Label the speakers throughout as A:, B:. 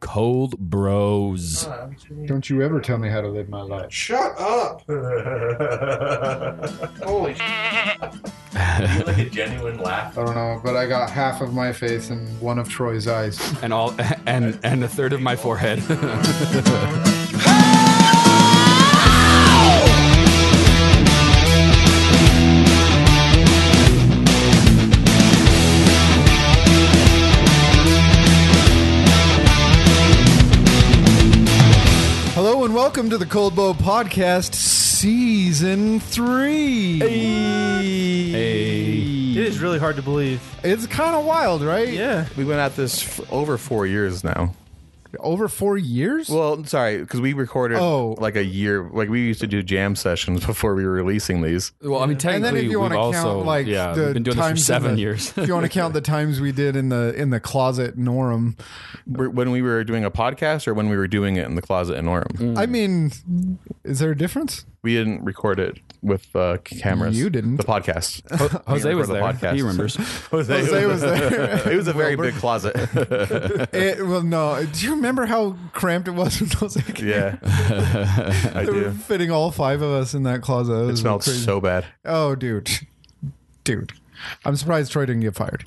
A: Cold Bros.
B: Don't you ever tell me how to live my life.
C: Shut up! Holy
D: You like a genuine laugh.
B: I don't know, but I got half of my face and one of Troy's eyes.
A: and all and and a third of my forehead.
E: Hello and welcome to the Cold Bow Podcast, Season 3.
A: Hey.
F: It is really hard to believe.
E: It's kind of wild, right?
F: Yeah.
G: We've been at this f- over four years now.
E: Over four years?
G: Well, sorry, because we recorded
E: Oh.
G: like a year. Like we used to do jam sessions before we were releasing these.
A: Well, I mean,
E: and
A: technically,
E: then if you
A: we've
E: want to
A: also
E: count like
A: yeah,
E: the
A: we've been doing this for
E: times in
A: seven
E: the-
A: years.
E: if you want to count the times we did in the in the closet in Orem,
G: We're- When we were doing a podcast, or when we were doing it in the closet in Orem,
A: Hmm.
E: I mean, is there a difference?
G: we didn't record it with uh, c- cameras.
E: You didn't.
G: The podcast.
A: Jose was
G: the
A: there.
G: podcast.
A: He remembers.
G: Jose,
E: Jose was there.
G: it was a very big closet.
E: It, well, no. Do you remember how cramped it was when those came?
G: yeah, I
E: They were
G: do.
E: fitting all five of us in that closet. It,
G: It
E: was
G: smelled
E: crazy.
G: so bad.
E: Oh, dude, dude. I'm surprised Troy didn't get fired.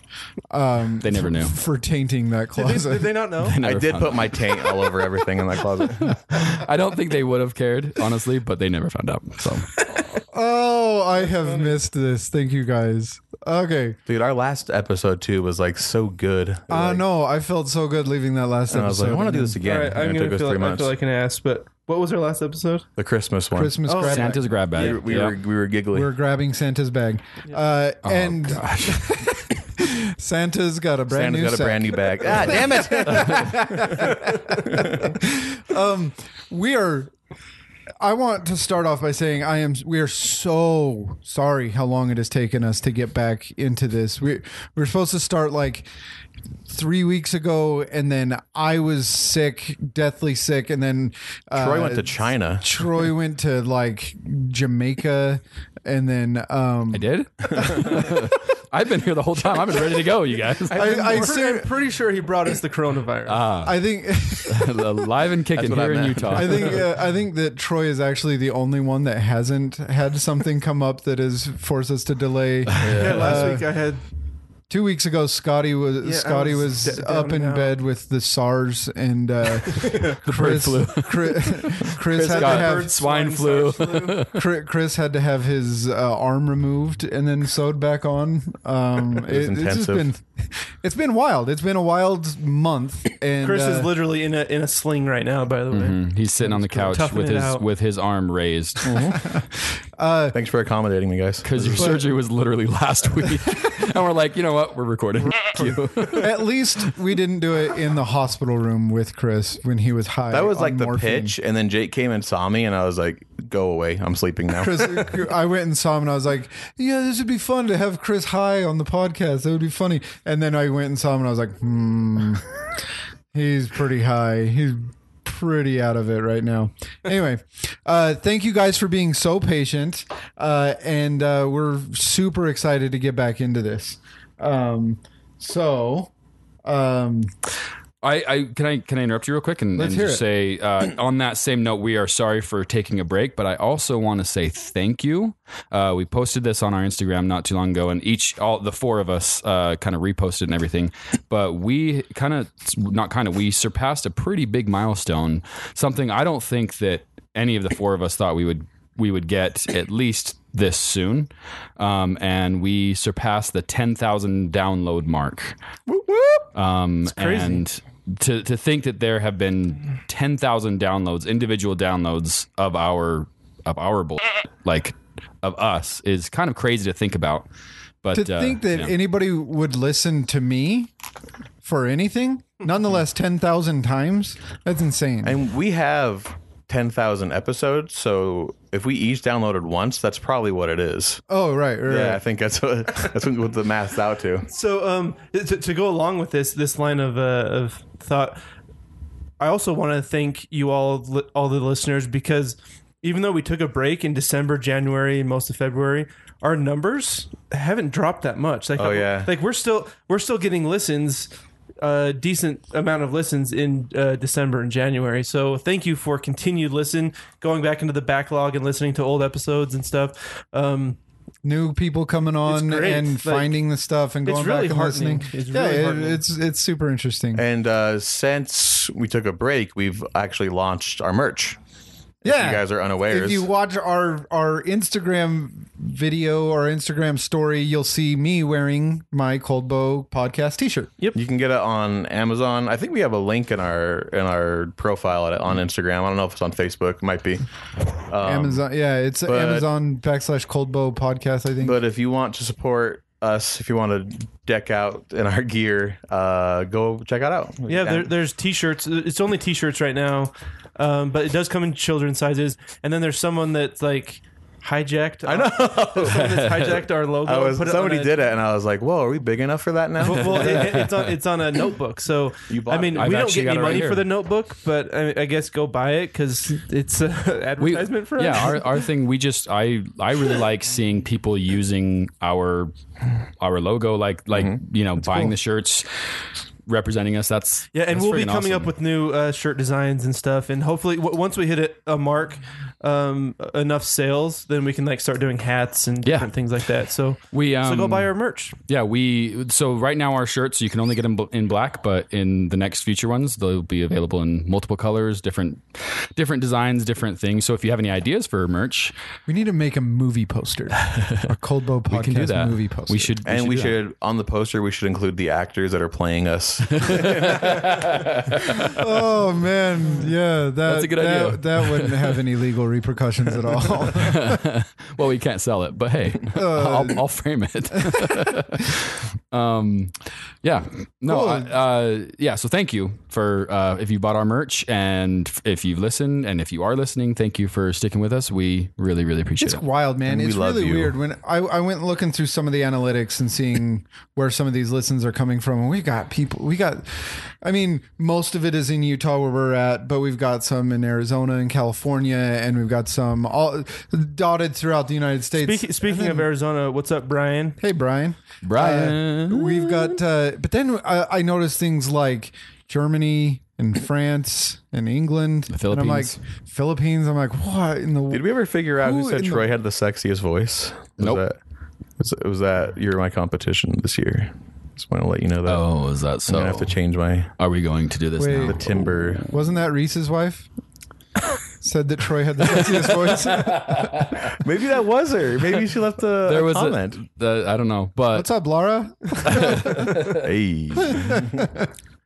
E: Um,
A: They never knew.
E: for tainting that
F: Did they,
E: closet.
F: did they not know?
A: Never
G: I did
A: found
G: put my taint all over everything in that closet.
A: out. I don't think they would have cared, honestly, but they never found out. So
E: oh, I have missed this. Thank you guys. Okay.
G: Dude, our last episode too was like so good.
E: Uh,
G: Like,
E: no, I felt so good leaving that last
G: And I was
E: episode.
G: like, I want to do this again.
F: All right,
G: And
F: I'm
G: it
F: gonna
G: took us
F: feel
G: three
F: like, I
G: months.
F: feel like an ass, but what was our last episode?
G: the Christmas one.
E: Christmas grab bag.
A: Oh, Santa's grab bag.
G: We
A: Yeah.
G: were we were giggling.
E: We We're grabbing Santa's bag. Uh,
G: Oh,
E: and Santa's got a brand
G: Santa's
E: new
G: got a
E: sack.
G: brand new bag. ah, damn it!
E: we are I want to start off by saying I am we are so sorry how long it has taken us to get back into this. We we are supposed to start like 3 weeks ago and then I was sick, deathly sick and then uh,
G: Troy went to China.
E: Troy went to like Jamaica and then um
A: I did. I've been here the whole time. I've been ready to go, you guys.
E: I, I,
F: I'm pretty,
E: ser-
F: I'm pretty sure he brought us the coronavirus.
G: Uh,
E: I think
A: Ah, Live and kicking
G: what I
A: here in
G: meant.
A: Utah.
E: I think uh, I think that Troy is actually the only one that hasn't had something come up that has forced us to delay.
F: yeah, last
G: uh,
F: week I had
E: Two weeks ago, Scotty was
F: Yeah, I
E: Scotty was,
F: was d- down
E: up in
F: and out.
E: bed with the SARS and uh, Chris,
A: flu.
E: Chris Chris, had
A: got
E: to
A: bird
E: have
A: swine flu.
E: Chris, Chris had to have his uh, arm removed and then sewed back on. Um,
G: was
E: it's just been
G: intensive.
E: it's been wild. It's been a wild month. And
F: Chris
E: uh,
F: is literally in a in a sling right now. By the way,
G: Mm-hmm.
A: He's sitting on the couch
F: Toughing
A: with
F: it
A: his
F: out.
A: with his arm raised
E: Mm-hmm.
G: Thanks for accommodating me, guys.
A: because your surgery was literally last week, and we're like, you know what, we're recording. Cute.
E: At least we didn't do it in the hospital room with Chris when he was high.
G: That was
E: on
G: like the
E: morphine.
G: pitch, and then Jake came and saw me, and I was like, "Go away, I'm sleeping now."
E: Chris, I went and saw him, and I was like, "Yeah, this would be fun to have Chris high on the podcast. That would be funny." And then I went and saw him, and I was like, "Hmm, he's pretty high. He's pretty out of it right now." Anyway, uh, thank you guys for being so patient, uh, and uh, we're super excited to get back into this. Um, so, um,
A: I, I can I can I interrupt you real quick and, and
E: Let's hear
A: just say uh, on that same note, we are sorry for taking a break, but I also want to say thank you. Uh, we posted this on our Instagram not too long ago, and each all the four of us uh, kind of reposted and everything. But we kind of not kind of we surpassed a pretty big milestone, something I don't think that any of the four of us thought we would we would get at least this soon, um, and we surpassed the ten thousand download mark. Um,
F: crazy.
A: And to, to think that there have been 10,000 downloads, individual downloads of our, of our, bull, like of us is kind of crazy to think about. But
E: to
A: uh,
E: think that
A: yeah.
E: anybody would listen to me for anything, nonetheless, 10,000 times, that's insane.
G: and we have ten thousand episodes, so if we each downloaded once, that's probably what it is.
E: oh, right, right.
G: Yeah, I
E: right.
G: think that's what that's what the math's out to.
F: So, um, to, to go along with this this line of uh, of thought, I also want to thank you all li- all the listeners because even though we took a break in December, January, and most of February, our numbers haven't dropped that much. Like,
G: Oh, yeah.
F: like we're still we're still getting listens a decent amount of listens in uh, December and January. So thank you for continued listen, going back into the backlog and listening to old episodes and stuff. Um,
E: new people coming on
F: great.
E: and
F: Like,
E: finding the stuff and
F: it's
E: going
F: really
E: back and
F: heartening.
E: listening.
F: It's
E: yeah,
F: really
E: it-
F: heartening.
E: it's it's super interesting.
G: And uh, since we took a break, we've actually launched our merch.
E: yeah,
G: You guys are unaware.
E: If you watch our our Instagram video or Instagram story, you'll see me wearing my Cold Bow podcast T-shirt.
G: You can get it on Amazon. I think we have a link in our in our profile at, on Instagram. I don't know if it's on Facebook. It might be.
F: Um,
E: Amazon, yeah, it's Amazon backslash Cold Bow podcast. I think.
G: But if you want to support us, if you want to deck out in our gear, uh, go check it out.
F: yeah, there, there's t-shirts. It's only t-shirts right now, um, but it does come in children's sizes. And then there's someone that's like hijacked. I know someone that's hijacked our logo.
G: I
F: and
G: was
F: put it on
G: somebody
F: a-
G: did it, and I was like, "Whoa, are we big enough for that now?"
F: well, it- it, it's on it's on a notebook. So
G: You bought
F: I mean,
G: it.
A: I've
F: we don't
A: actually
F: get
A: got
F: any
A: it right
F: money
A: here.
F: for the notebook, but I, I guess go buy it because it's an
A: We-
F: advertisement for us.
A: yeah our, our thing we just i i really like seeing people using our our logo like like
F: Mm-hmm.
A: you know buying the shirts representing us that's
F: Yeah, and
A: that's
F: we'll be
A: friggin'
F: coming
A: awesome.
F: up with new uh, shirt designs and stuff. And hopefully, w- once we hit a, a mark, um, enough sales, then we can like start doing hats and
A: Yeah.
F: different things like that. So
A: We,
F: so go
A: um,
F: buy our merch.
A: yeah we so right now our shirts you can only get them bl- in black but in the next future ones they'll be available in multiple colors different different designs different things so if you have any ideas for merch
E: we need to make a movie poster, a Cold Bow podcast
A: we can do that
E: movie poster.
A: we should
G: and we
A: do that.
G: should on the poster we should include the actors that are playing us.
E: Oh man, yeah, that, that's
A: a good
E: that,
A: idea.
E: That wouldn't have any legal repercussions at all.
A: Well, we can't sell it, but hey, I'll, I'll frame it. um, yeah, no,
E: Cool.
A: I- uh, yeah. So thank you for uh, if you bought our merch and f- if you've listened and if you are listening, thank you for sticking with us. We really, really appreciate
E: It's
A: it.
E: wild, man.
G: And we
E: It's
G: love
E: really
G: you.
E: weird. When I, I went looking through some of the analytics and seeing where some of these listens are coming from, and we got people. We got, I mean, most of it is in Utah where we're at, but we've got some in Arizona and California, and we've got some all dotted throughout the United States.
F: Speak, speaking of Arizona, what's up, Brian?
E: hey, Brian.
A: Brian,
E: We've got, uh, but then I, I noticed things like Germany and France and England, the And I'm
A: Philippines.
E: like Philippines. I'm like, what in the
G: Did we ever figure out who,
E: Who
G: said
E: in the-
G: Troy had the sexiest voice? Was
A: Nope.
G: That, was, was that you're my competition this year? Just want to let you know that.
A: oh, is that
G: I'm
A: so?
G: gonna have to change my
A: are we going to do this
E: Wait.
A: now?
G: the timber.
E: Wasn't that Reese's wife? Said that Troy had the sexiest voice.
G: Maybe that was her. Maybe she left a,
A: There
G: a
A: was a-
G: comment.
A: the, I don't know, but
E: What's up, Laura?
G: Hey,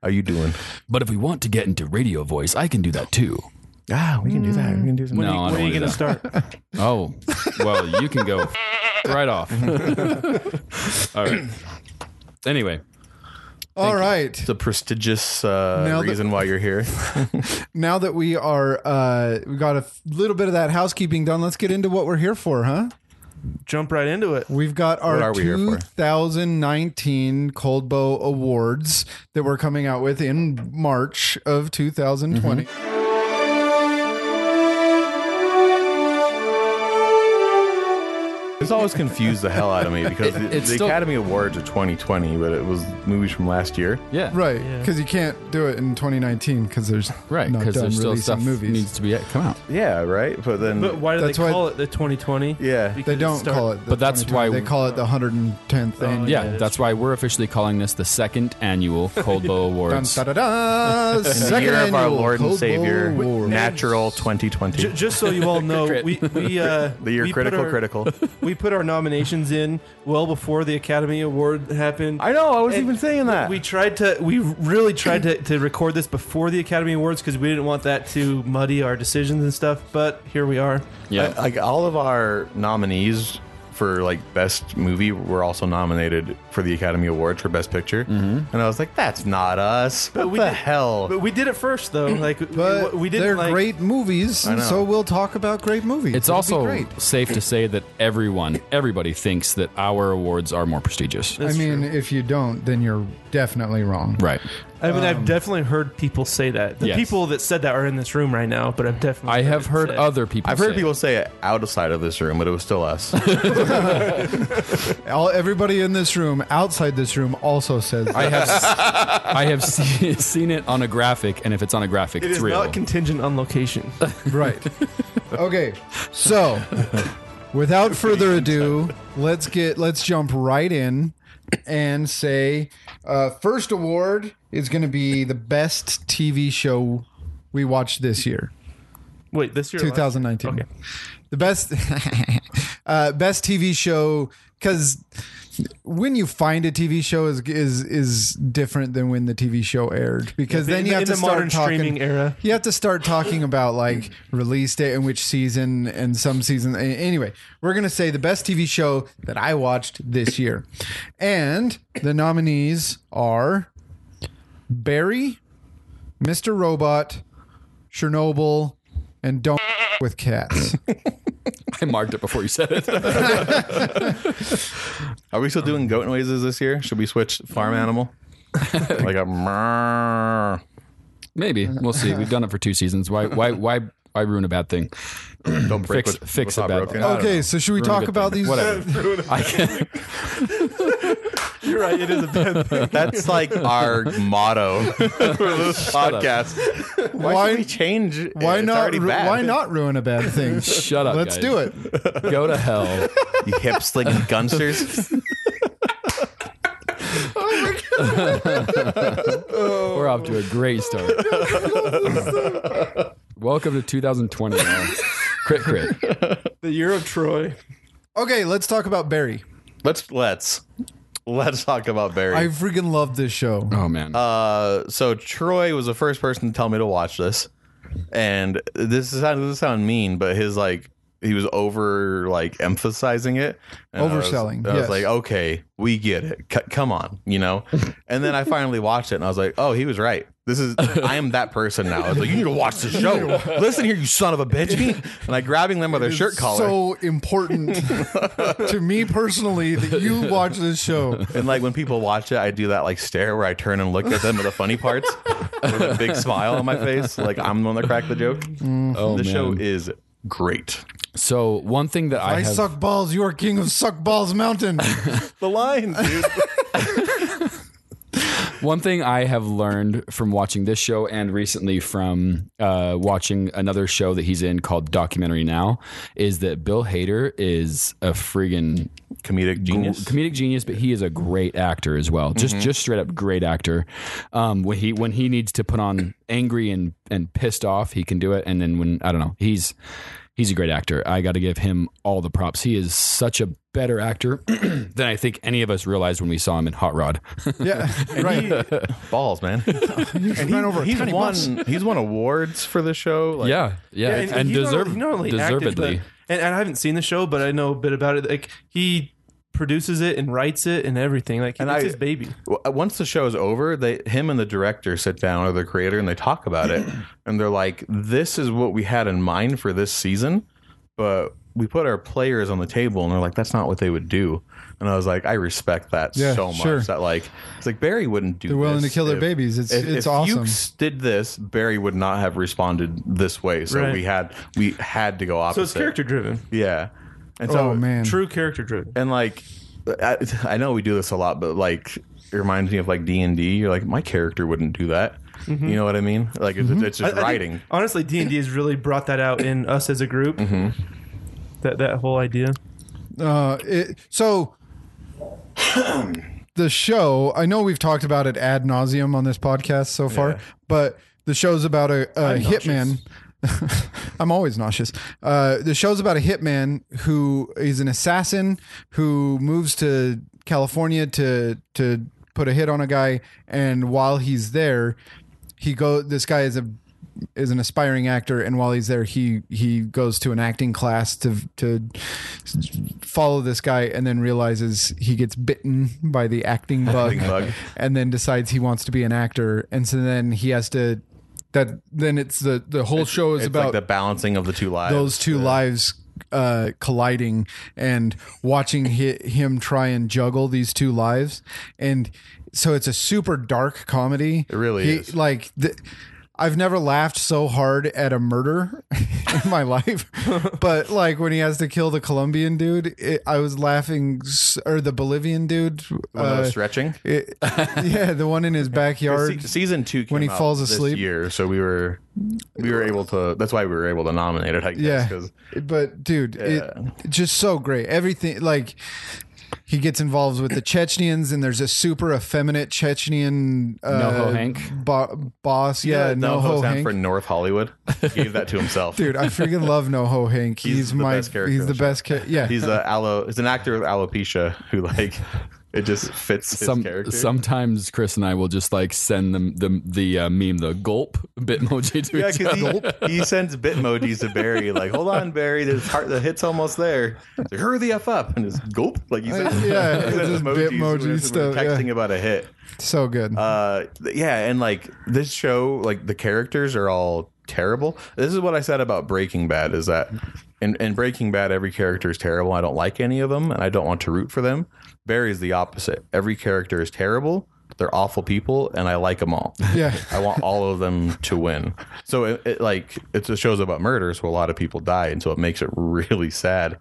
G: how you doing?
A: but if we want to get into radio voice, I can do that too.
G: Ah, we can do that. We can do that.
A: no, I
F: When
A: don't
F: are you
A: wanna do
F: going to
A: that.
F: start?
A: Oh, well, you can go right off. All right. Anyway,
E: All right.
G: It's a prestigious uh,
E: Now that-
G: reason why you're here.
E: Now that we are, uh, we got a f- little bit of that housekeeping done. Let's get into what we're here for, huh?
F: Jump right into it.
E: We've got our
G: are we here for?
E: 2019 Cold Bow Awards that we're coming out with in March of 2020.
G: Mm-hmm. It's always confused the hell out of me because the,
A: it's
G: the
A: still-
G: Academy Awards are 2020, but it was movies from last year.
A: yeah.
E: Right, because you can't do it in 2019 because there's
A: Right,
E: not
A: because
E: done
A: there's still
E: releasing
A: stuff
E: movies.
A: needs to be eh, come out.
G: Yeah, right. But then,
F: But why do
E: That's
F: they
E: why-
F: call it the 2020?
G: Yeah. They
E: they don't call it, the
A: But that's
E: 2020.
A: why-
E: they call it the
F: Oh,
E: 110th. annual.
A: Yeah,
F: that's
A: that's, why we're officially calling this the second annual Cold Bow
E: Dun,
A: Awards.
E: da, da, da.
G: in the
E: Second
G: year of our
E: annual
G: Lord and
E: Cold Bowl
G: Savior,
E: Awards.
G: natural 2020.
F: J- just so you all know, we, we uh,
G: the year
F: we put
G: critical,
F: our-
G: critical.
F: We put our nominations in well before the Academy Award happened.
G: I know. I was
F: And
G: even saying that.
F: We tried to, we really tried to, to record this before the Academy Awards because we didn't want that to muddy our decisions and stuff. But here we are.
A: yeah,
G: like all of our nominees for like best movie were also nominated for the Academy Awards for Best Picture, and I was like, "That's not us." What
F: we
G: the
F: did-
G: hell?
F: But we did it first though. Like
E: But
F: we, we didn't
E: they're
F: like,
E: great movies,
G: I
E: and
G: know.
E: so we'll talk about great movies.
A: it's
E: It'll be
A: also
E: great.
A: safe to say that everyone, everybody thinks that our awards are more prestigious.
E: I mean, if you don't, then you're definitely wrong.
A: Right.
F: I mean,
G: Um,
F: I've definitely heard people say that. The
A: Yes.
F: people that said that are in this room right now, but I've definitely.
A: I have
F: it
A: heard
F: said.
A: other people.
G: I've heard
A: say
G: people say it outside of this room, but it was still us.
E: All, everybody in this room, outside this room, also says
A: I have I have seen, seen it on a graphic, and if it's on a graphic,
F: It
A: it's
F: is
A: real.
F: not contingent on location.
E: Right. Okay. So, without further ado, let's get let's jump right in and say uh, first award is going to be the best TV show we watched this year,
F: Wait, this year, or last year?
E: 2019.
F: Okay.
E: The best uh, best TV show cuz when you find a TV show is is is different than when the TV show aired because then
F: in
E: you
F: the-
E: have
F: in
E: to
F: the
E: start
F: modern
E: talking
F: streaming era.
E: you have to start talking about like release date and which season and some season. a- Anyway, we're gonna say the best TV show that I watched this year, and the nominees are Barry, Mr. Robot, Chernobyl, and Don't with Cats.
A: I marked it before you said it.
G: Are we still doing goat noises this year? Should we switch
F: Mm.
G: farm animal? like a mrrr.
A: Maybe we'll see. We've done it for two seasons. Why? Why? Why? Why ruin a bad thing?
G: Don't break
A: Fix-
G: what-
A: fix
G: what's
A: it
G: not
A: back.
G: broken. I don't
E: Okay,
G: know.
E: so should Oh, we
A: Ruin a
E: talk
A: good
E: about
A: thing.
E: these?
A: Whatever. I can,
F: You're right. It is a bad thing.
G: that's like our motto for this podcast. Why,
E: Why-
G: should we change? it?
E: Why
G: It's
E: not?
G: already
E: ru-
G: bad.
E: why not ruin a bad thing?
A: shut up.
E: Let's
A: guys.
E: do it.
A: Go to hell.
G: You hip slinging gunsters.
A: We're off to a great start. Welcome to 2020. man. Crit crit.
F: The year of Troy.
E: Okay, let's talk about Barry.
G: let's let's let's talk about Barry.
E: I freaking love this show.
A: Oh man.
G: Uh, so Troy was the first person to tell me to watch this, and this is how this sound mean, but his like he was over like emphasizing it, And I was-
E: Overselling,
G: I was
E: yes.
G: like, okay, we get it. C- come on, you know. and then I finally watched it, and I was like, oh, he was right. This is I am that person now. I was like, you need to watch the show. Listen here, you son of a bitch. And I grabbing them by their shirt collar.
E: so important to me personally that you watch this show.
G: And like when people watch it, I do that like stare where I turn and look at them with the funny parts with a big smile on my face. Like I'm the one that cracked the joke.
A: oh man.
G: the show is great.
A: so one thing that I,
E: I
A: have,
E: suck balls. You are king of suck balls mountain.
G: The line, dude.
A: One thing I have learned from watching this show and recently from uh, watching another show that he's in called Documentary Now is that Bill Hader is a friggin'
G: Comedic genius.
A: comedic genius, but he is a great actor as well. Just just straight up great actor. Um, when he when he needs to put on angry and and pissed off, he can do it. And then when I don't know, he's he's a great actor. I got to give him all the props. He is such a better actor than I think any of us realized when we saw him in Hot Rod.
E: yeah, right.
G: Balls, man. and
E: ran over a
G: he's
E: tiny
G: won.
E: bus.
G: He's won awards for the show. Like,
A: yeah, yeah, and,
F: he not-
A: deserve,
F: he not only acted,
A: deservedly.
F: but- and, and I haven't seen the show, but I know a bit about it. Like he produces it and writes it and everything. Like
G: And
F: it's
G: I-
F: his baby.
G: w- uh, Once the show is over, they him and the director sit down or the creator and they talk about it, and they're like, "This is what we had in mind for this season, but we put our players on the table, and they're like, that's not what they would do." And I was like, I respect that
E: Yeah,
G: so much.
E: sure.
G: That like, it's like Barry wouldn't do.
E: They're willing
G: this
E: to kill their
G: if-
E: babies. It's
G: If,
E: it's
G: if
E: awesome.
G: Fuchs did this, Barry would not have responded this way. So
F: Right.
G: we had we had to go
F: So
G: opposite.
F: it's character driven,
G: yeah. And so
E: oh man,
F: true character driven.
G: and like I, I know we do this a lot but like it reminds me of like d&d you're like my character wouldn't do that
E: Mm-hmm.
G: you know what i mean like it's, it's just writing
F: Honestly, D and D has really brought that out in us as a group.
A: Mm-hmm.
F: That that whole idea.
E: Uh, it, so the show. I know we've talked about it ad nauseum on this podcast so far, but the show's about a, a hitman. I'm always nauseous. Uh, the show's about a hitman who is an assassin who moves to California to to put a hit on a guy, and while he's there, he go. This guy is a is an aspiring actor, and while he's there, he he goes to an acting class to to follow this guy, and then realizes he gets bitten by the acting bug,
G: bug.
E: and then decides he wants to be an actor, and so then he has to. That then it's the the whole show is
G: it's
E: about
G: like the balancing of the two lives
E: those two lives uh, colliding and watching hi him try and juggle these two lives, and so it's a super dark comedy. It
G: really is.
E: Like the, I've never laughed so hard at a murder in my life, but like when he has to kill the Colombian dude, it, I was laughing, s- or the Bolivian dude.
G: One of those
E: uh,
G: stretching.
E: it- yeah, the one in his
G: Se-
E: backyard.
G: season two came
E: when he
G: out
E: falls
G: this
E: asleep.
G: year, so we were we were able to. That's why we were able to nominate it. I guess
E: Yeah.
G: 'cause-
E: But dude, it just so great. Everything like he gets involved with the Chechnyans, and there's a super effeminate Chechenian uh,
A: Noho Hank?
E: bo- boss.
G: Yeah,
E: Yeah,
G: Noho
E: Noho
G: stands
E: Hank.
G: for North Hollywood. He gave that to himself.
E: dude, I freaking love Noho Hank. He's,
G: He's the
E: my
G: best character
E: he's
G: in
E: the
G: the
E: best. Ca- yeah,
G: He's a aloe. He's an actor with alopecia who like it just fits his
A: Some
G: character.
A: sometimes Chris and I will just like send them the the uh, meme the gulp bitmoji to
G: yeah,
A: each
G: because he, he sends bitmojis to Barry. Like, hold on, Barry. The heart, the hit's almost there. He's like, hurry the f up, and just gulp. Like he says,
E: Oh, Yeah,
G: he sends
E: just
G: emojis
E: bitmoji
G: when we're
E: stuff, yeah.
G: Texting about a hit.
E: so good.
G: uh th- yeah and like this show like the characters are all terrible this is what i said about breaking bad is that in, in breaking bad every character is terrible i don't like any of them and i don't want to root for them barry's the opposite every character is terrible they're awful people and i like them all
E: yeah,
G: i want all of them to win so it, it like it's a show's about murder so a lot of people die and so it makes it really sad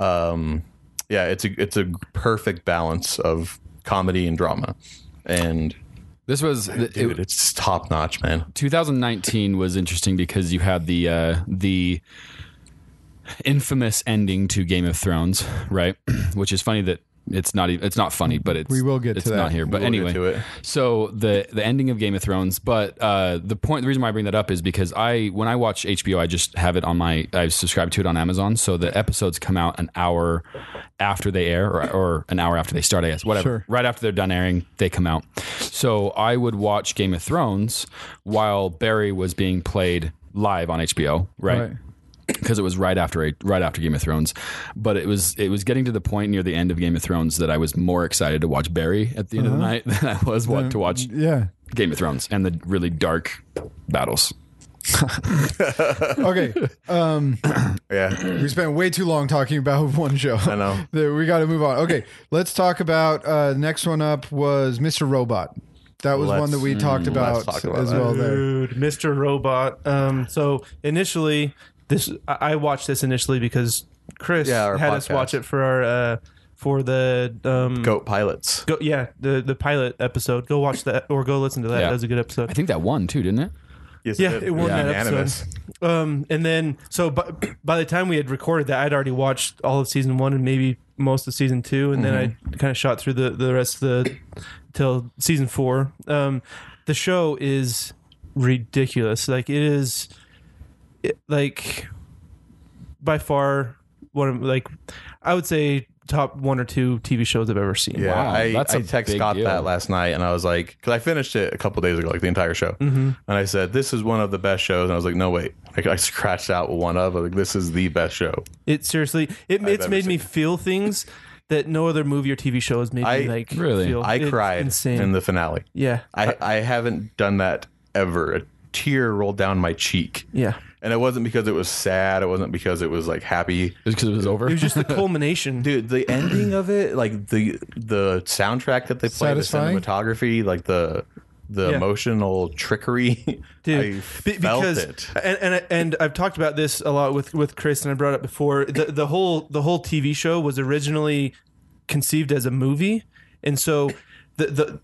G: um yeah it's a it's a perfect balance of comedy and drama and
A: This was it-
G: dude, it's top notch, man.
A: 2019 was interesting because you had the uh, the infamous ending to Game of Thrones, right? Which is funny that it's not even, it's not funny, but it's
E: We will get to
A: it's
E: that.
A: not here. But
G: We'll get
A: anyway,
G: to it.
A: so the the ending of Game of Thrones, but uh, the point, the reason why I bring that up is because I when I watch HBO, I just have it on my I've subscribed to it on Amazon, so the episodes come out an hour after they air or, or an hour after they start, I guess, whatever. Right after they're done airing, they come out. So I would watch Game of Thrones while Barry was being played live on HBO, right?
E: Right.
A: because it was right after right after Game of Thrones, but it was it was getting to the point near the end of Game of Thrones that I was more excited to watch Barry at the end
G: Uh-huh.
A: of the night than I was wa- to watch
E: yeah.
A: Game of Thrones and the really dark battles.
E: Okay,
G: Yeah,
E: we spent way too long talking about one show.
G: I know.
E: There, we got to move on. Okay, let's talk about uh, next one up was Mr. Robot. That was one
G: Let's-
E: that we talked about,
G: talk about
E: as
G: that.
E: well. There,
F: Dude, Mr. Robot. Um, so initially, this I I watched this initially because Chris
G: Yeah, our
F: had us
G: podcast.
F: watch it for our uh, for the um,
G: goat pilots.
F: go- yeah the the pilot episode. Go watch that or go listen to that.
A: Yeah.
F: That was a good episode.
A: I think that won too, didn't it?
G: Yes,
F: yeah,
G: did.
F: it won that
G: Unanimous.
F: episode. Um, and then so by, by the time we had recorded that, I'd already watched all of season one and maybe most of season two, and then I kind of shot through the the rest of the till season four. Um, the show is ridiculous. Like it is, it, like by far one of like I would say top one or two TV shows I've ever seen.
G: Yeah,
A: Wow,
G: I,
A: that's a
G: I text
A: big
G: Scott
A: deal.
G: that last night, and I was like, because I finished it a couple days ago, like the entire show,
A: Mm-hmm.
G: and I said this is one of the best shows, and I was like, no wait, like, I scratched out one of, I was like this is the best show.
F: It seriously, it, it's
G: ever
F: made me
G: seen.
F: feel things that no other movie or TV show has made
G: I-
F: me like
A: Really?
F: feel.
G: I
F: It's
G: cried
F: Insane.
G: in the finale.
F: yeah.
G: I I haven't done that ever. A tear rolled down my cheek,
F: Yeah.
G: and it wasn't because it was sad. It wasn't because it was like happy.
A: Because it was over.
F: It was just the culmination.
G: dude the ending of it like the the soundtrack that they play the
E: Satisfying?
G: cinematography like the the
F: Yeah.
G: emotional trickery
F: Dude,
G: I
F: be-
G: felt it
F: and and and I've talked about this a lot with with Chris, and I brought it up before. The the whole the whole TV show was originally conceived as a movie, and so the the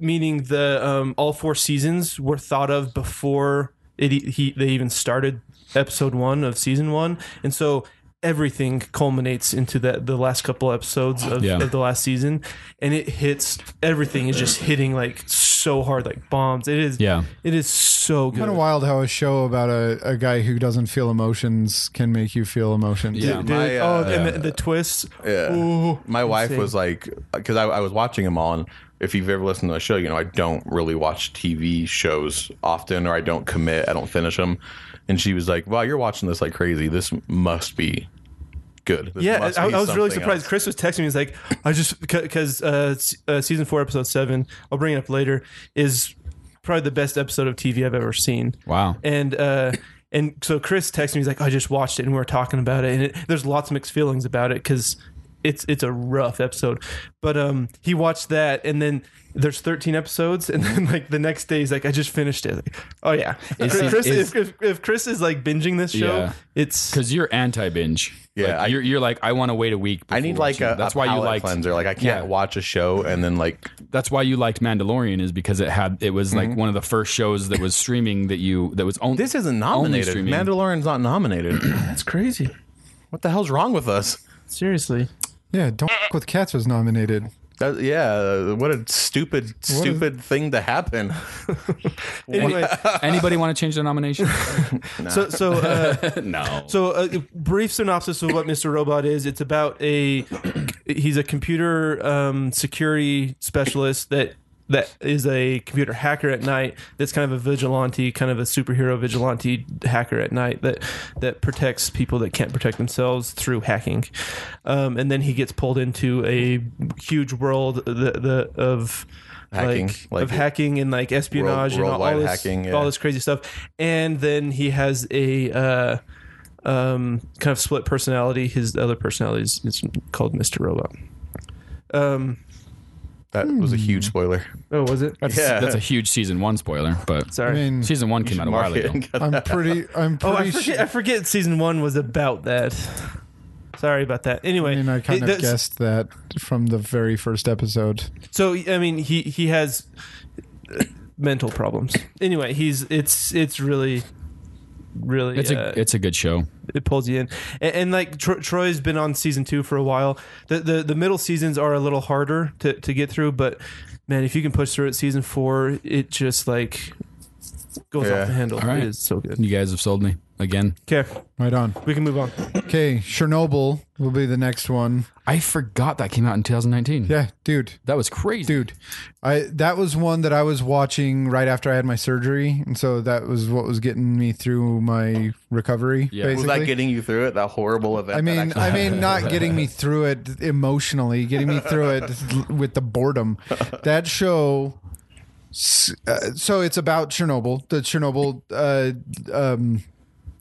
F: meaning the um, all four seasons were thought of before it e- he they even started episode one of season one, and so everything culminates into that the last couple episodes of,
A: Yeah.
F: of the last season and it hits everything is just hitting like so hard like bombs it is
A: Yeah.
F: it is so good
E: kind of wild how a show about a, a guy who doesn't feel emotions can make you feel emotions.
A: Yeah.
F: Dude,
G: My,
F: oh,
G: uh,
F: and the, the twists.
G: Yeah.
F: Ooh.
G: my wife
F: insane.
G: was like because I, I was watching them on if you've ever listened to the show you know i don't really watch tv shows often or i don't commit i don't finish them and she was like wow you're watching this like crazy this must be good This
F: Yeah,
G: must
F: I,
G: be
F: I was really
G: something
F: surprised.
G: else."
F: Chris was texting me. He's like, "I just because uh, s- uh, season four, episode seven. I'll bring it up later. Is probably the best episode of TV I've ever seen.
A: wow.
F: And uh, And so Chris texted me. He's like, "I just watched it, and we were talking about it, and it, there's lots of mixed feelings about it because it's it's a rough episode." But um, he watched that, and then there's 13 episodes, and then like the next day, he's like, "I just finished it." Like, oh yeah,
A: Is he-
F: Chris,
A: is-
F: if, if, if Chris is like binging this show,
A: Yeah.
F: it's
A: Because you're anti binge.
G: Yeah,
A: Like,
G: I-
A: you're, you're like, I want to wait a week.
G: I
A: before
G: need like
A: watching
G: a
A: it. That's
G: a
A: why you
G: palate
A: liked.
G: cleanser. Like I can't
A: Yeah.
G: watch a show and then like
A: That's why you liked Mandalorian is because it had it was like one of the first shows that was streaming that you that was only
G: Mm-hmm. this isn't
A: Only
G: nominated.
A: streaming.
G: Mandalorian's not nominated.
F: that's crazy.
G: what the hell's wrong with us?
F: Seriously,
E: Yeah, don't F with cats was nominated.
G: That, yeah, what a stupid, stupid thing to happen.
F: anyway.
A: Anybody want to change the nomination?
F: so so. Uh,
A: no.
F: So, a brief synopsis of what Mr. Robot is. It's about a he's a computer um, security specialist that that is a computer hacker at night. That's kind of a vigilante, kind of a superhero vigilante hacker at night that that protects people that can't protect themselves through hacking. Um, and then he gets pulled into a huge world the, the of.
G: Hacking,
F: like,
G: like
F: of hacking and like espionage and all, all
G: worldwide
F: this
G: hacking, yeah.
F: all this crazy stuff, and then he has a uh, um, kind of split personality. His other personality is, is called Mr. Robot. Um,
G: That was a huge spoiler.
F: oh, was it?
A: that's,
G: yeah.
A: that's a huge season one spoiler, but
E: I
F: Sorry.
E: mean,
A: season one came out a while
G: Mark it
A: ago.
G: and cut
E: I'm pretty. I'm
F: oh, I
E: pretty.
F: forget,
E: sure.
F: I forget season one was about that. Sorry about that. Anyway,
E: I mean, I kind
F: it-
E: of
F: that's-
E: guessed that from the very first episode.
F: So I mean, he he has uh, mental problems. Anyway, he's it's it's really really
A: It's
F: uh,
A: a it's a good show.
F: it pulls you in. And, and like Tro- Troy's been on season two for a while. The, the the middle seasons are a little harder to to get through, but man, if you can push through it, season four, it just like goes
G: Yeah.
F: off the handle.
A: All right.
F: It is so good.
A: You guys have sold me again.
F: Okay,
E: Right on.
F: we can move on.
E: Okay, Chernobyl will be the next one.
A: I forgot that came out in 2019.
E: Yeah, dude.
A: That was crazy.
E: dude i that was one that i was watching right after i had my surgery and so that was what was getting me through my recovery
A: Yeah. Was
G: was
E: basically
G: that getting you through it? That horrible event.
E: i
G: that
E: mean
G: actually
E: i mean not getting me through it emotionally getting me through it with the boredom that show s- uh, so it's about chernobyl the chernobyl uh, um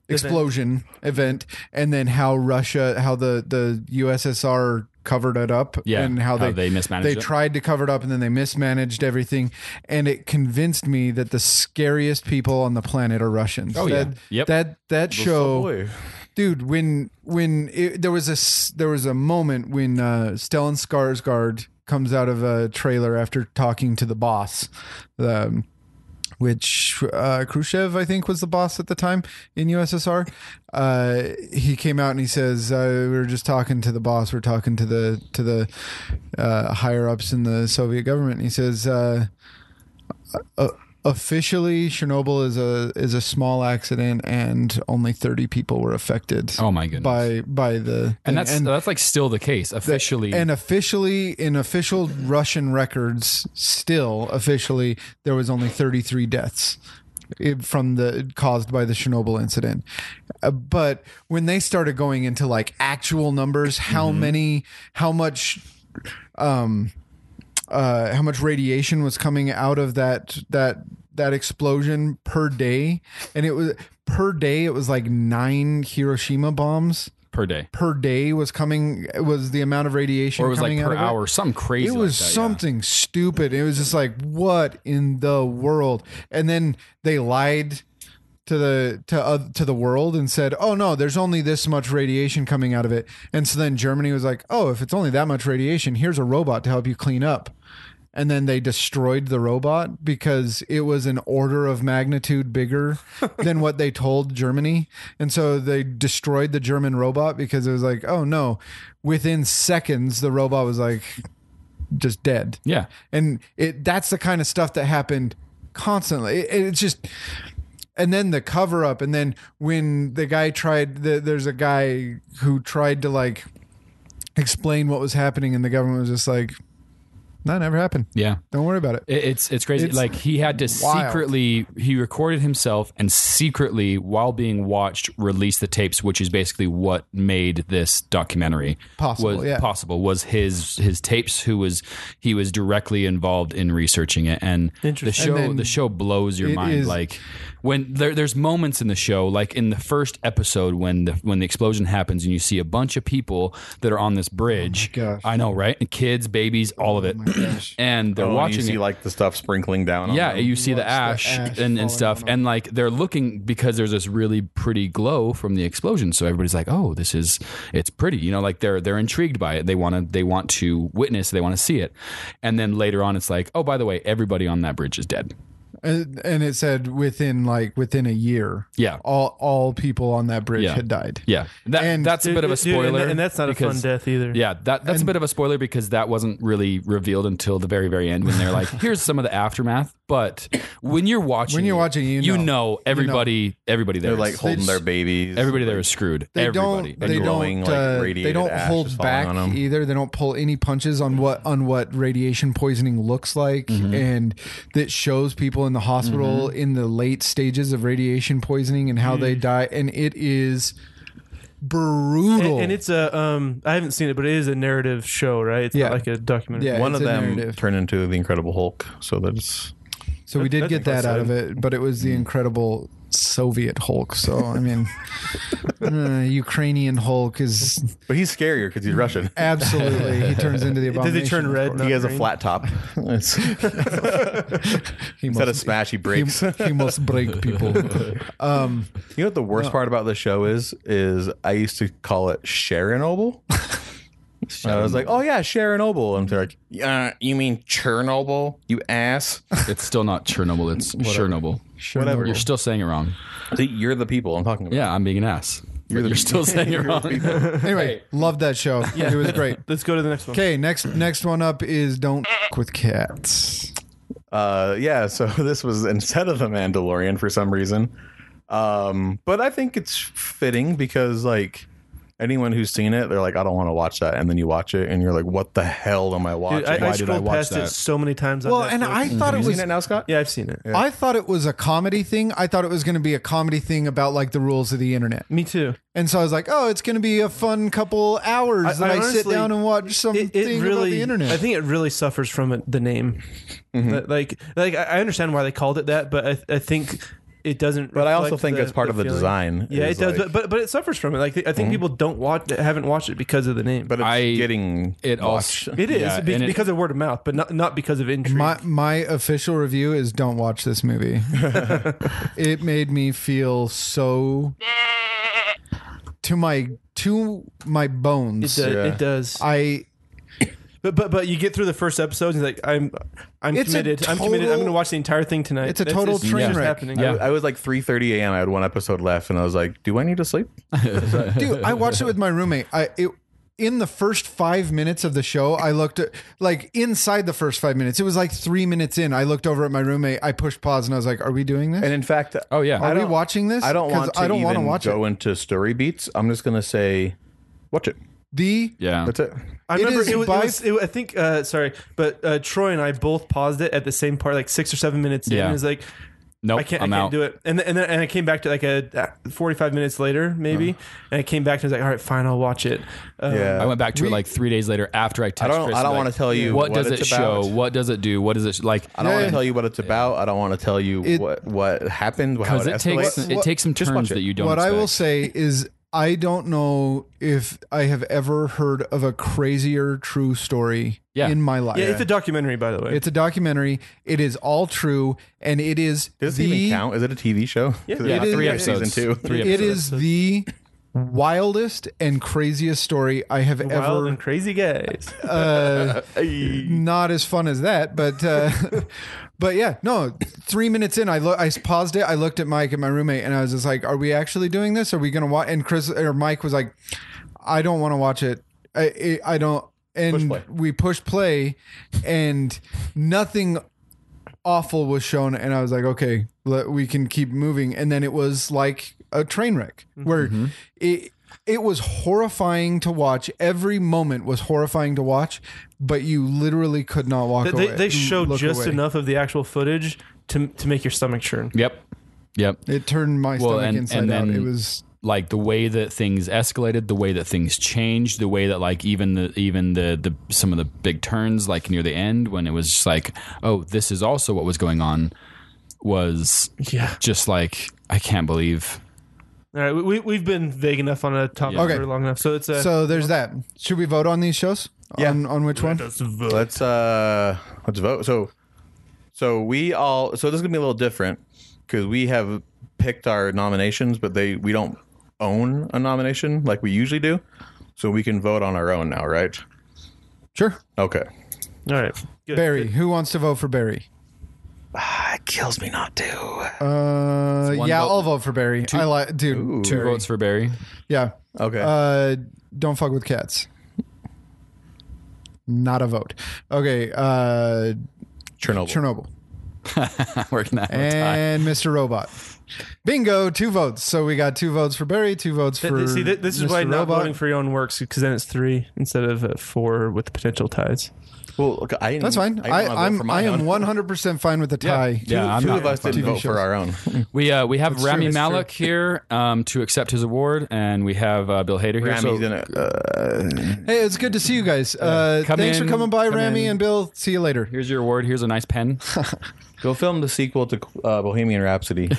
E: explosion event and then how russia how the the ussr covered it up
A: Yeah,
E: and how,
A: how they mismanaged
E: they
A: it.
E: tried to cover it up and then they mismanaged everything and it convinced me that the scariest people on the planet are russians oh
A: yeah.
E: that,
A: Yep.
E: that that show
G: boy.
E: dude when when it, there was a s- there was a moment when uh stellan skarsgård comes out of a trailer after talking to the boss um, which uh, Khrushchev, I think, was the boss at the time in USSR. Uh, he came out and he says, uh, "We were just talking to the boss. We're talking to the to the uh, higher ups in the Soviet government." And he says, uh, uh, "Officially, Chernobyl is a is a small accident, and only thirty people were affected
A: Oh my goodness.
E: by by the
A: and that's that's like still the case officially.
E: and officially in official Russian records, still officially, there was only 33 deaths eh, from the caused by the Chernobyl incident. Uh, but when they started going into like actual numbers, how many, how much, um, uh, how much radiation was coming out of that that that explosion per day, and it was per day it was like nine Hiroshima bombs
A: per day,
E: per day was coming was the amount of radiation
A: or it was like
E: coming
A: per
E: out of
A: hour, some
E: It,
A: crazy.
E: it
A: like
E: was
A: that, yeah.
E: something stupid. It was just like what in the world? And then they lied to the to uh, to the world and said, "Oh no, there's only this much radiation coming out of it." And so then Germany was like, "Oh, if it's only that much radiation, here's a robot to help you clean up." And then they destroyed the robot because it was an order of magnitude bigger than what they told Germany. And so they destroyed the German robot because it was like, "Oh no, within seconds the robot was like just dead."
A: Yeah.
E: and it that's the kind of stuff that happened constantly it, it's just and then the cover up and then when the guy tried the, there's a guy who tried to like explain what was happening and the government was just like That never happened.
A: Yeah.
E: Don't worry about it.
A: It, it's it's crazy.
E: It's
A: like he had to
E: wild.
A: secretly he recorded himself and secretly while being watched release the tapes, which is basically what made this documentary
E: Possible,
A: Was,
E: yeah.
A: Possible was his his tapes. Who was he was directly involved in researching it, and the
F: Interesting.
A: show
E: then
A: the show blows your
E: it
A: mind.
E: is-
A: like when there, there's moments in the show, like in the first episode when the when the explosion happens and you see a bunch of people that are on this bridge.
E: Oh gosh. Oh
A: I know, right? Kids, babies, all of it. and they're
G: Oh, and
A: watching
G: you see
A: it.
G: like the stuff sprinkling down. on
A: Yeah,
G: them.
A: you see the
E: watch
A: ash,
E: the ash
A: and,
E: falling
A: and stuff.
E: on
A: And like they're looking because there's this really pretty glow from the explosion. So everybody's like, Oh, this is it's pretty. You know, like they're they're intrigued by it. They wanna they want to witness, they want to see it. And then later on it's like, oh by the way, everybody on that bridge is dead.
E: And, and it said within like within a year,
A: Yeah.
E: all all people on that bridge
A: Yeah.
E: had died.
A: Yeah. That
E: And-
A: that's a bit of a
F: Dude, dude,
A: spoiler.
F: and, that- and that's not a fun
A: because-
F: death either.
A: Yeah, that, that's a bit of a spoiler because that wasn't really revealed until the very, very end when they're like, "Here's some of the aftermath." But when you're watching,
E: When you're
A: it,
E: watching, you
A: you
E: know.
A: know, everybody, everybody there,
G: They're
A: is-
G: like holding
E: just-
G: their babies.
A: everybody there is screwed.
E: They
A: everybody,
E: don't. They
G: glowing,
E: don't.
G: like,
E: uh, they
G: radiated
E: don't
G: ash is
E: hold
G: falling
E: back
G: on 'em.
E: either. They don't pull any punches on what on what radiation poisoning looks like,
F: Mm-hmm.
E: and that shows people in the hospital in the late stages of radiation poisoning and how
F: Mm.
E: they die. And it is brutal.
F: And, and it's a um, I haven't seen it, but it is a narrative show, right? It's
E: Yeah.
F: not like a documentary.
E: yeah,
G: One
E: it's
G: of
E: a
G: them
E: narrative.
G: turned into the Incredible Hulk. So that's
E: So we did
F: that's
E: get that out of
F: impressive. Mm.
E: it, but it was the incredible Soviet Hulk. So I mean, uh, Ukrainian Hulk is
G: but he's scarier because he's Russian.
E: absolutely he turns into the
F: Does
E: abomination.
F: it turn red?
G: He
F: not
G: has a
F: green?
G: flat top. It's-
E: He
G: Instead of
E: must-
G: smash, he
E: he,
G: breaks.
E: he must break people. Um,
G: You know what the worst part about the show is? Is I used to call it Sharonoble. I was like, oh yeah, Sharonoble. And they're like, uh, you mean Chernobyl, you ass?
A: It's still not Chernobyl. It's Chernobyl.
G: Whatever.
A: You're still saying it wrong.
G: See, you're the people I'm talking about.
A: Yeah, I'm being an ass. You're,
G: the-
A: still saying it wrong.
E: anyway, loved that show. It was great.
F: Let's go to the next one.
E: Okay, next next one up is Don't F with Cats.
G: Uh, yeah, so this was instead of the Mandalorian for some reason. Um, but I think it's fitting because like anyone who's seen it, they're like, I don't want to watch that, and then you watch it, and you're like, what the hell am I watching?
F: Dude, I, I
G: Why did I
F: scrolled
G: watch
F: past
G: that?
F: it so many times. on
E: Well, Oh, and
F: Netflix.
E: I thought it
G: Have you
E: was
G: seen it now, Scott?
F: yeah, I've seen it.
E: I thought it was a comedy thing. I thought it was going to be a comedy thing about like the rules of the internet.
F: Me too.
E: And so I was like, oh, it's going to be a fun couple hours
F: I-
E: that
F: I
E: I, sit
F: honestly-
E: down and watch something
F: It, it
E: about
F: really,
E: the internet.
F: I think it really suffers from it, the name.
G: Mm-hmm.
F: That- Like, like I I understand why they called it that, but I, I think it doesn't.
G: But I also
F: reflect
G: think
F: the-
G: that's part of the
F: feeling.
G: design
F: Yeah, it
G: is,
F: does,
G: like- Mm-hmm.
F: but, but but it suffers from it. Like, I think people don't watch, haven't watched it because of the name.
G: but it's
A: I-
G: getting
A: It
G: watched.
A: also
F: it is
A: yeah,
F: be-
A: and it-
F: because of word of mouth, but not not because of intrigue.
E: my my official review is don't watch this movie. it made me feel so to my to my
F: it,
E: bones.
F: do-
G: yeah.
F: it does.
E: I
F: But but but you get through the first episode and you're like I'm I'm
E: It's a
F: committed. I'm committed. I'm
E: total-
F: going to watch the entire thing tonight.
E: It's a
F: That's
E: total
F: just-
E: train
F: it's just
E: wreck.
F: happening.
A: Yeah.
G: I was like 3:30 a.m. I had one episode left, and I was like, "Do I need to sleep?"
E: dude, I watched it with my roommate. I it in the first five minutes of the show, I looked at like inside the first five minutes. It was like three minutes in. I looked over at my roommate. I pushed pause and I was like, "Are we doing this?
G: And in fact,
A: Oh yeah,
E: Are we
G: don't-
E: watching this?
G: I don't
E: 'Cause
G: want. To
E: I don't
G: want to
E: watch
G: go
E: it."
G: into story beats. I'm just gonna say, watch it.
E: The
A: yeah.
G: That's it.
F: I
E: It
F: remember
E: is
F: it was,
E: by-
F: it was, it, I think uh, sorry, but uh, Troy and I both paused it at the same part, like six or seven minutes in.
A: Yeah.
F: And it was like
A: Nope,
F: I can't
A: I'm
F: I can't
A: out.
F: do it. And th- and then and I came back to like a uh, 45 minutes later maybe,
A: Uh-huh.
F: and I came back and I was like, all right, fine, I'll watch it. Um,
A: I went back to it
E: We-
A: like three days later after I texted.
G: I don't.
A: Chris,
G: I don't
A: like,
G: want to tell you
A: What, does it
G: it's
A: show?
G: about.
A: What does it do? What does it like?
G: I don't want
E: Yeah.
G: to tell you what it's about. I don't want to tell you
E: It-
G: what what happened. How
A: Because
G: it,
A: it takes
G: escalates.
A: it takes some
G: Just watch
A: turns
G: it.
A: that you don't.
E: what I will
A: expect.
E: say is I don't know if I have ever heard of a crazier true story
A: Yeah.
E: in my life.
F: yeah, it's a documentary by the way.
E: It's a documentary. It is all true, and it is
G: Does it
E: the
G: even count? Is it a TV show? Yeah,
A: yeah, three
E: it-
A: episodes.
G: Season two.
A: Three
E: it
A: episodes.
E: is the wildest and craziest story I have
F: Wild
E: ever.
F: and crazy guys.
E: uh, not as fun as that, but uh, but yeah, no. Three minutes in, I lo- I paused it. I looked at Mike and my roommate, and I was just like, "Are we actually doing this? Are we gonna watch?" And Chris or Mike was like, "I don't want to watch it. I, I I don't." And
G: play.
E: we pushed play, and nothing awful was shown and i was like
F: Mm-hmm.
A: Mm-hmm.
E: okay let, we can keep moving and then it was like a train wreck where it it was horrifying to watch. Every moment was horrifying to watch, but you literally could not walk
F: They,
E: away. Mm,
F: they, they show
E: look
F: just
E: away.
F: enough of the actual footage to to make your stomach churn.
A: Yep. Yep.
E: It turned my
A: Well,
E: stomach
A: and-
E: inside
A: and
E: out.
A: then-
E: It was
A: like the way that things escalated, the way that things changed, the way that like even the even the the some of the big turns like near the end when it was just like, oh, this is also what was going on was
F: Yeah.
A: just like I can't believe.
F: All right. We we've been vague enough on a topic
E: Okay.
F: for long enough, so it's a
E: so. There's that. Should we vote on these shows?
G: Yeah.
E: On, on which one?
G: Let's uh let's vote. So so we all so this is gonna be a little different because we have picked our nominations, but they we don't own a nomination like we usually do. So we can vote on our own now, right?
E: Sure.
G: Okay.
F: all right. Good.
E: Barry. Who wants to vote for Barry?
G: Ah, It kills me not to.
E: Uh,
A: one
E: yeah,
A: vote-
E: I'll vote for Barry. I like, dude.
A: Two
E: Barry.
A: votes for Barry.
E: Yeah.
G: Okay.
E: Uh, don't fuck with cats. Not a vote. Okay. Uh,
G: Chernobyl.
E: Chernobyl
A: We're gonna have a tie.
E: and Mr. Robot. Bingo, two votes. So we got two votes for Barry, two votes
F: Th-
E: for.
F: th- see, th- this is
E: Mr.
F: why not
E: Robot.
F: voting for your own works because then it's three instead of uh, four with the potential ties.
G: Well, look, I didn't-
E: That's fine.
G: didn't
E: I,
G: wanna vote for
E: I'm
G: my
E: I am
G: own.
E: 100 percent fine with the tie.
A: Yeah, I'm
G: Two
A: not.
G: of us didn't
E: TV
G: vote
E: shows.
G: for our own.
A: We uh, we have
E: That's
A: Rami
E: true, that's
A: Malek here um, to accept his award, and we have uh, Bill Hader here.
G: Grammy's
A: so
G: gonna, uh,
E: Hey, it's good to see you guys. Uh,
A: Come
E: thanks
A: in,
E: for coming by,
A: come
E: Rami
A: in.
E: and Bill. See you later.
A: here's your award. Here's a nice pen.
G: go film the sequel to uh, Bohemian Rhapsody.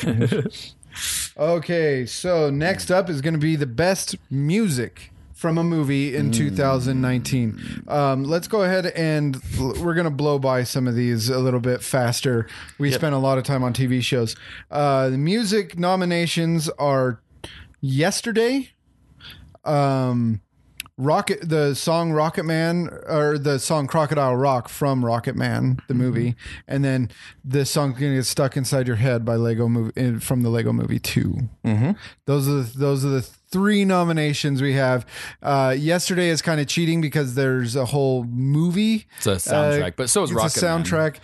E: Okay, so next up is going to be the best music from a movie in 2019. Um, let's go ahead and l- we're going to blow by some of these a little bit faster. We spent a lot of time on TV shows. Uh, the music nominations are yesterday. Um, Rocket, the song Rocket Man, or the song Crocodile Rock from Rocket Man, the
A: Mm-hmm.
E: movie, and then this song's gonna get stuck inside your head by Lego movie in- from the Lego Movie 2
A: Mm-hmm.
E: Those are the, those are the three nominations we have. Uh, yesterday is kind of cheating because there's a whole movie. Uh,
A: It's a soundtrack, but so is
E: it's
A: Rocket
E: a
A: Man.
E: soundtrack.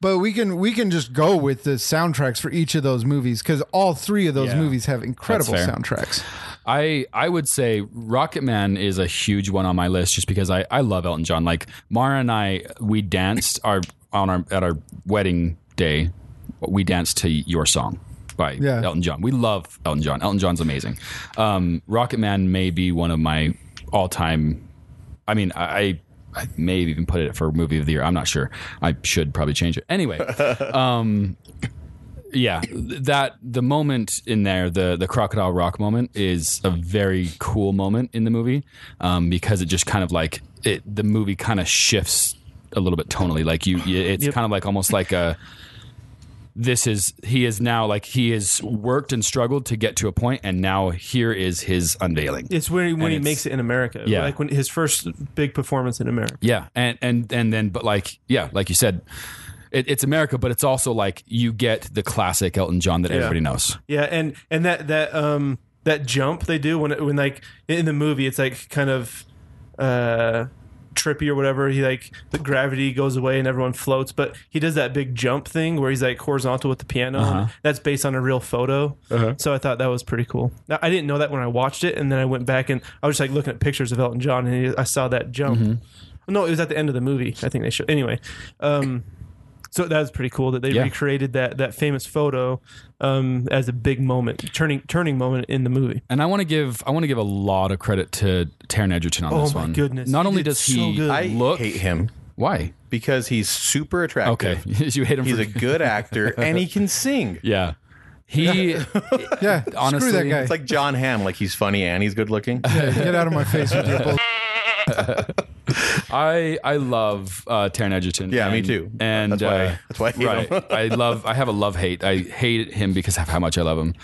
E: But we can we can just go with the soundtracks for each of those movies because all three of those
A: Yeah.
E: movies have incredible
A: fair.
E: soundtracks.
A: I I would say Rocket Man is a huge one on my list just because I I love Elton John. Like Mara and I we danced our on our at our wedding day we danced to your song by
E: Yeah.
A: Elton John. We love Elton John. Elton John's amazing. Um Rocket Man may be one of my all-time I mean I I- I may have even put it for movie of the year. I'm not sure. I should probably change it. Anyway, yeah that the moment in there the the crocodile rock moment is a very cool moment in the movie um, because it just kind of like it the movie kind of shifts a little bit tonally like you you- it's kind of like almost like a this is he is now like he has worked and struggled to get to a point and now here is his unveiling
F: It's when, when he
A: it's-
F: makes it in America.
A: Yeah.
F: Like when his first big performance in America.
A: Yeah, and and and then, but like, yeah, like you said, it, it's America, but it's also like you get the classic Elton John that everybody knows.
F: Yeah, and and that that um that jump they do when it, when like in the movie it's like kind of uh trippy or whatever he like the gravity goes away and everyone floats but he does that big jump thing where he's like horizontal with the piano that's based on a real photo so i thought that was pretty cool Now, i didn't know that when i watched it and then i went back and i was just like looking at pictures of elton john and he, i saw that jump no it was at the end of the movie i think they should anyway um so that was pretty cool that they
A: Yeah.
F: recreated that that famous photo um, as a big moment, turning turning moment in the movie.
A: And I want to give I want to give a lot of credit to Taron Egerton on
F: Oh
A: this
F: my
A: one.
F: goodness,
A: Not
F: he
A: only
F: did
A: does
F: so
A: he
F: good.
G: I
A: look
G: hate him
A: why
G: because he's super
A: okay
G: attractive.
A: you hate him
G: He's
A: for
G: a good actor and he can sing.
A: yeah he
E: Yeah,
A: honestly
E: screw that guy.
G: It's like John Hamm, like he's funny and he's good looking.
E: Get out of my face with your bull.
A: I I love uh, Taron Egerton.
G: Yeah, me
A: and-
G: too.
A: And
G: That's why-
A: uh,
G: that's why I hate
A: right.
G: him.
A: I love. I have a love hate. I hate him because of how much I love him.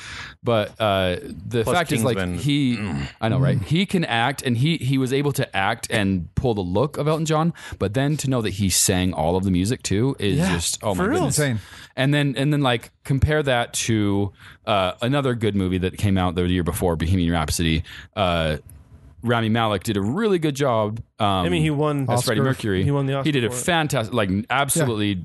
A: But uh, the
G: Plus
A: fact is,
G: Kingsman. Mm.
A: like he, I know, right? He can act, and he he was able to act and pull the look of Elton John. But then to know that he sang all of the music too is just oh my
F: for real.
A: goodness.
E: Insane.
A: And then and then like compare that to uh, another good movie that came out the year before, Bohemian Rhapsody. Uh, Rami Malek did a really good job. Um, I
F: mean, he won-
A: as
F: Oscar.
A: Freddie Mercury.
F: He won the Oscar
A: He did a
F: for it.
A: fantastic, like absolutely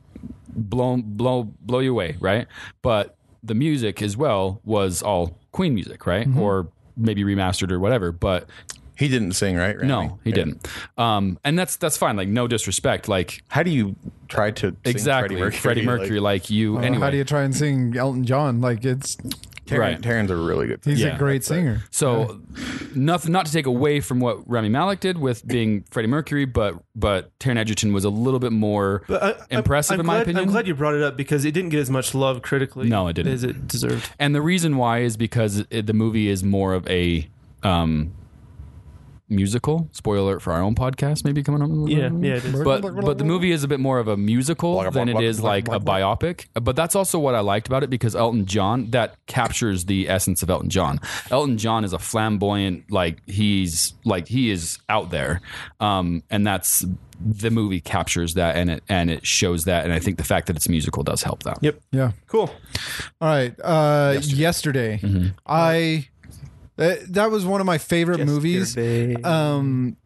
A: blown, blow, blow
F: Mm-hmm.
A: you away, right? But the music as well was all Queen music, right? Or maybe remastered or whatever. But
G: He didn't sing, right? Randy?
A: no, he didn't. Um, and that's that's fine. Like no disrespect. Like
G: How do you try to sing
A: exactly,
G: Freddie Mercury?
A: Like, you.
E: Uh,
A: anyway,
E: How do you try and sing Elton John? Like it's
G: Taryn,
A: Right.
G: Taryn's a really good.
E: he's
G: singer.
A: Yeah,
E: a great singer.
A: So, nothing not to take away from what Rami Malik did with being Freddie Mercury, but but Taron Egerton was a little bit more
F: But I,
A: impressive
F: I'm,
A: in
F: I'm
A: my
F: glad,
A: opinion.
F: I'm glad you brought it up because it didn't get as much love critically.
A: No, it didn't.
F: As it deserved.
A: and the reason why is because it, the movie is more of a um, musical. Spoiler alert for our own podcast, maybe coming up.
F: Yeah, yeah, it is.
A: But but the movie is a bit more of a musical than it is like a biopic. But that's also what I liked about it because Elton John that captures the essence of Elton John. Elton John is a flamboyant like he's like he is out there, um, and that's the movie captures that and it and it shows that. And I think the fact that it's musical does help that.
F: Yep.
E: Yeah.
F: Cool.
E: All right. Uh, yesterday,
A: Mm-hmm.
E: I that, that was one of my favorite movies
F: Uh,
E: um,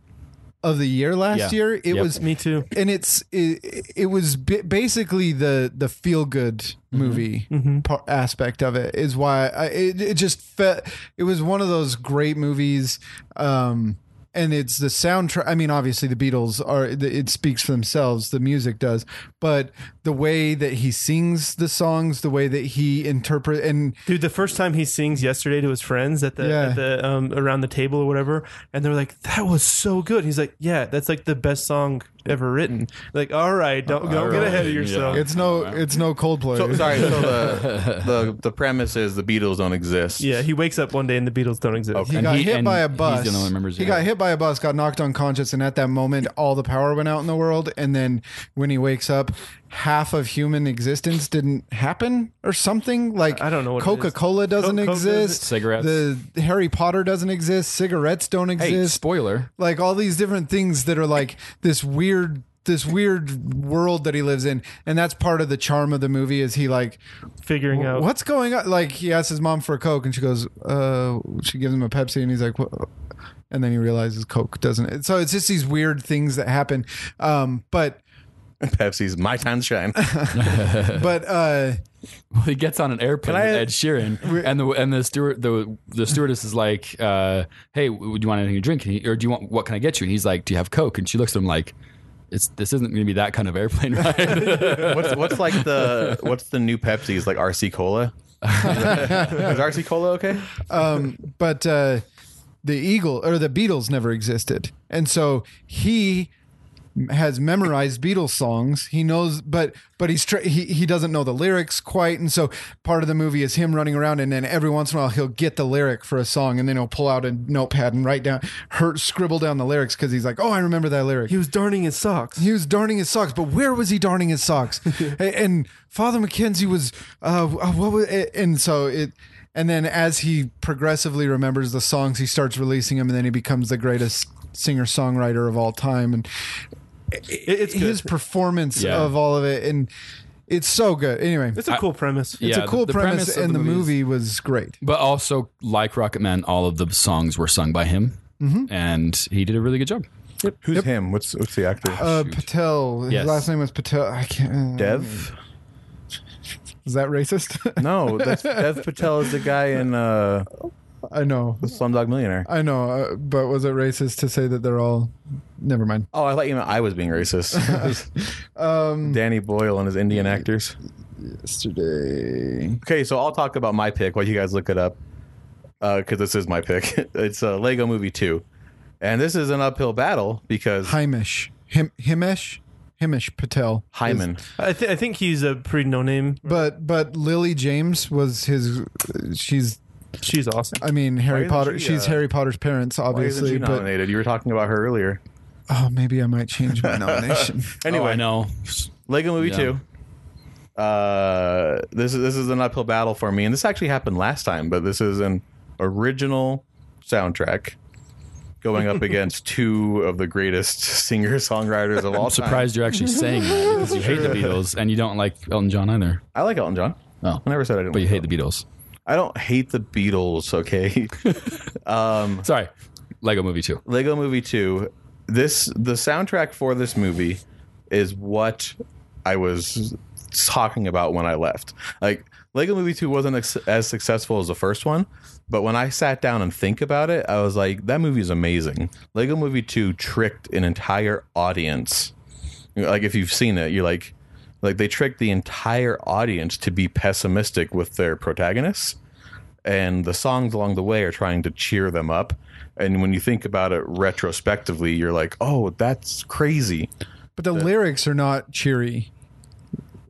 E: of the year last
A: Yeah.
E: year.
A: Yep.
E: It was
F: Me too.
E: and it's it, it was bi- basically the the feel good movie par- aspect of it is why I, it it just fe- it was one of those great movies um and it's the soundtrack I mean obviously the Beatles are it speaks for themselves the music does but the way that he sings the songs the way that he interpret and
F: Dude, the first time he sings yesterday to his friends at the,
E: Yeah.
F: at the um, around the table or whatever, and they're like, "That was so good." He's like, "Yeah, that's like the best song ever written." Like, all right, don't don't get ahead of yourself.
E: it's no it's no Coldplay
G: So, sorry. So the, the the premise is the Beatles don't exist.
F: Yeah, he wakes up one day and the Beatles don't exist.
E: He
A: And
E: got
A: he-
E: hit
A: and
E: by a
A: he's the
E: bus.
A: only one who remembers
E: he
A: it.
E: got hit by a bus, got knocked unconscious, and at that moment, all the power went out in the world. And then when he wakes up, half of human existence didn't happen or something. Like
F: I don't know what it is.
E: Coca Cola doesn't
F: Coke doesn't-
E: exist.
A: Cigarettes.
E: The Harry Potter doesn't exist. Cigarettes don't
A: Hey,
E: exist.
A: spoiler.
E: like all these different things that are like this weird. This weird world that he lives in, and that's part of the charm of the movie. Is he like
F: Figuring out
E: What's going on? Like he asks his mom for a Coke, and she goes, "Uh," she gives him a Pepsi, and he's like, what? and then he realizes Coke doesn't. It. So it's just these weird things that happen. Um, but
G: Pepsi's my time to shine.
E: but uh,
A: Well, he gets on an airplane
G: Can I-
A: with Ed Sheeran, and the and the steward the the stewardess is like, uh, "Hey, w- do you want anything to drink? And he- or do you want what can I get you?" And he's like, "Do you have Coke?" And she looks at him like, "It's this isn't going to be that kind of airplane ride."
G: what's what's like the what's the new Pepsi's like RC Cola? is RC Cola okay?
E: but uh, the Eagle or the Beatles never existed, and so he has memorized Beatles songs. He knows, but but he's tr- he he doesn't know the lyrics quite, and so part of the movie is him running around, and then every once in a while he'll get the lyric for a song, and then he'll pull out a notepad and write down, her scribble down the lyrics because he's like, oh, I remember that lyric.
F: he was darning his socks.
E: He was darning his socks, but where was he darning his socks? A- and Father Mackenzie was, uh, uh, what was? a- And so it, and then as he progressively remembers the songs, he starts releasing them, and then he becomes the greatest singer songwriter of all time. And
F: It- it's good.
E: his performance
A: Yeah.
E: of all of it, and it's so good. Anyway,
F: it's a cool premise.
E: it's
A: Yeah,
E: a cool
A: the- the
E: premise,
A: premise of
E: and
A: the
E: the
A: movie is-
E: movie was great.
A: but also, like Rocket Man, all of the songs were sung by him, and he did a really good job.
G: Who's him? What's what's the actor?
E: Uh, Patel, his
A: Yes.
E: last name was Patel. I can't.
G: Dev?
E: Is that racist?
G: No, that's, Dev Patel is the guy in uh,
E: I know.
G: Slumdog Millionaire.
E: I know, uh, but was it racist to say that they're all? Never mind.
G: Oh, I thought you meant I was being racist.
E: Um,
G: Danny Boyle and his Indian actors.
E: Yesterday,
G: Okay, so I'll talk about my pick while you guys look it up, because this is my pick. it's uh, Lego Movie Two, and this is an uphill battle because
E: Himish, Him, Himesh, Himesh Patel.
G: Hyman.
F: I, th- I think he's a pretty no name.
E: But but Lily James was his. She's
F: She's awesome.
E: I mean Harry
G: isn't
E: Potter.
G: she,
E: she's
G: uh,
E: Harry Potter's parents,
G: Why isn't she
E: obviously. But
G: nominated? You were talking about her earlier.
E: oh, maybe I might change my nomination.
G: Oh,
A: Anyway, I know.
G: Lego Movie
A: Yeah.
G: Two. Uh, this is this is an uphill battle for me, and this actually happened last time, but this is an original soundtrack going up against two of the greatest singer songwriters of all
A: I'm surprised you're actually saying that because you hate the Beatles and you don't like Elton John either.
G: time. I like Elton John.
A: Oh,
G: I never said I didn't.
A: but you
G: like
A: hate the
G: Elton.
A: Beatles.
G: I don't hate the Beatles. Okay,
A: Sorry, Lego Movie Two.
G: Lego Movie Two. This the soundtrack for this movie is what I was talking about when I left. Like Lego Movie Two wasn't ex- as successful as the first one, But when I sat down and think about it, I was like, that movie is amazing. Lego Movie 2 tricked an entire audience. You know, Like if you've seen it, you're like like they tricked the entire audience to be pessimistic with their protagonists. And the songs along the way are trying to cheer them up. And when you think about it retrospectively, you're like, oh, that's crazy.
E: But the lyrics are not cheery.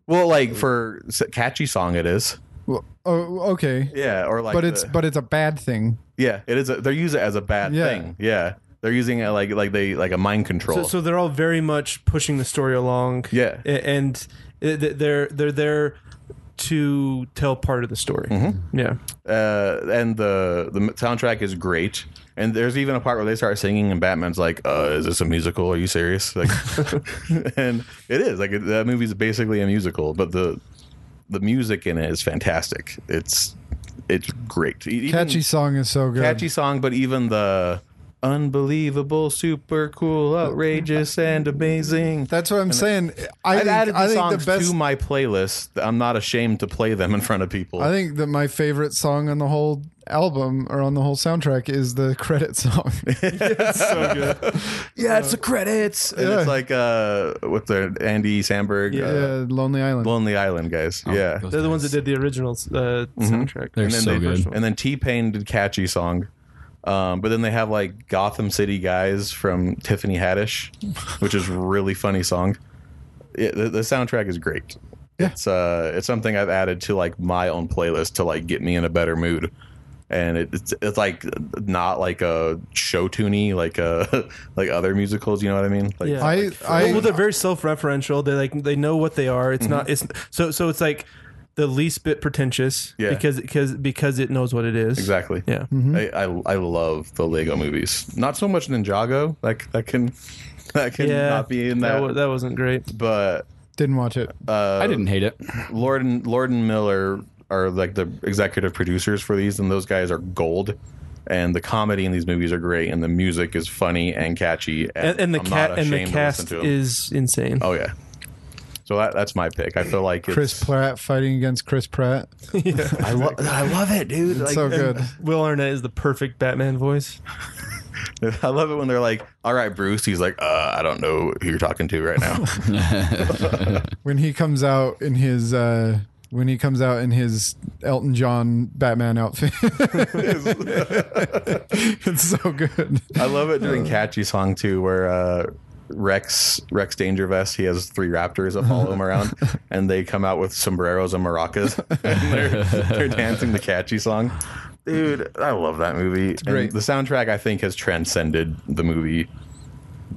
G: Well, like for s- catchy song, it is.
E: Well, oh, okay.
G: Yeah, or like,
E: but it's
G: the-
E: but it's a bad thing.
G: yeah, it is. A, they're using it as a bad
E: Yeah.
G: thing. Yeah, they're using it like like they like a mind
F: So,
G: control.
F: so they're all very much pushing the story along.
G: Yeah.
F: A- and th- th- they're they're there to tell part of the story. Yeah,
G: uh, and the the soundtrack is great. And there's even a part where they start singing, and Batman's like, uh, "Is this a musical? Are you serious?" Like, and it is like it, that movie's basically a musical, but the the music in it is fantastic. It's it's great. E- even-
E: Catchy song is so good.
G: catchy song, but even the unbelievable, super cool, outrageous, and amazing.
E: That's what I'm saying. I
G: I've
E: think,
G: added
E: I
G: these
E: think
G: songs
E: the best.
G: to my playlist. I'm not ashamed to play them in front of people.
E: I think that my favorite song on the whole album or on the whole soundtrack is the credit song.
G: yeah, it's the credits. Uh, And
E: Yeah.
G: It's like uh, with the Andy Samberg, uh,
E: yeah, Lonely Island.
G: Lonely Island guys. yeah,
A: Oh, those
F: they're the ones
A: guys.
F: that did the original uh,
G: Mm-hmm.
F: soundtrack.
A: They're
G: and then
A: so
G: they-
A: good.
G: And then T Pain did catchy song. Um, but then they have like Gotham City guys from Tiffany Haddish, which is really funny song. It, the, the soundtrack is great. It's uh, it's something I've added to like my own playlist to like get me in a better mood. And it, it's it's like not like a show tuney like uh like other musicals. You know what I mean? Like,
F: Yeah.
E: I,
F: well,
E: I,
F: they're very self-referential. They like they know what they are.
G: Mm-hmm.
F: It's not. It's so so. It's like the least bit pretentious.
G: Yeah.
F: Because because because it knows what it is.
G: Exactly.
F: Yeah.
E: Mm-hmm.
G: I, I I love the Lego movies. Not so much Ninjago. Like that can that can
F: Yeah.
G: not be in
F: That,
G: that.
F: wa- that wasn't great.
G: but
E: didn't watch it.
A: I didn't hate it.
G: Lord and Lord and Miller are like the executive producers for these, and those guys are gold. And the comedy in these movies are great, and the music is funny and catchy.
F: And, and the
G: I'm
F: cat
G: not
F: and the
G: ashamed to listen
F: cast
G: to 'em.
F: is insane.
G: oh yeah. So that, that's my pick. I feel like it's,
E: Chris Pratt fighting against Chris Pratt.
G: I, lo- I love it, dude. Like,
E: so good.
F: Will Arnett is the perfect Batman voice.
G: I love it when they're like, "All right, Bruce." He's like, uh, "I don't know who you're talking to right now."
E: When he comes out in his uh when he comes out in his Elton John Batman outfit. it's so good.
G: I love it doing catchy song too, where uh, Rex Rex Danger Vest he has three raptors that follow him around, and they come out with sombreros and maracas, and they're, they're dancing the catchy song. Dude, I love that movie. It's
E: great.
G: the soundtrack I think has transcended the movie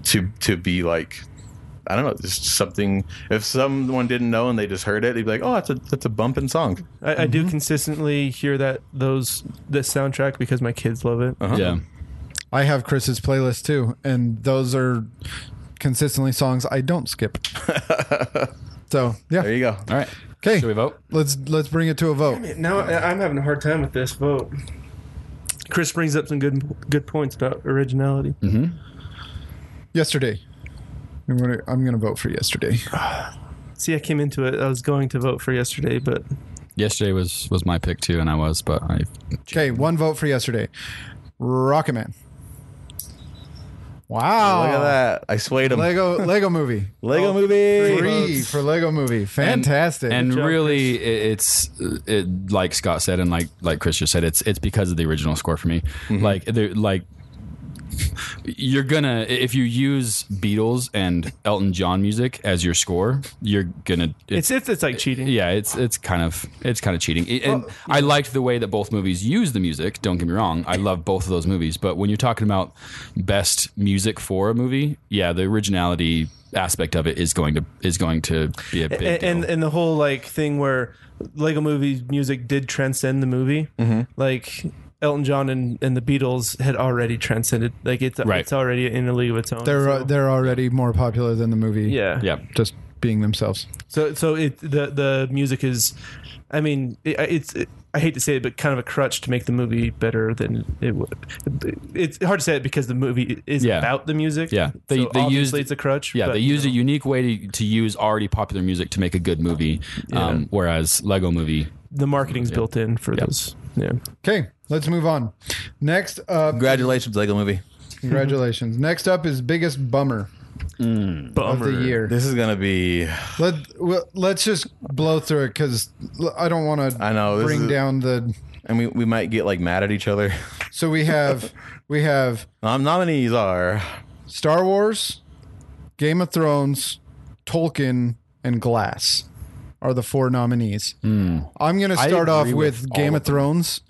G: to to be like. I don't know, just something. If someone didn't know and they just heard it, they'd be like, "Oh, that's a that's a bumping song."
F: I, I
G: Mm-hmm.
F: do consistently hear that those this soundtrack because my kids love it.
A: Yeah.
E: I have Chris's playlist too, and those are consistently songs I don't skip. so
G: There
E: yeah.
G: you go.
A: All right.
E: Okay.
A: Should we vote?
E: Let's let's bring it to a vote.
F: Now I- I'm having a hard time with this vote. Chris brings up some good good points about originality.
E: Yesterday. I'm gonna I'm gonna vote for yesterday.
F: See, I came into it. I was going to vote for yesterday, but
A: Yesterday was was my pick too, and I was, but I
E: Okay, one vote for yesterday. Rocket Man. Wow.
G: Look at that. I swayed him.
E: Lego Lego movie. Oh,
G: Lego movie.
E: Three for Lego movie. Fantastic.
A: And,
F: job,
A: really, it, it's it like Scott said, and like like Chris just said, it's it's because of the original score for me. Like there, like you're gonna if you use Beatles and Elton John music as your score, you're gonna
F: it's if it's like cheating.
A: yeah, it's it's kind of it's kind of cheating. It- And I liked the way that both movies use the music. Don't get me wrong, I love both of those movies. But when you're talking about best music for a movie, yeah, the originality aspect of it is going to is going to be a big
F: A-
A: deal.
F: and and the whole like thing where Lego Movie music did transcend the movie,
A: Mm-hmm.
F: like Elton John and, and the Beatles had already transcended. Like it's
A: Right.
F: it's already in a league of its own.
E: they're uh,
F: so-
E: they're already more popular than the movie.
F: yeah
A: yeah,
E: Just being themselves.
F: So so it the the music is, I mean it, it's. It, I hate to say it, but kind of a crutch to make the movie better than it would. It's hard to say it because the movie is
A: Yeah.
F: about the music.
A: Yeah. They-
F: they,
A: they
F: obviously
A: used-
F: it's a crutch.
A: Yeah,
F: but,
A: they
F: you
A: use a unique way to, to use already popular music to make a good movie. Um, whereas Lego Movie,
F: know, the marketing's built in for those. Yeah,
E: Okay. Let's move on. Next up,
G: Congratulations, Lego Movie.
E: congratulations. Next up is biggest bummer
F: Bummer.
E: of the year.
G: This is gonna be.
E: Let well, let's just blow through it because I don't want to.
G: I know, this
E: bring
G: is-
E: down the.
G: and we, we might get like mad at each other.
E: So we have we have
G: Um, nominees are
E: Star Wars, Game of Thrones, Tolkien, and Glass are the four nominees. I'm going to start off
G: agree with
E: Hmm. with, Game
G: all
E: of, Thrones.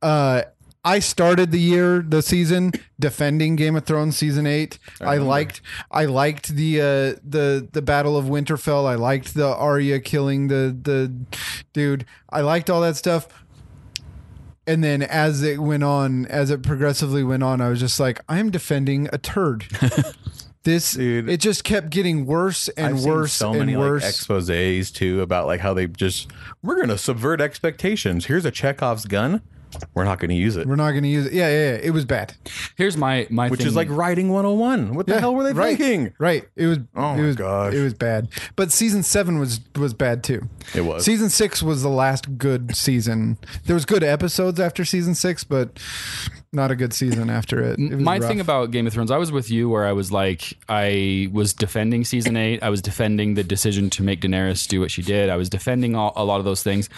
E: Uh, I started the year, the season, defending Game of Thrones season eight. I, liked, I liked the uh, the the Battle of Winterfell. I liked the Arya killing the the dude. I liked all that stuff and then as it went on, as it progressively went on, I was just like, I'm defending a turd. this
G: Dude.
E: it just kept getting worse and
G: I've seen
E: worse
G: so
E: and
G: many
E: worse.
G: like exposés too about like how they just we're gonna subvert expectations. Here's a Chekhov's gun. We're not gonna use it.
E: We're not going to use it. Yeah, yeah, yeah. It was bad.
A: Here's my my
G: Which
A: thing.
G: is like writing 101. What the
E: Yeah,
G: hell were they
E: right,
G: thinking?
E: Right. It was.
G: Oh
E: it
G: my
E: was,
G: gosh.
E: It was bad. But season seven was was bad too.
G: It was.
E: Season six was the last good season. There was good episodes after season six, but not a good season after it. It was
A: my
E: rough.
A: thing about Game of Thrones, I was with you where I was like, I was defending season eight. I was defending the decision to make Daenerys do what she did. I was defending all, a lot of those things,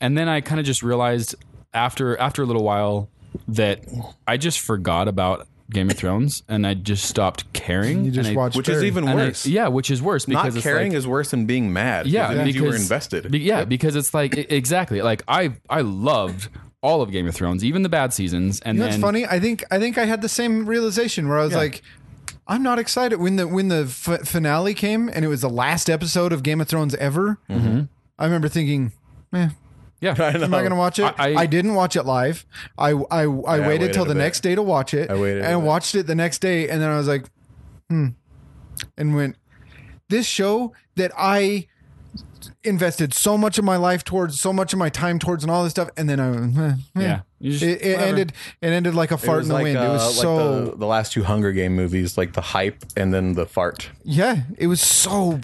A: and then I kind of just realized after after a little while that I just forgot about Game of Thrones and I just stopped caring.
E: you just
A: and I-
E: watched
G: Which is
E: Barry.
G: even
A: and I-
G: worse.
A: yeah, which is worse
G: not
A: because it's
G: caring
A: like,
G: is worse than being mad.
A: yeah,
G: it means
A: because
G: you were invested.
A: be- yeah, because it's like e- exactly like I I loved all of Game of Thrones, even the bad seasons, and
E: You know
A: then
E: what's funny? I think I think I had the same realization where I was like, I'm not excited when the when the f- finale came and it was the last episode of Game of Thrones ever.
G: Mm-hmm.
E: I remember thinking, eh,
A: yeah,
E: am
G: Oh,
E: I going to watch it?
A: I-
E: I,
A: I-
E: didn't watch it live. I I, I, waited,
G: waited
E: till
G: a
E: the
G: bit.
E: next day to watch it.
G: I waited a
E: and
G: bit.
E: watched it the next day, and then I was like, hmm, and went. This show that I invested so much of my life towards, so much of my time towards, and all this stuff, and then I went, eh, eh.
A: yeah. You just-
E: It, it ended. It ended like a
G: It
E: fart
G: was
E: in the
G: like,
E: wind. it
G: uh,
E: was
G: like
E: so
G: the, the last two Hunger Game movies, like the hype and then the fart.
E: yeah. It was so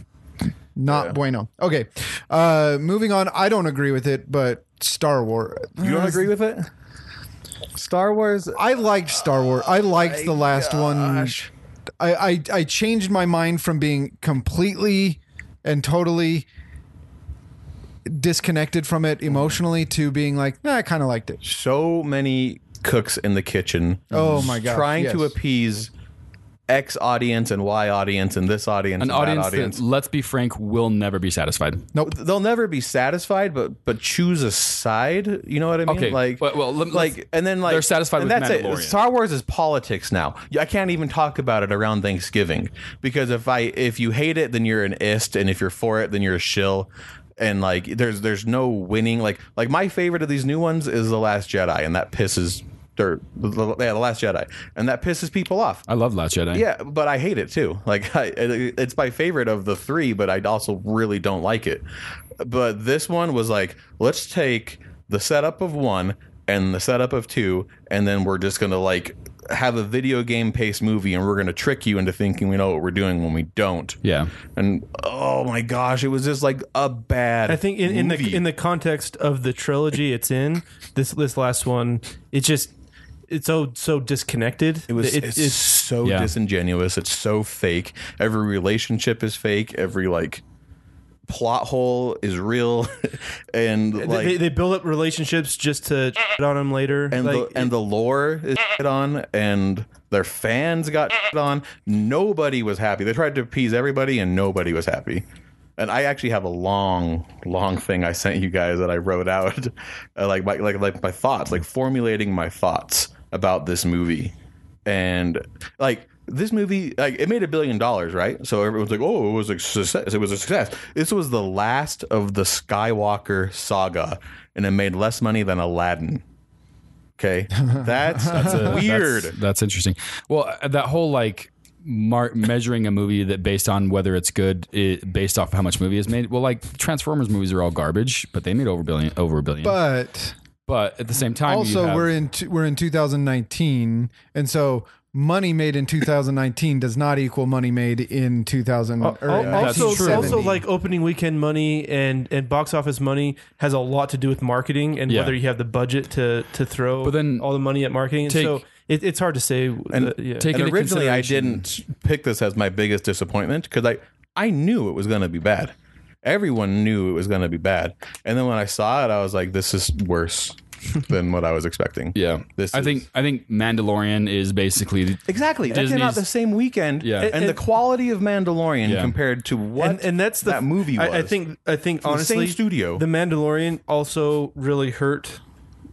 E: not bueno. Okay, uh, moving on. I don't agree with it, but Star Wars.
G: You don't agree with it? Star Wars.
E: I liked Star Wars.
G: Oh
E: I liked the last one. I, I I changed my mind from being completely and totally disconnected from it emotionally to being like, "Nah, I kind of liked it.
G: So many cooks in the kitchen.
E: Oh my god!
G: trying to
E: yes.
G: appease X audience and Y audience and this audience
A: an
G: and
A: audience,
G: that audience.
A: that, let's be frank, will never be satisfied.
E: nope.
G: They'll never be satisfied, but but choose a side. You know what I mean?
A: Okay,
G: Like,
A: well- well, let-
G: like, and then like
A: They're satisfied
G: and
A: with
G: that's it.
A: Mandalorian.
G: Star Wars is politics now. I can't even talk about it around Thanksgiving because if I if you hate it, then you're an ist, and if you're for it, then you're a shill. And like, there's there's no winning. Like like my favorite of these new ones is the Last Jedi, and that pisses. Or, yeah, the Last Jedi, and that pisses people off.
A: I love Last Jedi.
G: Yeah, but I hate it too. Like, I, it- it's my favorite of the three, but I also really don't like it. But this one was like, let's take the setup of one and the setup of two, and then we're just gonna like have a video game paced movie, and we're gonna trick you into thinking we know what we're doing when we don't.
A: Yeah.
G: And oh my gosh, it was just like a bad.
F: I think in, in
G: movie.
F: the in the context of the trilogy it's in this this last one, it just it's so so disconnected.
G: It was,
F: It-
G: it's,
F: it's
G: so
A: Yeah.
G: disingenuous. It's so fake. Every relationship is fake. Every like plot hole is real, and like
F: they, they build up relationships just to shit on them later.
G: and
F: like,
G: the and the lore is shit on, and their fans got shit on. Nobody was happy. They tried to appease everybody, and nobody was happy. And I actually have a long, long thing I sent you guys that I wrote out, uh, like my like like my thoughts, like formulating my thoughts about this movie, and like this movie, like it made a billion dollars, right? So everyone's like, "Oh, it was a success! It was a success." This was the last of the Skywalker saga, and it made less money than Aladdin. Okay, that's, weird.
A: That's, that's interesting. Well, uh, that whole like mar- measuring a movie that based on whether it's good i based off how much movie is made. Well, like Transformers movies are all garbage, but they made over a billion over a billion. But,
E: But
A: at the same time, you
E: also
A: have-
E: we're in t- we're in 2019 and so money made in 2019 does not equal money made in 2000
F: Al-
E: or
F: al-
E: in
A: that's
F: also,
A: true.
F: also
E: 1970.
F: like opening weekend money and, and box office money has a lot to do with marketing and
A: Yeah.
F: whether you have the budget to to throw
A: But then
F: all the money at marketing. And
A: take-
F: so it, it's hard to say.
G: And
F: uh, yeah.
A: take-
G: and
A: into
G: originally I
A: consideration-
G: didn't pick this as my biggest disappointment because I I knew it was going to be bad. Everyone knew it was going to be bad, and then when I saw it, I was like, "This is worse than what I was expecting."
A: Yeah,
G: This
A: I
G: is-
A: think I think Mandalorian is basically the-
G: Exactly. That came out
A: Disney's-
G: the same weekend.
A: Yeah.
G: And, the quality of Mandalorian
A: Yeah.
G: compared to what
F: and, and that's the
G: that movie was.
F: I, I think I think
G: the same
F: honestly,
G: studio.
F: The Mandalorian also really hurt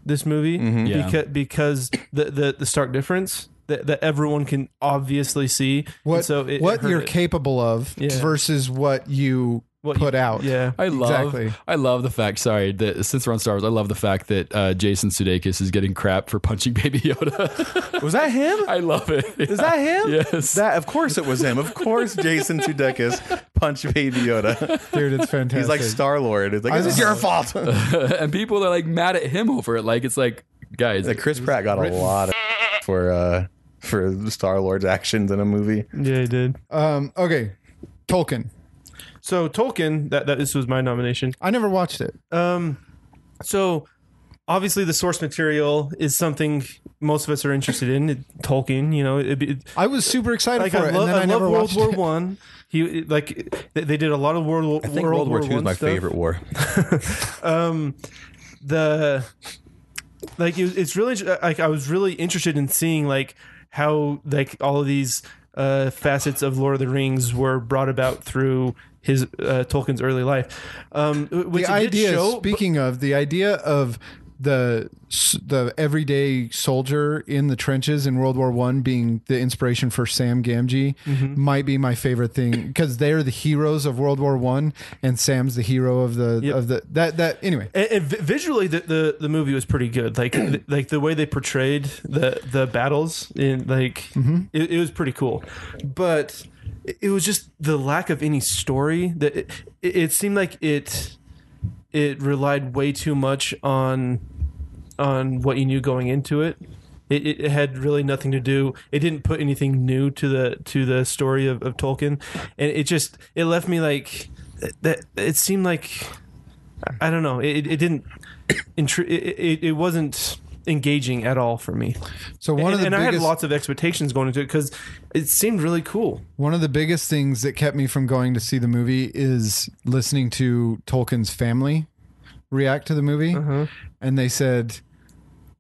F: this movie
G: Mm-hmm.
A: Yeah.
F: becau- because the, the the stark difference that, that everyone can obviously see. And
E: what
F: so it, it
E: what
F: hurt
E: you're
F: it.
E: capable of
F: Yeah.
E: versus what you
F: What you-
E: put out.
F: Yeah.
A: I love,
E: Exactly.
A: I love the fact. Sorry, that since we're on Star Wars, I love the fact that uh, Jason Sudeikis is getting crap for punching Baby Yoda.
G: was that him?
A: I love it.
G: Is that him?
A: Yes.
G: That of course it was him. Of course Jason Sudeikis punched Baby Yoda.
E: Dude, it's fantastic.
G: He's like Star Lord. It's like
E: I
G: this is
E: just-
G: your fault.
A: and people are like mad at him over it. Like it's like, guys,
G: Like Chris Pratt got a lot of for uh for Star Lord's actions in a movie.
F: Yeah, it did.
E: um, okay, Tolkien.
F: So Tolkien, that, that this was my nomination.
E: I never watched it.
F: Um, so obviously the source material is something most of us are interested in. It, Tolkien, you know, it, it,
E: I was super excited
F: like
E: for
F: I,
E: it,
F: lo-
E: and then I,
F: I love
E: never
F: World
E: watched
F: War
E: it.
F: One. He it- like they- they did a lot of World War.
G: I think World, War II
F: One
G: is my
F: stuff.
G: favorite war.
F: Um, the like it, it's really uh, like I was really interested in seeing like how like all of these uh, facets of Lord of the Rings were brought about through his uh, Tolkien's early life. Um, which
E: the
F: it did
E: idea
F: show, but-
E: speaking of the idea of the s- the everyday soldier in the trenches in World War One being the inspiration for Sam Gamgee
F: Mm-hmm.
E: might be my favorite thing because they're the heroes of World War One and Sam's the hero of the
F: Yep.
E: of the that that anyway
F: And, and vi- visually, the, the the movie was pretty good. Like th- like the way they portrayed the the battles in like it, it was pretty cool, but it- it was just the lack of any story that it, it, it seemed like it it relied way too much on on what you knew going into it. It, it it had really nothing to do. It didn't put anything new to the to the story of, of Tolkien, and it just it left me like that. It seemed like I don't know. It, it didn't. Intri- it, it, it wasn't engaging at all for me.
E: so one
F: and,
E: of the
F: and I
E: biggest
F: had lots of expectations going into it because it seemed really cool.
E: One of the biggest things that kept me from going to see the movie is listening to Tolkien's family react to the movie. And they said,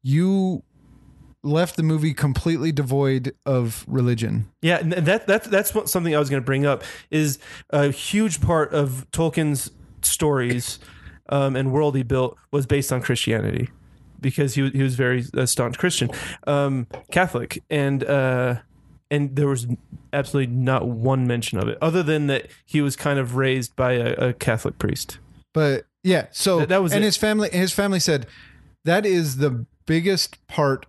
E: You left the movie completely devoid of religion.
F: Yeah, and that that that's what, something I was going to bring up is a huge part of Tolkien's stories um, and world he built was based on Christianity because he was- he was very uh, staunch Christian, um, Catholic, and uh, and there was absolutely not one mention of it other than that he was kind of raised by a, a Catholic priest.
E: But yeah, so
F: Th- that was
E: and
F: it.
E: his family his family said that is the biggest part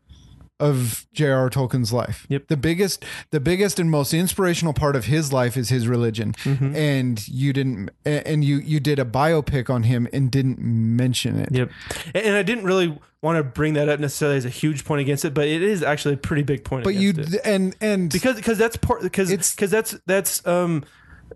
E: of J.R.R. Tolkien's life.
F: Yep.
E: The biggest the biggest and most inspirational part of his life is his religion.
F: Mm-hmm.
E: And you didn't a- and you you did a biopic on him and didn't mention it.
F: Yep. And, and I didn't really want to bring that up necessarily as a huge point against it, but it is actually a pretty big point.
E: But you
F: against it.
E: d and and
F: because because that's part because
E: It's-
F: because that's that's um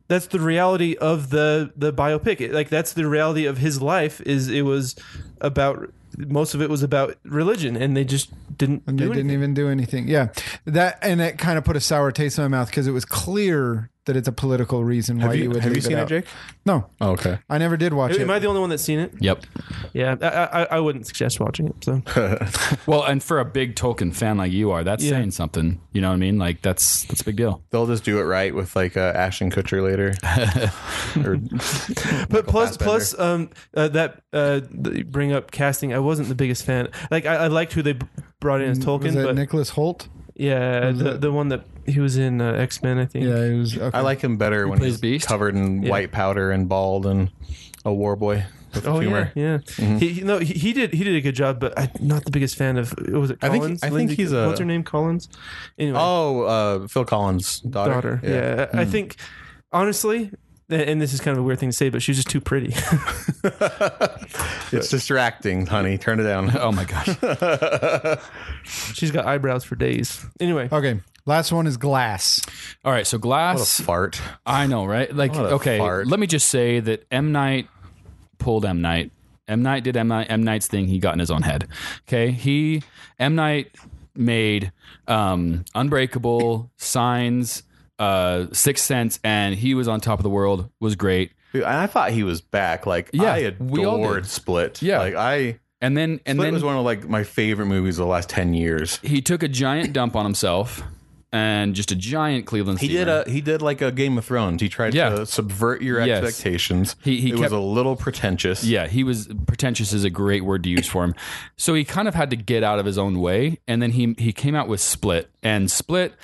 F: that's the reality of the the biopic. It- like that's the reality of his life. Is it was about most of it was about religion, and they just didn't
E: and
F: do
E: they
F: anything.
E: didn't even do anything. Yeah, that and it kind of put a sour taste in my mouth because it was clear that it's a political reason why
G: Have
E: you,
G: you,
E: would
G: have you
E: leave
G: seen
E: it,
G: it,
E: out.
G: Jake?
E: No,
G: okay.
E: I never did watch it.
F: Am I the only one that's seen Oh, it?
A: yep.
F: Yeah, I, I, I wouldn't suggest watching it. So
A: Well, and for a big Tolkien fan like you are, that's
F: Yeah.
A: saying something. You know what I mean? Like that's that's a big deal.
G: They'll just do it right with like uh, Ashton Kutcher later. or,
F: but plus
G: Fassbender.
F: plus um uh, that uh th- bring up casting. I wasn't the biggest fan. Like I, I liked who they b- brought in as Tolkien,
E: Mm, was
F: but
E: it Nicholas Holt?
F: yeah,
E: was
F: the,
E: it-
F: the one that he was in uh, X Men, I think.
E: Yeah, it was. Okay.
G: I like him better when
A: plays
G: he's
A: Beast?
G: covered in
F: Yeah.
G: white powder and bald and a war boy with
F: Oh
G: humor.
F: yeah, yeah.
G: Mm-hmm.
F: He, he- no, he, he did. He did a good job, but I'm not the biggest fan of. uh, Was it
G: I think-
F: Collins?
G: I think
F: Lindsay-
G: he's a-
F: What's her name? Collins. Anyway,
G: Oh, uh, Phil Collins' daughter.
F: daughter. Yeah, I,
G: Hmm.
F: I think honestly, a- and this is kind of a weird thing to say, but she's just too pretty.
G: It's distracting, honey. Turn it down.
A: Oh my gosh.
F: she's got eyebrows for days. Anyway,
G: Oh,
E: Okay, Last one is glass.
A: All right, so
G: What
A: Glass.
G: a fart.
A: I know, right? Like,
G: What a
A: okay,
G: fart.
A: let me just say that M Night pulled M Night. M Night did M Night. M Night's thing. He got in his own head. Okay, he M Night made um, Unbreakable, Signs, uh, Sixth Sense, and he was on top of the world. Was great.
G: Dude, and I thought he was back. Like
A: Yeah,
G: I
A: we all did.
G: adored Split.
A: Yeah.
G: like I
A: And then and
G: Split
A: then
G: was one of like my favorite movies of the last ten years.
A: he took a giant dump on himself and just a giant Cleveland.
G: He did
A: steamer.
G: a he did like a Game of Thrones. He tried
A: Yeah.
G: to subvert your
A: Yes.
G: expectations.
A: He- he
G: it
A: kept-
G: was a little pretentious.
A: Yeah, he was pretentious is a great word to use for him. So he kind of had to get out of his own way, and then he he came out with Split, and Split,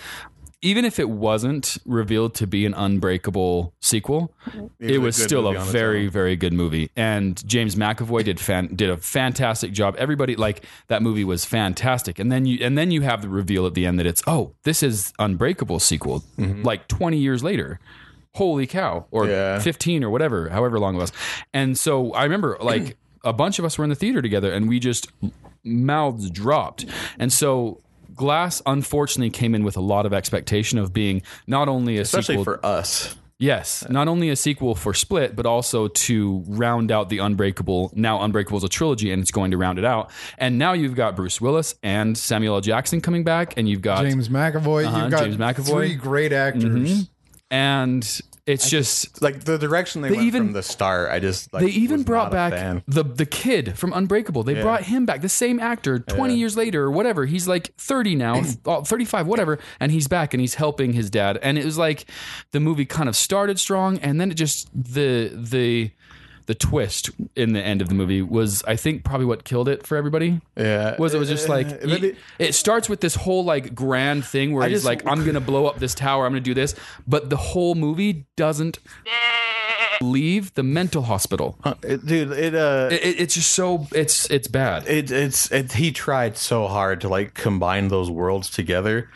A: even if it wasn't revealed to be an Unbreakable sequel, it,
G: was a
A: was
G: good
A: still
G: movie
A: a
G: on its
A: very very good movie. And James McAvoy did fan, did a fantastic job. Everybody like that movie was fantastic. And then you and then you have the reveal at the end that it's oh this is Unbreakable sequel, like twenty years later. Holy cow! Or
G: Mm-hmm. Yeah.
A: 15 or whatever, however long it was. And so I remember like a bunch of us were in the theater together and we just mouths dropped. And so Glass unfortunately came in with a lot of expectation of being not only a
G: especially
A: sequel
G: for us.
A: yes, not only a sequel for Split but also to round out the Unbreakable. Now Unbreakable is a trilogy and it's going to round it out. And now you've got Bruce Willis and Samuel L. Jackson coming back and you've got
E: James McAvoy.
A: Uh-huh,
E: You've got
A: James McAvoy.
E: three great actors.
A: and it's just
G: Like the direction they,
A: They
G: went
A: even-
G: from the start, I just like,
A: they even
G: was
A: brought
G: not a
A: back
G: fan.
A: the the kid from Unbreakable. They brought him back, the same actor, twenty years later or whatever. He's like thirty now, th- oh, thirty-five, whatever, and he's back and he's helping his dad. And it was like the movie kind of started strong, and then it just the the the twist in the end of the movie was, I think, probably what killed it for everybody.
G: Yeah.
A: Was it was just like
G: Uh,
A: you-
G: but it-
A: it starts with this whole like grand thing where he's
G: just-
A: like, I'm gonna blow up this tower, I'm gonna do this, but the whole movie doesn't leave the mental hospital
G: Uh, it- dude, it uh
A: it, it- it's just so it's it's bad.
G: it, it's it, he tried so hard to like combine those worlds together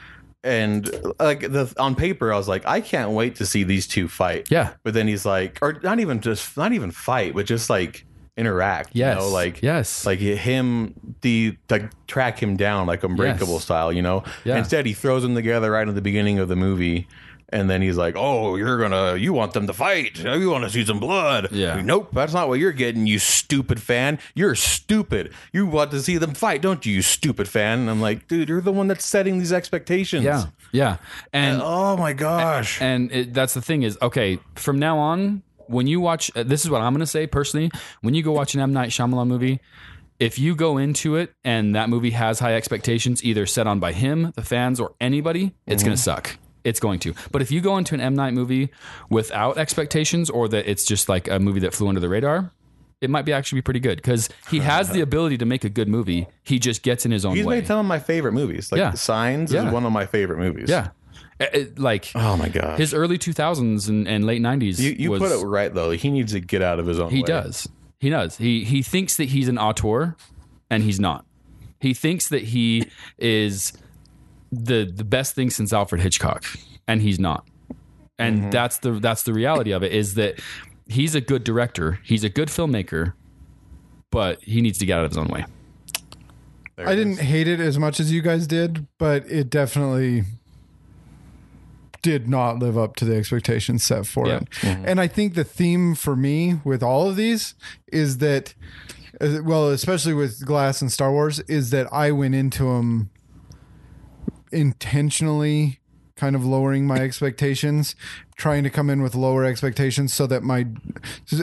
G: and like the on paper i was like i can't wait to see these two fight
A: Yeah.
G: but then he's like or not even just not even fight but just like interact
A: Yes.
G: you know like
A: Yes.
G: like him the like track him down like unbreakable
A: Yes.
G: style you know
A: Yeah.
G: instead he throws them together right at the beginning of the movie and then he's like, "Oh, you're gonna, you want them to fight? You want to see some blood?
A: Yeah.
G: Nope, that's not what you're getting, you stupid fan. You're stupid. You want to see them fight, don't you, you stupid fan? And I'm like, dude, you're the one that's setting these expectations.
A: Yeah, yeah, and
G: Oh my gosh.
A: and it, that's the thing is okay. From now on, when you watch, uh, this is what I'm gonna say personally. When you go watch an M Night Shyamalan movie, if you go into it and that movie has high expectations, either set on by him, the fans, or anybody, it's
G: Mm-hmm.
A: gonna suck. It's going to. But if you go into an M Night movie without expectations, or that it's just like a movie that flew under the radar. It might be actually be pretty good because he has the ability to make a good movie. He just gets in his own
G: He's
A: way.
G: made some of my favorite movies. Like
A: Yeah.
G: Signs
A: Yeah.
G: is one of my favorite movies.
A: Yeah. It- it- Uh, like
G: Oh my gosh.
A: his early 2000s and, and late 90s.
G: you you
A: was-
G: put it right though. He needs to get out of his own.
A: He
G: way.
A: does. He does. He he thinks that he's an auteur, and he's not. He thinks that he is the the best thing since Alfred Hitchcock, and he's not. And
G: Mm-hmm.
A: that's the that's the reality of it is that he's a good director, he's a good filmmaker, but he needs to get out of his own way.
G: There
E: I
G: it
E: didn't
G: is.
E: hate it as much as you guys did, but it definitely did not live up to the expectations set for
A: Yeah.
E: it.
G: Mm-hmm.
E: And I think the theme for me with all of these is that, uh, well, especially with Glass and Star Wars, is that I went into them intentionally kind of lowering my expectations trying to come in with lower expectations so that my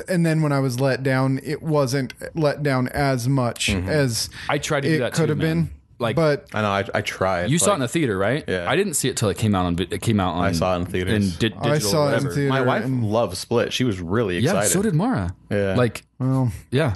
E: and then when i was let down it wasn't let down as much
G: Mm-hmm.
E: as
A: I tried to do
E: it
A: that.
E: could
A: too,
E: have
A: man.
E: been
A: like.
E: but
G: I know. I, I tried.
A: you saw it
G: Like,
A: in the theater, right?
G: Yeah.
A: I didn't see it till it came out on. vi- It came out on.
G: I saw it in theaters.
A: In di- digital
E: I saw it in
A: whatever.
E: theaters.
G: My
E: theater
G: wife
E: and-
G: loved Split. She was really
A: Yeah,
G: excited.
A: so did Mara.
G: Yeah.
A: Like,
E: well
A: yeah.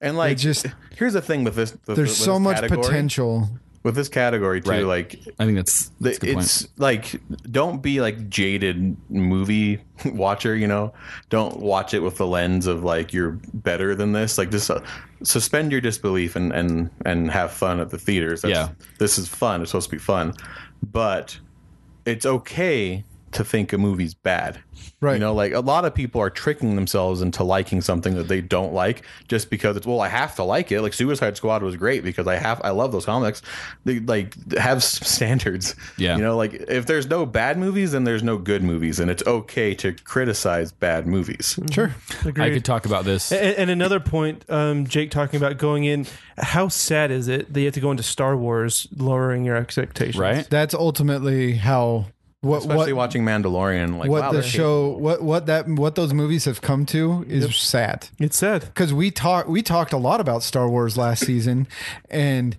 G: And like,
E: It just-
G: just here's the thing with this. with-
E: there's
G: with
E: so
G: this
E: much
G: category-
E: potential
G: with this category too.
A: Right.
G: Like,
A: I think that's, that's a
G: the,
A: good point.
G: it's like don't be like jaded movie watcher. You know, don't watch it with the lens of like you're better than this. Like, just uh, suspend your disbelief and and and have fun at the theaters. That's,
A: Yeah.
G: this is fun. It's supposed to be fun, but it's okay to think a movie's bad.
E: Right.
G: You know, like a lot of people are tricking themselves into liking something that they don't like just because it's well, I have to like it. Like Suicide Squad was great because I have I love those comics. They like have s- standards.
A: Yeah.
G: You know, like if there's no bad movies, then there's no good movies, and it's okay to criticize bad movies.
E: Sure.
A: I
F: Agreed.
A: could talk about this.
F: And, and another point, um, Jake talking about going in. How sad is it that you have to go into Star Wars lowering your expectations?
A: Right?
E: That's ultimately how what
G: Especially
E: what
G: watching Mandalorian, like
E: what
G: wow,
E: the
G: they're
E: show what what that what those movies have come to is sad.
F: It's sad.
E: because we talked we talked a lot about Star Wars last season, and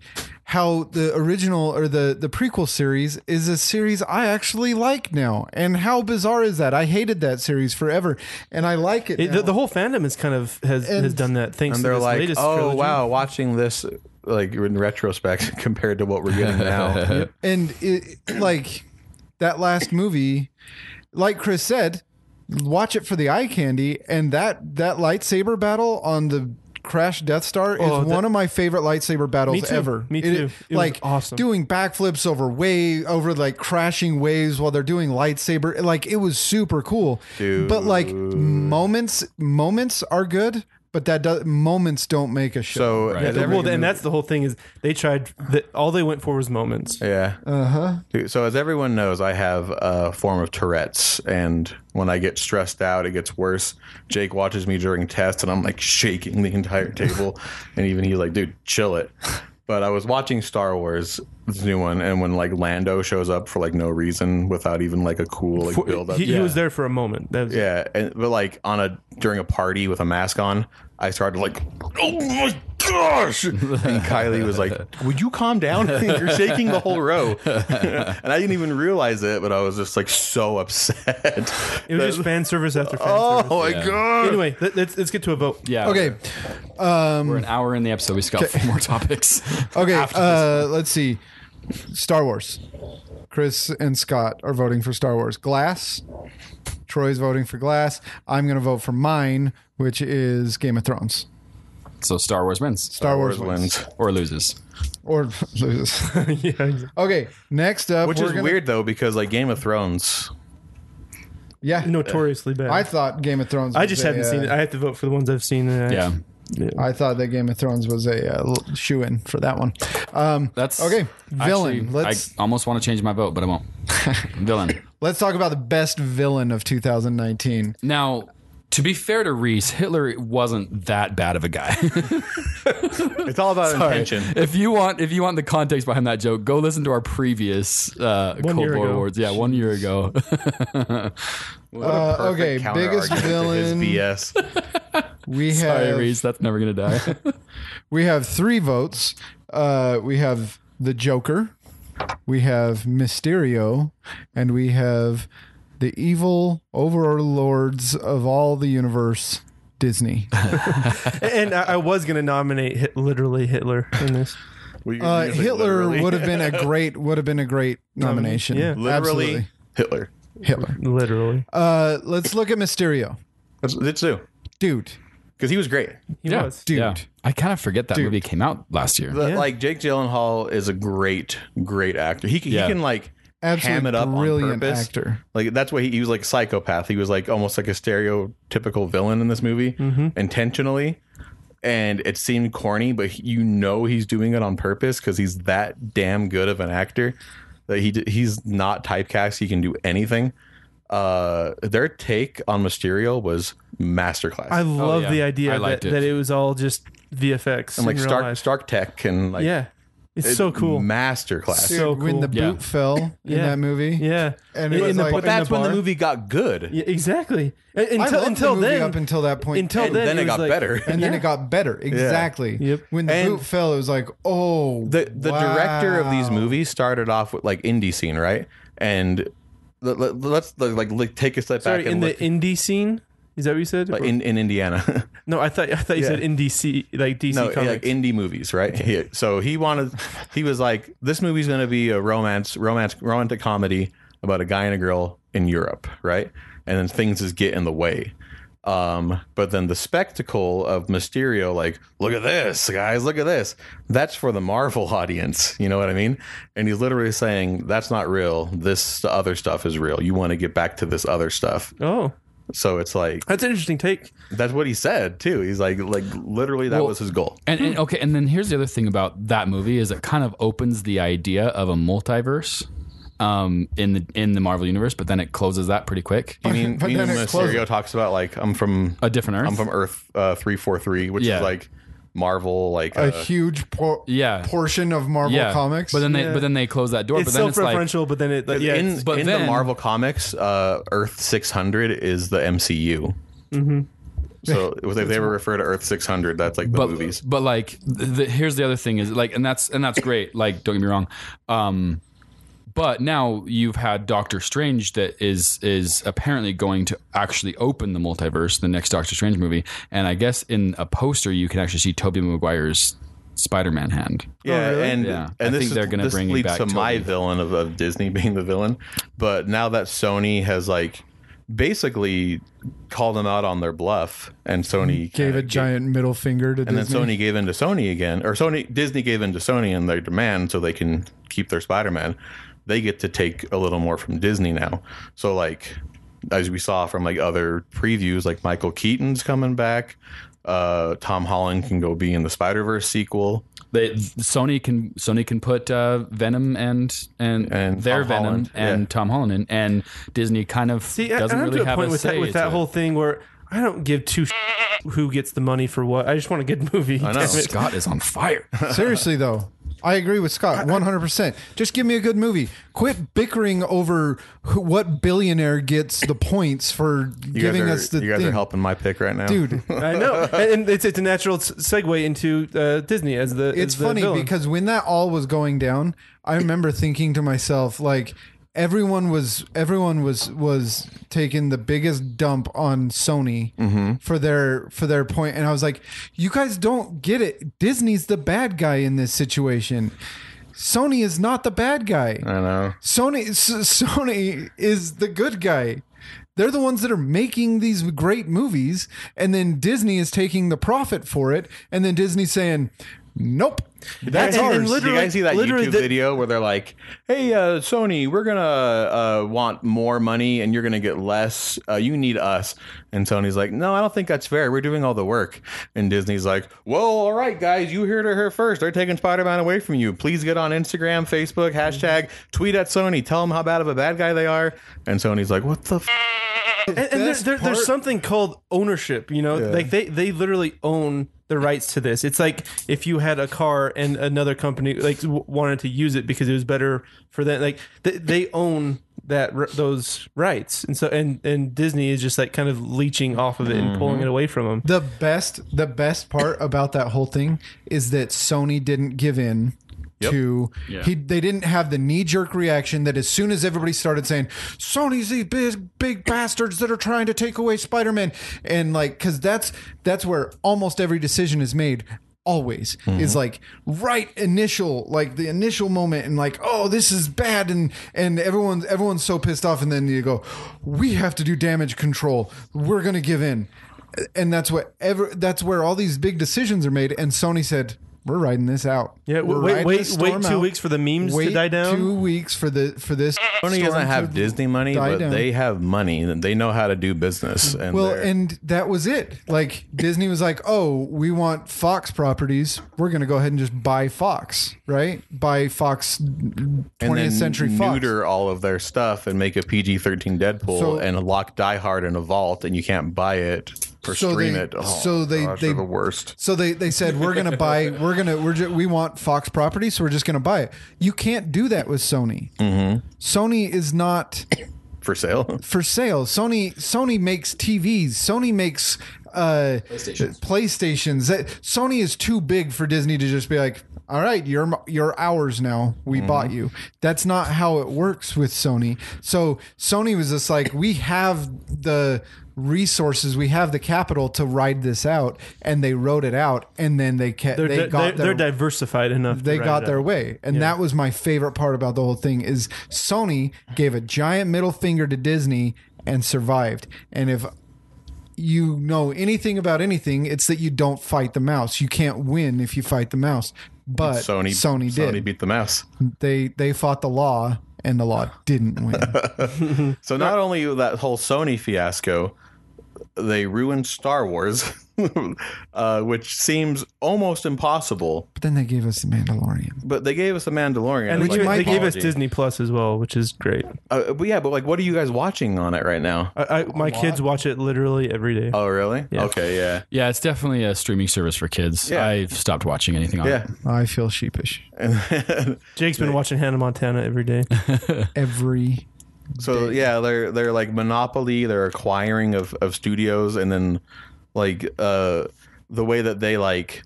E: how the original or the the prequel series is a series I actually like now, and how bizarre is that? I hated that series forever, and I like it.
F: It,
E: now.
F: the, the whole fandom is kind of has,
E: And-
F: has done that. Thanks
G: and
F: to
G: they're
F: this
G: like,
F: latest
G: oh
F: trilogy.
G: wow, watching this like in retrospect compared to what we're getting now.
E: and it, like that last movie, like Chris said, watch it for the eye candy, and that that lightsaber battle on the Crash Death Star is
F: Oh, that-
E: one of my favorite lightsaber battles
F: Me too.
E: ever.
F: Me too. It was
E: like
F: awesome.
E: doing backflips over way over like crashing waves while they're doing lightsaber. Like it was super cool. But like moments moments are good, but that does, moments don't make a show.
G: So
A: Right.
G: at
F: Well,
G: every-
F: and that's the whole thing is they tried. The, all they went for was moments.
G: Yeah. Uh
F: Uh-huh.
G: huh. So, as everyone knows, I have a form of Tourette's, and when I get stressed out, it gets worse. Jake watches me during tests, and I'm like shaking the entire table, and even he's like, "Dude, chill it." But I was watching Star Wars, this new one, and when like Lando shows up for like no reason, without even like a cool like
F: For-
G: build up,
F: he, he was there for a moment. That was,
G: yeah, and but like on a during a party with a mask on, I started like, oh my gosh! And Kylie was like, "Would you calm down? You're shaking the whole row." and I didn't even realize it, but I was just like so upset.
F: It was just fan service after fan
G: oh
F: service.
G: my god!
F: Anyway, let, let's, let's get to a vote.
A: yeah.
E: okay. Um
A: We're an hour in the episode. We just got four more topics.
E: Okay, uh, let's see. Star Wars. Chris and Scott are voting for Star Wars. Glass. Troy's voting for Glass. I'm going to vote for mine, which is Game of Thrones.
A: So Star Wars wins
E: Star, Wars,
G: Wars wins.
A: or loses.
E: or loses.
F: yeah, exactly.
E: Okay, next up,
G: Which
E: we're
G: is
E: gonna-
G: weird though, because like Game of Thrones,
E: Yeah,
F: notoriously bad.
E: I thought Game of Thrones.
F: I
E: was
F: just
E: a,
F: haven't seen it.
E: uh,
F: I have to vote for the ones I've seen. and I-
A: Yeah.
E: I thought that Game of Thrones was a uh, shoe in for that one. Um,
A: That's
E: okay. Villain.
A: Actually,
E: let's
A: I almost want to change my vote, but I won't. villain.
E: let's talk about the best villain of 2019.
A: Now, to be fair to Reese, Hitler wasn't that bad of a guy.
G: it's all about intention.
A: if you want, if you want the context behind that joke, go listen to our previous uh, Cold
F: year
A: War
F: ago.
A: awards. Yeah, one year ago.
E: Uh,
G: Perfect
E: okay, biggest
G: counter-argument to his
E: villain. Uh,
G: BS.
E: We
A: Sorry,
E: have
A: Reese, that's never gonna die.
E: We have three votes. Uh, we have the Joker, we have Mysterio, and we have the evil overlords of all the universe, Disney. Uh,
F: And I, I was going to nominate hit, literally Hitler in this.
G: We-
E: Uh,
G: we-
E: Hitler
G: literally-
E: would have been a great would have been a great nomination.
F: yeah.
G: literally
E: Absolutely.
G: Hitler.
E: Hitler.
F: Literally,
E: Uh, let's look at Mysterio,
G: That's, that's true.
E: dude.
G: Because he was great.
F: he
A: yeah,
F: was.
E: Dude.
A: Yeah. I kind of forget that movie came out last year.
G: But
F: Yeah.
G: like Jake Gyllenhaal is a great, great actor. He can,
A: Yeah.
G: he can like
E: Absolute
G: ham it up on
E: brilliant
G: purpose.
E: actor.
G: Like that's why he, he was like psychopath. He was like almost like a stereotypical villain in this movie
F: Mm-hmm.
G: intentionally. And it seemed corny, but he- you know he's doing it on purpose because he's that damn good of an actor that he d- he's not typecast. He can do anything. Uh, their take on Mysterio was masterclass.
F: I love
A: Oh, yeah.
F: the
A: I
F: idea
A: liked
F: that
A: it.
F: it. that it was all just VFX
G: and like
F: in real
G: Stark
F: life.
G: Stark Tech and like
F: yeah, it's so cool.
G: masterclass.
E: Dude,
F: So
E: when
F: cool.
E: the boot
A: Yeah.
E: fell in
F: Yeah.
E: that movie,
F: yeah,
E: and
F: In-
E: it was
F: in the-
E: like,
F: but
G: But that's when the
E: bar.
G: movie got good.
F: yeah, exactly. And-
E: I
F: Until
E: loved
F: until
E: the movie
F: then,
E: up until that point,
F: until
G: And
F: then,
G: then it
F: was
G: got
F: like-
G: better.
E: and then
F: Yeah.
E: it got better. Exactly.
F: Yep.
E: When the
G: And-
E: boot fell, it was like, oh,
G: The the director of these
E: wow.
G: movies started off with like indie scene, right? And let, us like li- take a step
F: Sorry,
G: back
F: in
G: and
F: the
G: look
F: indie scene. Is that what you said?
G: like, in, in Indiana.
F: no, I thought I thought you
G: Yeah.
F: said indie C, like DC
G: no,
F: comics.
G: like indie movies, right? Yeah. So he wanted, he was like, this movie's going to be a romance, romance, romantic comedy about a guy and a girl in Europe, right? And then things just get in the way. Um, but then the spectacle of Mysterio, like, look at this, guys, look at this. That's for the Marvel audience. You know what I mean? And he's literally saying, that's not real. This other stuff is real. You want to get back to this other stuff.
F: Oh,
G: So it's like,
F: that's an interesting
A: Oh,
F: take.
G: that's what he said too. He's like, like literally that
A: Well-
G: was his goal.
A: And, and okay, and then here's the other thing about that movie is it kind of opens the idea of a multiverse um, in the in the Marvel universe, but then it closes that pretty quick.
G: You mean,
E: but
G: you mean
E: then
G: Mysterio
E: it's closed.
G: talks about like, I'm from,
A: A different Earth.
G: Oh. I'm from Earth uh, 343, which
A: Yeah.
G: is like Marvel, like
E: a
G: uh,
E: huge por-
A: yeah.
E: portion of Marvel
A: yeah,
E: comics.
A: But then they
F: Yeah.
A: but then they close that door.
F: it's
A: but then it's like
F: self-referential, but then it like, yeah,
G: in,
F: it's-
A: but
G: in
A: then-
G: the Marvel comics, uh, Earth 600 is the MCU.
E: Mm-hmm.
G: So if they ever refer to Earth 600, that's like the
A: but,
G: movies.
E: Oh,
A: But like, the, here's the other thing is like, and that's and that's great. Like, don't get me wrong. Um, but now you've had Doctor Strange that is is apparently going to actually open the multiverse, the next Doctor Strange movie, and I guess in a poster you can actually see Tobey Maguire's Spider-Man hand.
G: Yeah, and
A: Yeah. I
G: and this
A: think they're
G: is-
A: gonna
G: this
A: bring it
G: leads
A: back
G: to
A: to
G: my
A: it.
G: villain of, of Disney being the villain. But now that Sony has like basically called them out on their bluff, and Sony
E: gave
G: kinda
E: a giant middle finger to
G: and
E: Disney.
G: then Sony gave in to Sony again, or Sony Disney gave in to Sony in their demand so they can keep their Spider Man. They get to take a little more from Disney now. So like as we saw from like other previews, like Michael Keaton's coming back. Uh, Tom Holland can go be in the Spider Verse sequel.
A: They, Sony can Sony can put uh, Venom and and,
G: And
A: their
G: Tom
A: Venom
G: Holland,
A: and
G: yeah.
A: Tom Holland in, and Disney kind of
F: See, I,
A: doesn't
F: I'm
A: really
F: to a
A: have
F: point
A: a
F: with
A: say
F: that, with that
A: to
F: whole
A: it.
F: thing where I don't give two who gets the money for what. I just want a good movie.
G: I know.
F: damn it.
A: Scott is on fire.
E: Seriously though, I agree with Scott 100%. Just give me a good movie. Quit bickering over who, what billionaire gets the points for
G: You
E: giving
G: guys are,
E: us the
G: you guys
E: thing.
G: are helping my pick right now,
E: Dude,
F: I know, and, and it's it's a natural s- segue into uh, Disney as the.
E: it's
F: as the
E: funny
F: villain.
E: because when that all was going down, I remember thinking to myself like everyone was everyone was was taking the biggest dump on Sony
F: Mm-hmm.
E: for their for their point and I was like you guys don't get it. Disney's the bad guy in this situation. Sony is not the bad guy.
G: I know.
E: Sony S- Sony is the good guy. They're the ones that are making these great movies and then Disney is taking the profit for it and then Disney's saying, "Nope. That's
G: Did you
E: ours."
G: guys-
F: and
G: Did you guys see that
F: literally
G: YouTube
F: the-
G: video where they're like, "Hey, uh, Sony, we're gonna uh, want more money, and you're gonna get less. Uh, you need us." And Sony's like, "No, I don't think that's fair. We're doing all the work." And Disney's like, "Well, all right, guys, you heard it here first. They're taking Spider-Man away from you. Please get on Instagram, Facebook, hashtag, tweet at Sony. Tell them how bad of a bad guy they are." And Sony's like, "What the?" F-?
F: and, and there,
E: best
F: there- there's
E: part-
F: something called ownership you know like they they literally own the rights to this it's like if you had a car and another company like w- wanted to use it because it was better for them like they, they own that r- those rights and so and and disney is just like kind of leeching off of it and
E: Mm-hmm.
F: pulling it away from them
E: The best the best part about that whole thing is that Sony didn't give in to he they didn't have the knee jerk reaction that as soon as everybody started saying Sony's these big big bastards that are trying to take away Spider-Man and like cuz that's that's where almost every decision is made always
G: Mm-hmm.
E: is like right initial like the initial moment and like oh this is bad and and everyone's everyone's so pissed off and then you go we have to do damage control we're going to give in and that's what ever that's where all these big decisions are made and sony said we're riding this out
F: yeah
E: We're
F: wait
E: riding
F: wait
E: this
F: wait
E: storm
F: two
E: out.
F: weeks for the memes
E: wait
F: to die down
E: two weeks for the for this
G: Sony
E: storm
G: doesn't have
E: to
G: Disney money,
E: die
G: but
E: down.
G: they have money. and They know how to do business. And
E: well
G: they're-
E: and that was it like disney was like oh we want fox properties we're going to go ahead and just buy fox right buy fox 20th
G: and then
E: century fox
G: neuter all of their stuff and make a PG thirteen Deadpool
E: So-
G: and lock Die Hard in a vault and you can't buy it or
E: So
G: stream
E: they-
G: it. Oh,
E: so they-
G: gosh,
E: they-
G: they're the worst.
E: So they, they said we're gonna buy we're gonna we're ju- we want Fox property, so we're just gonna buy it. You can't do that with Sony. Mm-hmm. Sony is not
G: for sale.
E: for sale. Sony Sony makes TVs. Sony makes uh, PlayStations. That Sony is too big for Disney to just be like, all right, you're m- you're ours now. We bought you. That's not how it works with Sony. So Sony was just like, we have the resources, we have the capital to ride this out, and they rode it out, and then they kept
F: they're,
E: they
F: di-
E: got
F: they're,
E: their,
F: they're diversified enough to
E: they
F: ride
E: got
F: it
E: their
F: out.
E: way and that was my favorite part about the whole thing is sony gave a giant middle finger to disney and survived and if you know anything about anything, it's that you don't fight the mouse. You can't win if you fight the mouse. But Sony, Sony did.
G: Sony beat the mouse.
E: they they fought the law, and the law didn't win.
G: So not only that whole Sony fiasco, they ruined Star Wars, uh, which seems almost impossible.
E: but then they gave us the Mandalorian.
G: But they gave us the Mandalorian,
F: And they,
G: like,
F: gave,
E: my
F: they gave us
G: apology.
F: Disney Plus as well, which is great.
G: Uh, but yeah, but like, what are you guys watching on it right now?
F: I, I, my kids watch it literally every day.
G: Oh, really? Okay, yeah,
A: Yeah, it's definitely a streaming service for kids.
G: Yeah.
A: I've stopped watching anything on
G: yeah.
A: it.
E: I feel sheepish
G: And
F: Jake's been watching Hannah Montana every day.
E: every
G: so yeah, they're they're like monopoly. They're acquiring of of studios, and then like uh, the way that they like.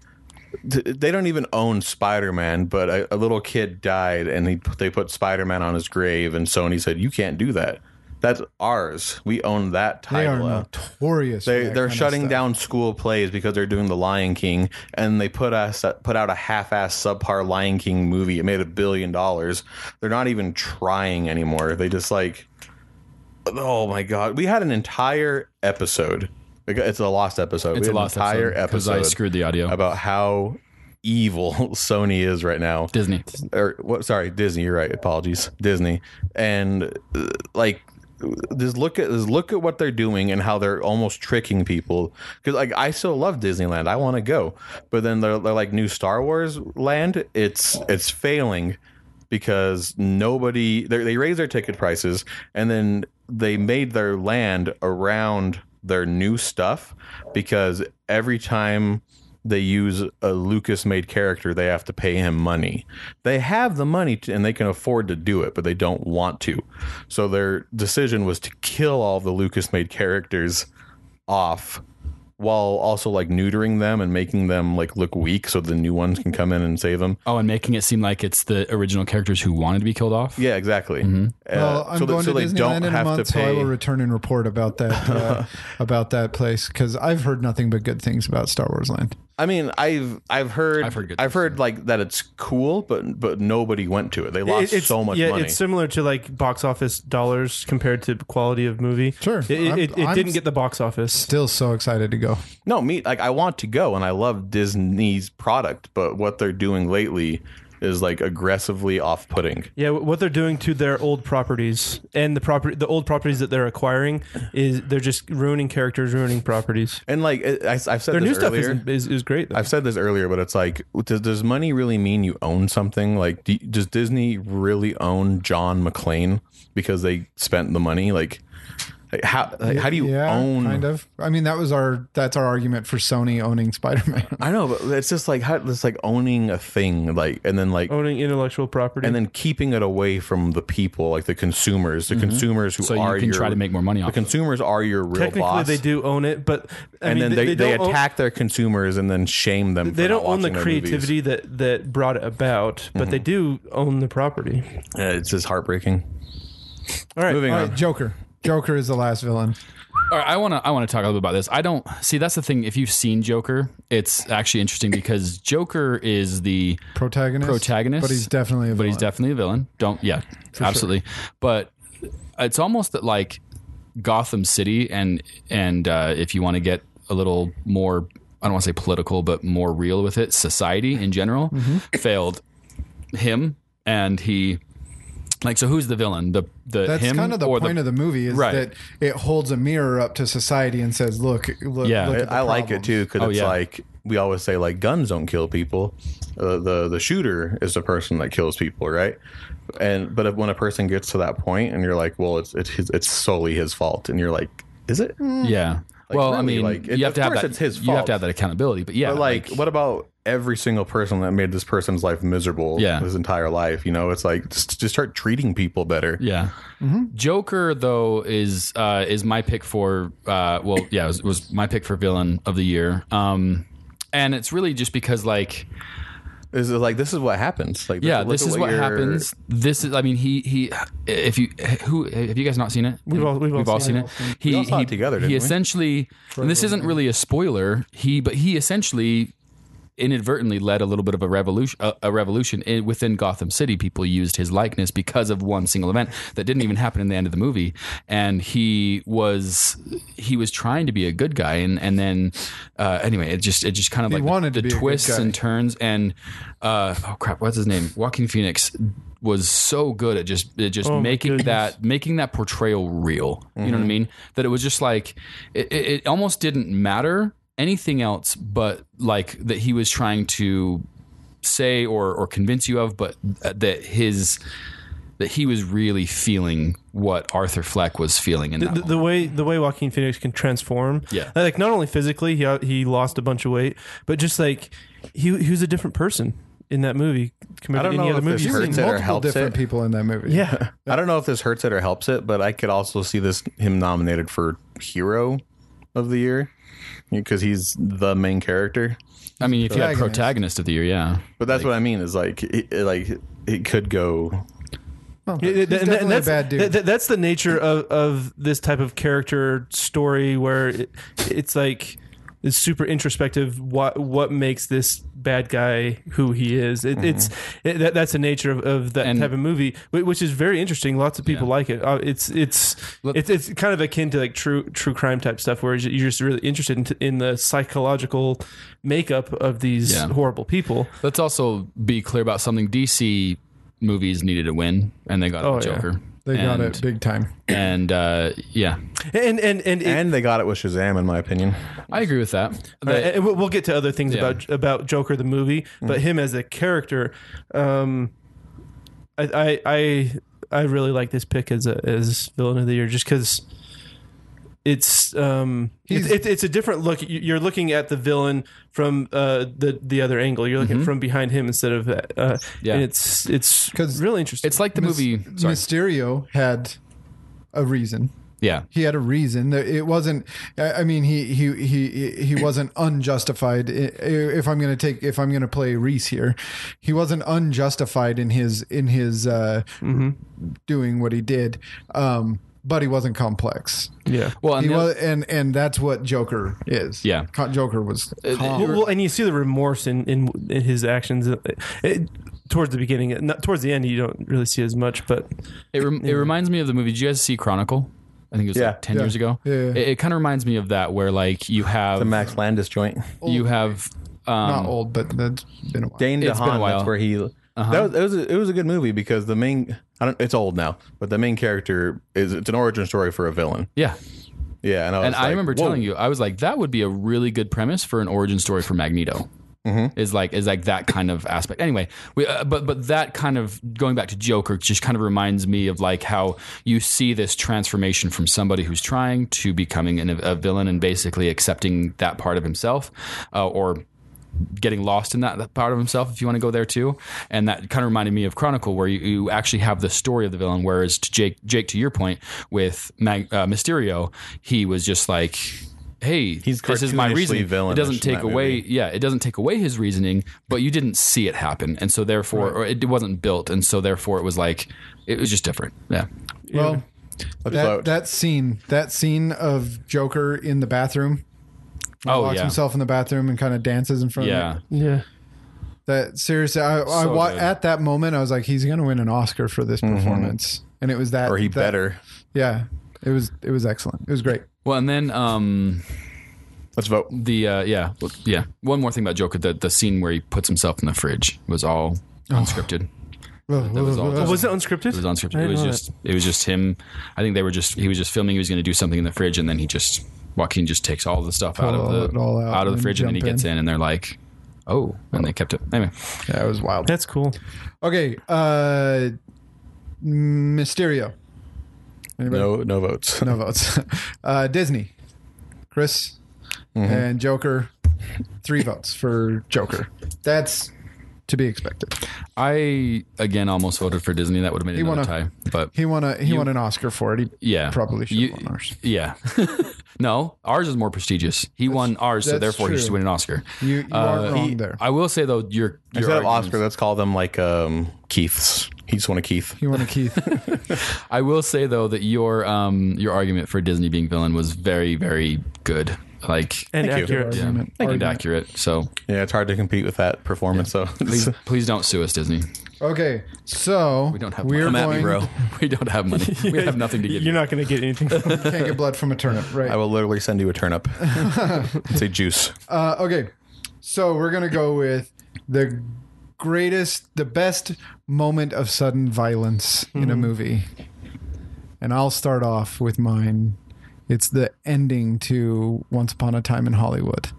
G: t- They don't even own Spider-Man, but a, a little kid died, and he, they put Spider-Man on his grave, and Sony said, "You can't do that. That's ours. We own that
E: they are
G: title." out."
E: notorious. for
G: They
E: that
G: they're
E: kind of
G: shutting
E: stuff.
G: down school plays because they're doing the Lion King, and they put us put out a half-ass subpar Lion King movie. It made a billion dollars. They're not even trying anymore. They just like, oh my god, we had an entire episode. It's a lost episode.
A: It's
G: we
A: a
G: had
A: lost
G: an entire
A: because
G: episode,
A: I screwed the audio.
G: about how evil Sony is right now
A: Disney.
G: or what sorry disney you're right apologies disney and uh, like just look at just look at what they're doing and how they're almost tricking people because like i still love disneyland i want to go but then they're, they're like new star wars land it's it's failing because nobody they they raise their ticket prices and then they made their land around their new stuff because every time they use a Lucas made character, they have to pay him money. They have the money to, and they can afford to do it, but they don't want to. So their decision was to kill all the Lucas made characters off while also like neutering them and making them like look weak so the new ones can come in and save them.
A: Oh, and making it seem like it's the original characters who wanted to be killed off.
G: Yeah, exactly.
A: Mm-hmm.
G: Uh,
E: Well, I'm
G: so that-
E: going
G: so
E: to
G: they
E: Disneyland
G: don't
E: in a
G: have
E: month,
G: to
E: so I
G: pay.
E: will return and report about that uh, about that place because I've heard nothing but good things about Star Wars Land.
G: I mean, I've I've heard
A: I've heard good
G: I've heard like that it's cool, but but nobody went to it. They lost
F: It- it's,
G: so much
F: yeah,
G: money.
F: it's similar to like box office dollars compared to quality of movie.
E: Sure.
F: It, it,
E: I'm-
F: it, it
E: I'm
F: didn't
E: s-
F: get the box office.
E: Still so excited to go.
G: No, me like I want to go and I love Disney's product, but what they're doing lately is like aggressively off-putting.
F: Yeah, what they're doing to their old properties and the property, the old properties that they're acquiring is they're just ruining characters, ruining properties.
G: And like I, I- I've said
F: Their new
G: this
F: stuff
G: earlier.
F: is, is is great. Though.
G: I've said this earlier, but it's like, does, does money really mean you own something? Like, do, does Disney really own John McClane because they spent the money? Like, like, how like, how do you
E: yeah,
G: own?
E: Kind of. I mean, that was our that's our argument for Sony owning Spider Man.
G: I know, but it's just like how it's like owning a thing, like, and then like
F: Owning intellectual property.
G: and then keeping it away from the people, like the consumers, the consumers who
A: Mm-hmm. So you
G: are
A: can
G: your,
A: try to make more money
G: The
A: off. of it.
G: consumers are your real
F: technically
G: boss,
F: they do own it, but I
G: and
F: mean,
G: then they, they,
F: don't own-
G: attack their consumers and then shame them.
F: they
G: for
F: don't
G: not
F: own the
G: watching their movies. Mm-hmm.
F: creativity that that brought it about, but they do own the property.
G: Yeah, it's just heartbreaking.
F: All right,
G: Moving
E: All
G: on.
E: right, Joker. Joker is the last villain.
A: All right, I want to I want to talk a little about this. I don't see that's the thing. If you've seen Joker, it's actually interesting because Joker is the
E: Protagonist.
A: Protagonist?
E: But he's definitely a
A: but
E: villain.
A: he's definitely a villain. Don't yeah, absolutely. But it's almost that like Gotham City and and uh, if you want to get a little more, I don't want to say political, but more real with it, society in general
G: Mm-hmm.
A: failed him, and he like so who's the villain? The the
E: that's
A: him
E: kind of the
A: or
E: point of the movie is
A: Right.
E: that it holds a mirror up to society and says, "Look, look,
A: Yeah.
E: look
G: I,
E: at the
G: I like it
E: problems.
G: too because
A: Oh,
G: it's
A: yeah.
G: like we always say like guns don't kill people. Uh, the the shooter is the person that kills people, right? And but if, when a person gets to that point and you're like, well, it's it's his, it's solely his fault, and you're like, is it?
A: yeah. well, I
G: really,
A: mean,
G: like, it-
A: you have
G: of
A: to have
G: course
A: that.
G: it's his
A: You have
G: fault.
A: to have that accountability, but yeah,
G: But like, what about every single person that made this person's life miserable
A: Yeah.
G: his entire life? You know, it's like just, just start treating people better.
A: Yeah. Joker though is uh, is my pick for uh, well yeah it was, was my pick for villain of the year. Um, and it's really just because like
G: This is like this is what happens. Like
A: yeah
G: look
A: this
G: at
A: is what
G: you're-
A: happens. This is I mean he he if you who have you guys not seen it?
F: We've all- we've all seen it.
A: He
G: all saw
A: he,
G: it together,
A: he
G: didn't we?
A: essentially and this isn't really a spoiler. He but he essentially inadvertently led a little bit of a revolution, a, a revolution in, within Gotham City. People used his likeness because of one single event that didn't even happen in the end of the movie, and he was he was trying to be a good guy, and and then uh, anyway, it just it just kind of like the-
E: wanted to
A: the,
E: be a good
A: twists
E: guy.
A: and turns and uh, oh crap, what's his name? Joaquin Phoenix was so good at just at just
F: Oh my
A: making
F: goodness.
A: that making that portrayal real. You know what I mean? That it was just like it, it, it almost didn't matter anything else, but like that he was trying to say or or convince you of, but that his that he was really feeling what Arthur Fleck was feeling in that.
F: the,
A: moment.
F: the way the way Joaquin Phoenix can transform, uh,
A: Yeah.
F: like not only physically, he uh, he lost a bunch of weight, but just like he he was a different person in that movie compared
G: I don't
F: to any
G: know
F: other
G: if
F: movie.
G: this
F: you've seen.
G: hurts it or
E: Multiple
G: helps
E: different
G: it.
E: people in that movie.
F: Yeah,
G: I don't know if this hurts it or helps it, but I could also see this him nominated for hero of the year because he's the main character.
A: I mean, if you had
E: Protagonist.
A: protagonist of the year, yeah.
G: But that's what I mean is like it, it- like it could go.
E: Well,
F: Yeah,
E: he's
F: that- and that-
E: definitely
F: and that's,
E: a bad dude.
F: that- that- that's the nature of, of this type of character story where it, it's like it's super introspective. What what makes this bad guy who he is? It, It's it, that, that's the nature of, of that
A: Mm-hmm. And-
F: type of movie, whi- which is very interesting. Lots of people like it. Uh, it's it's
A: Let-
F: it's it's kind of akin to like true true crime type stuff where you're just really interested in, in the psychological makeup of these
A: Yeah.
F: horrible people.
A: Let's also be clear about something. DC movies needed a win, and they got it
F: Oh,
A: with
F: yeah.
A: Joker.
E: they got
A: And-
E: it big time.
A: And uh, yeah,
F: And and and, it,
G: And they got it with Shazam, in my opinion.
A: I agree with that.
F: Right,
E: eh,
A: That-
F: and we'll, we'll get to other things about about Joker the movie,
A: Mm.
F: but him as a character, um, I, I I I really like this pick as a as villain of the year just because it's um it's
E: He's-
F: it's it's a different look. You- You're looking at the villain from uh the the other angle. You're looking from behind him instead of uh
A: Mm-hmm. Yeah.
F: And it's it's
E: 'Cause
F: really interesting.
A: it's like the
E: Mys-
A: movie. Sorry.
E: Mysterio had a reason.
A: yeah.
E: He had a reason. There- It wasn't. I I mean, he he he he wasn't unjustified. I- If I'm gonna take, if I'm gonna play Reese here, he wasn't unjustified in his in his uh, doing what he did. Um, but he wasn't complex.
F: yeah.
A: Well, and
E: He
A: the-
E: was, and and that's what Joker is.
A: Yeah. Uh,
E: Co- Joker was. calm.
F: Well, well, and you see the remorse in in, in his actions uh, it, towards the beginning. Not towards the end, you don't really see as much. But
A: it, rem- it reminds me of the movie. Did you guys see Chronicle? I think it was
G: Yeah.
A: like ten
E: Yeah.
A: years ago.
E: Yeah, yeah.
A: It, it kind of reminds me of that, where like you have
G: The Max Landis joint.
A: you have
E: not
A: um,
E: old, but that's been a while.
G: Dane
A: It's
G: DeHaan.
A: been a while. Uh-huh.
G: That's where he. That was, it was a, it was a good movie because the main. I don't. It's old now, but the main character is it's an origin story for a villain.
A: yeah.
G: Yeah, and I, was
A: And I
G: like,
A: remember
G: "Whoa."
A: telling you, I was like, that would be a really good premise for an origin story for Magneto.
G: Mm-hmm.
A: Is like is like that kind of aspect. Anyway, we, uh, but but that kind of going back to Joker just kind of reminds me of like how you see this transformation from somebody who's trying to becoming an, a villain and basically accepting that part of himself, uh, or getting lost in that, that part of himself if you want to go there too and that kind of reminded me of chronicle where you, you actually have the story of the villain whereas to jake jake to your point with Mag, uh, mysterio he was just like hey
G: He's
A: this is my
G: cartoonishly
A: reason it
G: villainous
A: doesn't
G: in
A: take
G: that
A: away
G: movie.
A: yeah it doesn't take away his reasoning but you didn't see it happen and so therefore or it wasn't built and so therefore it was like it was just different yeah
E: Well, that,
G: vote.
E: that scene, that scene of Joker in the bathroom, when he
A: oh
E: locks
A: yeah
E: himself in the bathroom and kind of dances in front of
A: yeah
E: it.
F: yeah,
E: That seriously, I, I wa-
A: good.
E: at that moment I was like, he's gonna win an Oscar for this performance, and it was that.
G: or he
E: that-
G: better.
E: Yeah, it was. It was excellent. It was great.
A: well and then um
G: Let's vote.
A: the uh, yeah well, yeah one more thing about Joker the the scene where he puts himself in the fridge was all
G: Oh.
A: unscripted. That was all.
F: was
A: Just,
F: it unscripted?
A: it was unscripted.
F: I
A: It
F: didn't
A: was
F: know
A: just it was just him. I think they were just he was just filming. He was going to do something in the fridge, and then he just Joaquin just takes all the stuff out
E: all
A: of
E: it
A: the
E: all out
A: out, of the
E: and
A: fridge, and then he
E: jump
A: gets
E: in.
A: in, and they're like, oh, and they kept it anyway.
E: Yeah, it was wild.
F: That's cool.
E: Okay, uh, Mysterio. Anybody?
G: No, no votes.
E: No votes. Uh, Disney, Chris, and Joker. Three votes for Joker. That's to be expected.
A: I again almost voted for Disney. That would have made another
E: won a-
A: tie, but
E: He won a he won an Oscar for it. He
A: yeah,
E: probably should
A: You-
E: have won ours.
A: Yeah, no, ours is more prestigious. He won ours, so
E: that's
A: therefore he
E: true.
A: should win an Oscar.
E: You, you are wrong there.
A: uh, I will say though, your, your
G: Instead of
A: argument-
G: Oscar, let's call them like um, Keiths. He just wanted Keith.
E: he won a Keith.
A: I will say though that your um your argument for Disney being villain was very very good. like
F: and
G: Thank you.
F: accurate.
A: yeah, and accurate. So
G: Yeah, it's hard to compete with that performance.
A: please,
G: So
A: please don't sue us, Disney.
E: Okay, so
A: We don't have
E: we're
A: money.
G: come at
E: going
G: me, bro.
A: We don't have money. We have nothing to give
F: You're
A: you.
F: not going to get anything. From it.
E: can't get blood from a turnip, right?
G: I will literally send you a turnip. It's a juice.
E: Uh, okay, so we're gonna go with the greatest, the best moment of sudden violence in a movie, and I'll start off with mine. It's the ending to Once Upon a Time in Hollywood.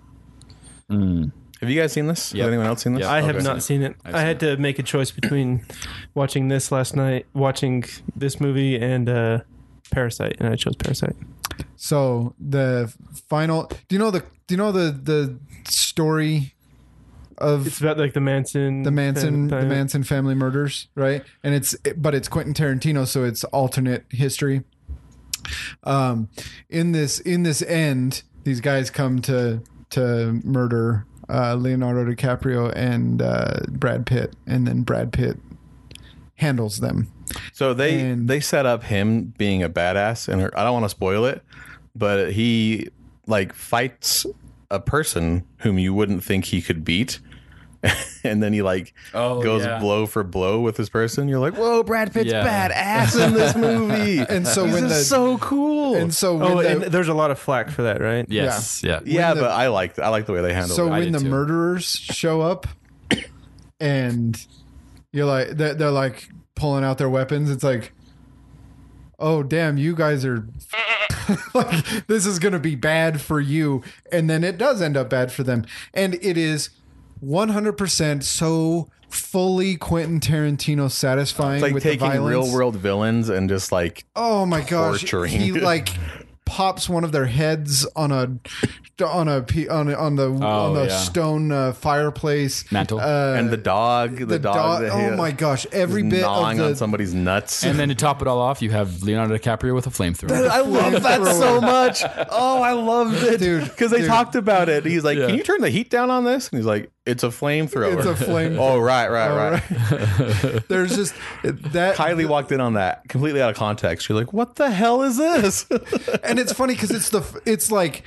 A: Mm.
G: Have you guys seen this?
A: Yep.
G: Has anyone else seen this?
A: Yeah.
F: I
A: Okay.
F: have not seen it. I had to make a choice between watching this last night, watching this movie, and uh, Parasite, and I chose Parasite.
E: So the final, do you know the do you know the the story of
F: It's about like the Manson,
E: the Manson
F: kind of
E: the
F: thing.
E: Manson family murders, right? And it's but it's Quentin Tarantino, so it's alternate history. Um, in this in this end, these guys come to to murder uh, Leonardo DiCaprio and uh, Brad Pitt, and then Brad Pitt handles them.
G: So they
E: And-
G: they set up him being a badass, and I don't want to spoil it, but he like fights a person whom you wouldn't think he could beat, and then he like
A: Oh,
G: goes
A: yeah.
G: blow for blow with this person. You're like, whoa, Brad Pitt's
A: Yeah.
G: badass in this movie,
E: And so
G: He's
E: when
G: just
E: the-
G: so cool.
E: And so when
F: Oh,
E: the,
F: and there's a lot of flack for that, right?
A: Yes. Yeah.
G: yeah,
E: the-
G: but I like I like the way they handle
E: so
G: it.
A: I
E: when
A: did
E: the
A: too.
E: murderers show up and you're like they're, they're like pulling out their weapons it's like oh damn you guys are like this is gonna be bad for you and then it does end up bad for them and it is 100% so fully quentin tarantino satisfying
G: It's like
E: with the
G: taking
E: violence
G: real world villains and just like
E: Oh my gosh!
G: torturing.
E: He like pops one of their heads on a on a pe- on a- on the
G: Oh,
E: on the
A: yeah.
E: stone uh, fireplace
A: Mantle.
E: Uh,
G: and the dog, the,
E: the
G: dog.
E: dog.
G: that he-
E: Oh my gosh! Every bit of
G: gnawing on
E: the
G: somebody's nuts.
A: And then to top it all off, you have Leonardo DiCaprio with a flamethrower.
G: I love that so much. Oh, I loved it, dude.
E: Dude,
G: Because they
E: dude.
G: talked about it. He's like, "Can you turn the heat down on this?" And he's like, "It's a flamethrower."
E: It's a flame-
G: oh, right, right, right.
E: there's just that
G: Kylie walked in on that completely out of context. She's like, "What the hell is this?"
E: and it's funny because it's the it's like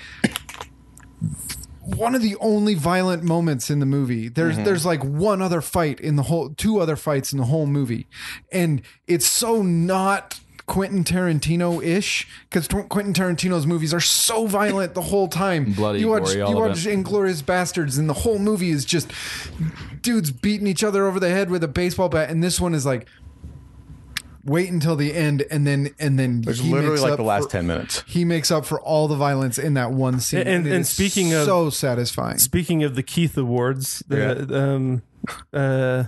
E: one of the only violent moments in the movie. There's
A: Mm-hmm.
E: there's like one other fight in the whole two other fights in the whole movie, and it's so not. Quentin Tarantino ish because Quentin Tarantino's movies are so violent the whole time.
A: Bloody,
E: you watch
A: gory,
E: you
A: all of
E: watch
A: it.
E: Inglorious Bastards and the whole movie is just dudes beating each other over the head with a baseball bat, and this one is like wait until the end and then and then
G: It's
E: he
G: literally
E: makes
G: like
E: up
G: the last
E: for-
G: ten minutes.
E: he makes up for all the violence in that one scene.
F: And-
E: it
F: and
E: is
F: speaking of-
E: so satisfying.
F: Speaking of the Keith Awards, the, um, uh,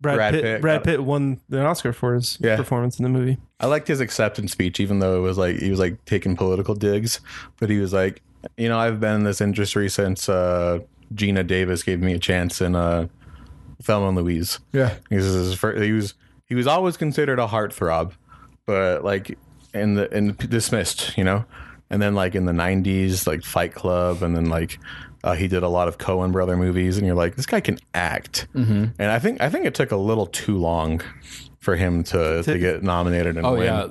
F: Brad,
G: Brad
F: Pitt,
G: Pitt
F: Brad
G: got-
F: Pitt won an Oscar for his
G: Yeah.
F: performance in the movie.
G: I liked his acceptance speech, even though it was like he was like taking political digs, but he was like, you know, I've been in this industry since uh, Gina Davis gave me a chance in uh, Thelma and Louise.
E: Yeah.
G: he was his first, he was he was always considered a heartthrob, but like in the and dismissed, you know, and then like in the '90s, like Fight Club, and then like. Uh, he did a lot of Cohen brother movies, and you're like, this guy can act. And I think I think it took a little too long for him to, to get nominated and
A: Oh
G: win.
A: yeah,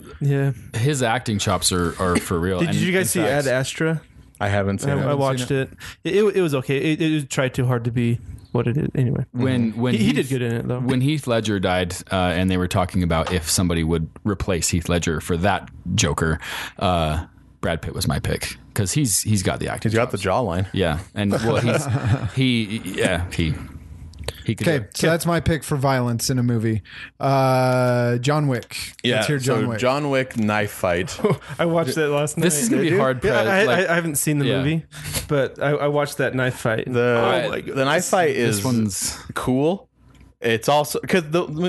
F: Yeah.
A: his acting chops are, are for real.
F: Did,
A: And
F: did you guys
A: in
F: see
A: fact-
F: Ad Astra?
G: I haven't
F: I,
G: seen
F: I
G: it.
F: watched it. It, it. was okay. It, it tried too hard to be what it is. Anyway,
A: when when
F: he, he did
A: Heath-
F: good in it though.
A: when Heath Ledger died, uh, and they were talking about if somebody would replace Heath Ledger for that Joker, uh, Brad Pitt was my pick because he's he's got the acting.
G: He's got the jawline.
A: yeah, and well, he's he yeah he he could. do
E: Okay,
A: it.
E: so that's my pick for violence in a movie. Uh, John Wick. Let's hear John Wick.
G: John Wick knife fight.
F: I watched that last night.
A: This is gonna be hard.
F: Yeah,
A: pressed,
F: I,
A: like-
F: I, I haven't seen the
A: Yeah.
F: movie, but I, I watched that knife fight.
G: The
A: my
G: the knife fight is
A: this one's
G: cool. It's also because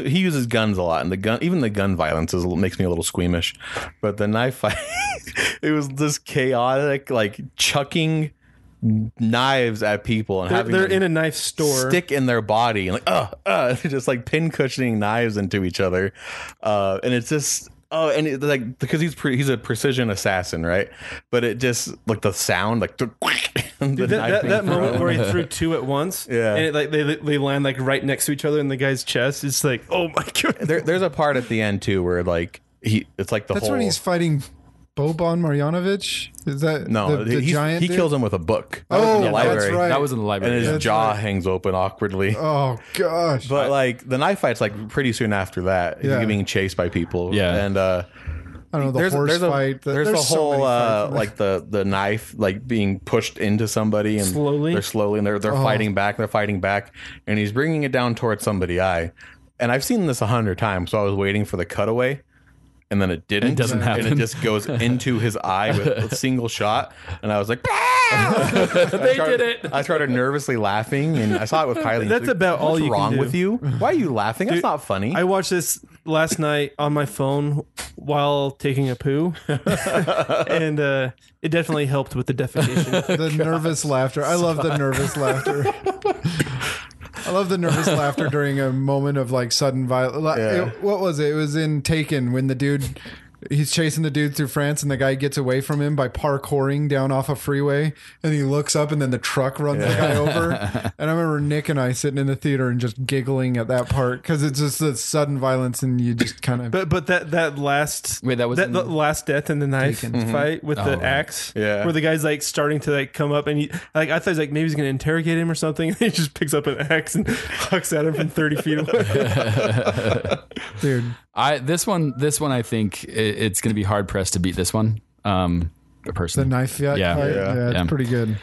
G: he uses guns a lot, and the gun, even the gun violence, is, makes me a little squeamish. But the knife fight, it was this chaotic, like chucking knives at people and
F: they're,
G: having
F: they're
G: them
F: in a knife store.
G: stick in their body and like uh uh just like pin cushioning knives into each other uh and it's just oh and it, like because he's pre- he's a precision assassin right but it just like the sound like the, and the
F: Dude, that,
G: knife
F: that,
G: being
F: that
G: thrown.
F: moment where he threw two at once,
G: Yeah.
F: and it, like they they land like right next to each other in the guy's chest. It's like, oh my god,
G: there, there's a part at the end too where like he it's like the
E: That's
G: whole
E: when he's fighting Boban Marjanovic? Is that
G: No,
E: the, the
G: he's-
E: giant?
G: he
E: dude?
G: kills him with a book. That was in
E: Oh,
G: the
E: that's
G: library.
E: right.
A: That was in the
G: And
A: library.
G: his
A: yeah.
G: jaw hangs open awkwardly.
E: Oh gosh.
G: But like the knife fight's like pretty soon after that.
E: Yeah.
G: He's being chased by people.
A: Yeah.
G: and uh,
E: I don't know the
G: there's
E: horse
G: there's a
E: fight.
G: there's, a
E: so
G: whole
E: many
G: uh,
E: fights.
G: like the the knife like being pushed into somebody and
F: Slowly?
G: they're slowly and they're they're fighting back. They're fighting back, and he's bringing it down towards somebody. I and I've seen this a hundred times, so I was waiting for the cutaway. And then it didn't.
A: It doesn't
G: And
A: happen.
G: it just goes into his eye with a single shot. And I was like,
A: they did it.
G: I started nervously laughing, and I saw it with Kylie.
F: That's
G: She's like,
F: about all
G: "What's
F: you can
G: wrong
F: do."
G: with you? Why are you laughing? That's
F: Dude,
G: not funny.
F: I watched this last night on my phone while taking a poo, and uh, it definitely helped with the defecation.
E: the nervous laughter. I love the nervous laughter. I love the nervous laughter during a moment of like sudden violence.
G: Yeah.
E: What was it? It was in Taken when the dude. He's chasing the dude through France, and the guy gets away from him by parkouring down off a freeway. And he looks up, and then the truck runs the guy over. And I remember Nick and I sitting in the theater and just giggling at that part because it's just the sudden violence, and you just kind of
F: But but that that last
A: Wait, that was in- Mm-hmm. Oh,
F: the last death in the knife fight with the axe,
G: Yeah.
F: where the guy's like starting to like come up and he, like I thought he's like maybe he's gonna interrogate him or something. And he just picks up an axe and hucks at him from thirty feet away.
E: dude.
A: I this one this one I think i- it's going to be hard pressed to beat this one. Um,
E: The
A: person.
E: knife fight.
A: Yeah.
E: fight?
A: Yeah.
E: Yeah, it's
A: Yeah.
E: pretty good.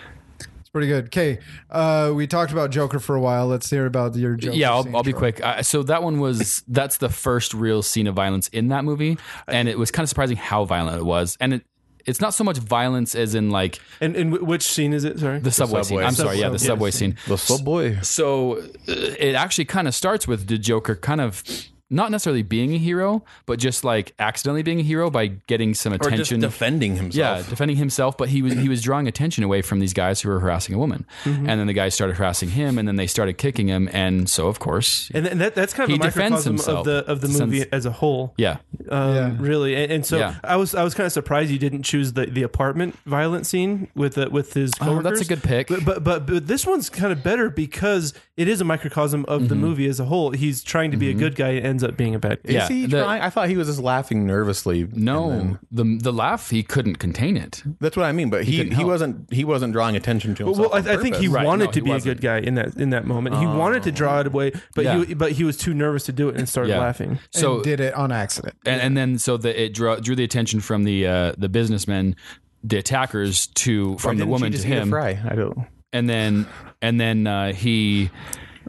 E: It's pretty good. Okay, uh, we talked about Joker for a while. Let's hear about your Joker.
A: yeah, I'll,
E: scene,
A: I'll be
E: Troy.
A: quick. Uh, so that one was that's the first real scene of violence in that movie, and it was kind of surprising how violent it was. And it it's not so much violence as in like
F: and and wh- which scene is it? Sorry,
A: the subway,
G: subway.
A: scene. I'm sorry, yeah, the subway
F: Subway scene.
A: scene.
G: the subway.
A: So uh, it actually kind of starts with the Joker kind of not necessarily being a hero, but just like accidentally being a hero by getting some
G: Or
A: attention.
G: just defending himself.
A: Yeah, defending himself, but he was he was drawing attention away from these guys who were harassing a woman, and then the guys started harassing him, and then they started kicking him, and so of course,
F: and, and that, that's kind
A: He
F: of a
A: defends
F: microcosm of
A: himself.
F: the of the
A: Since-
F: movie as a whole.
A: yeah,
F: um,
E: Yeah.
F: really. And, and so
A: Yeah.
F: I was I was kind of surprised you didn't choose the, the apartment violent scene with the, with his.
A: Oh,
F: Coworkers.
A: that's a good pick.
F: But, but but but this one's kind of better because it is a microcosm of the movie as a whole. He's trying to be a good guy and ends up being a bad guy.
A: Mm-hmm. Yeah,
G: Is he
A: the-
G: trying? I thought he was just laughing nervously.
A: no,
G: And then-
A: the the laugh he couldn't contain it.
G: that's what I mean. But he,
A: couldn't
G: he,
A: help.
G: wasn't he wasn't drawing attention to himself.
F: Well, I,
G: on
F: I think he
G: purpose.
A: Right,
F: wanted
A: no,
F: to
A: he
F: be a
A: wasn't. Oh.
F: good guy in that in that moment. He wanted to draw it away, but he
A: Yeah.
F: but he was too nervous to do it and started
A: Yeah.
F: laughing.
A: So
E: and did it on accident.
A: and, and then so the, it drew, drew the attention from the uh, the businessmen, the attackers to from the
G: Didn't
A: woman
G: she just
A: to
G: eat a
A: him,
G: Fry. I don't.
A: and then and then uh, he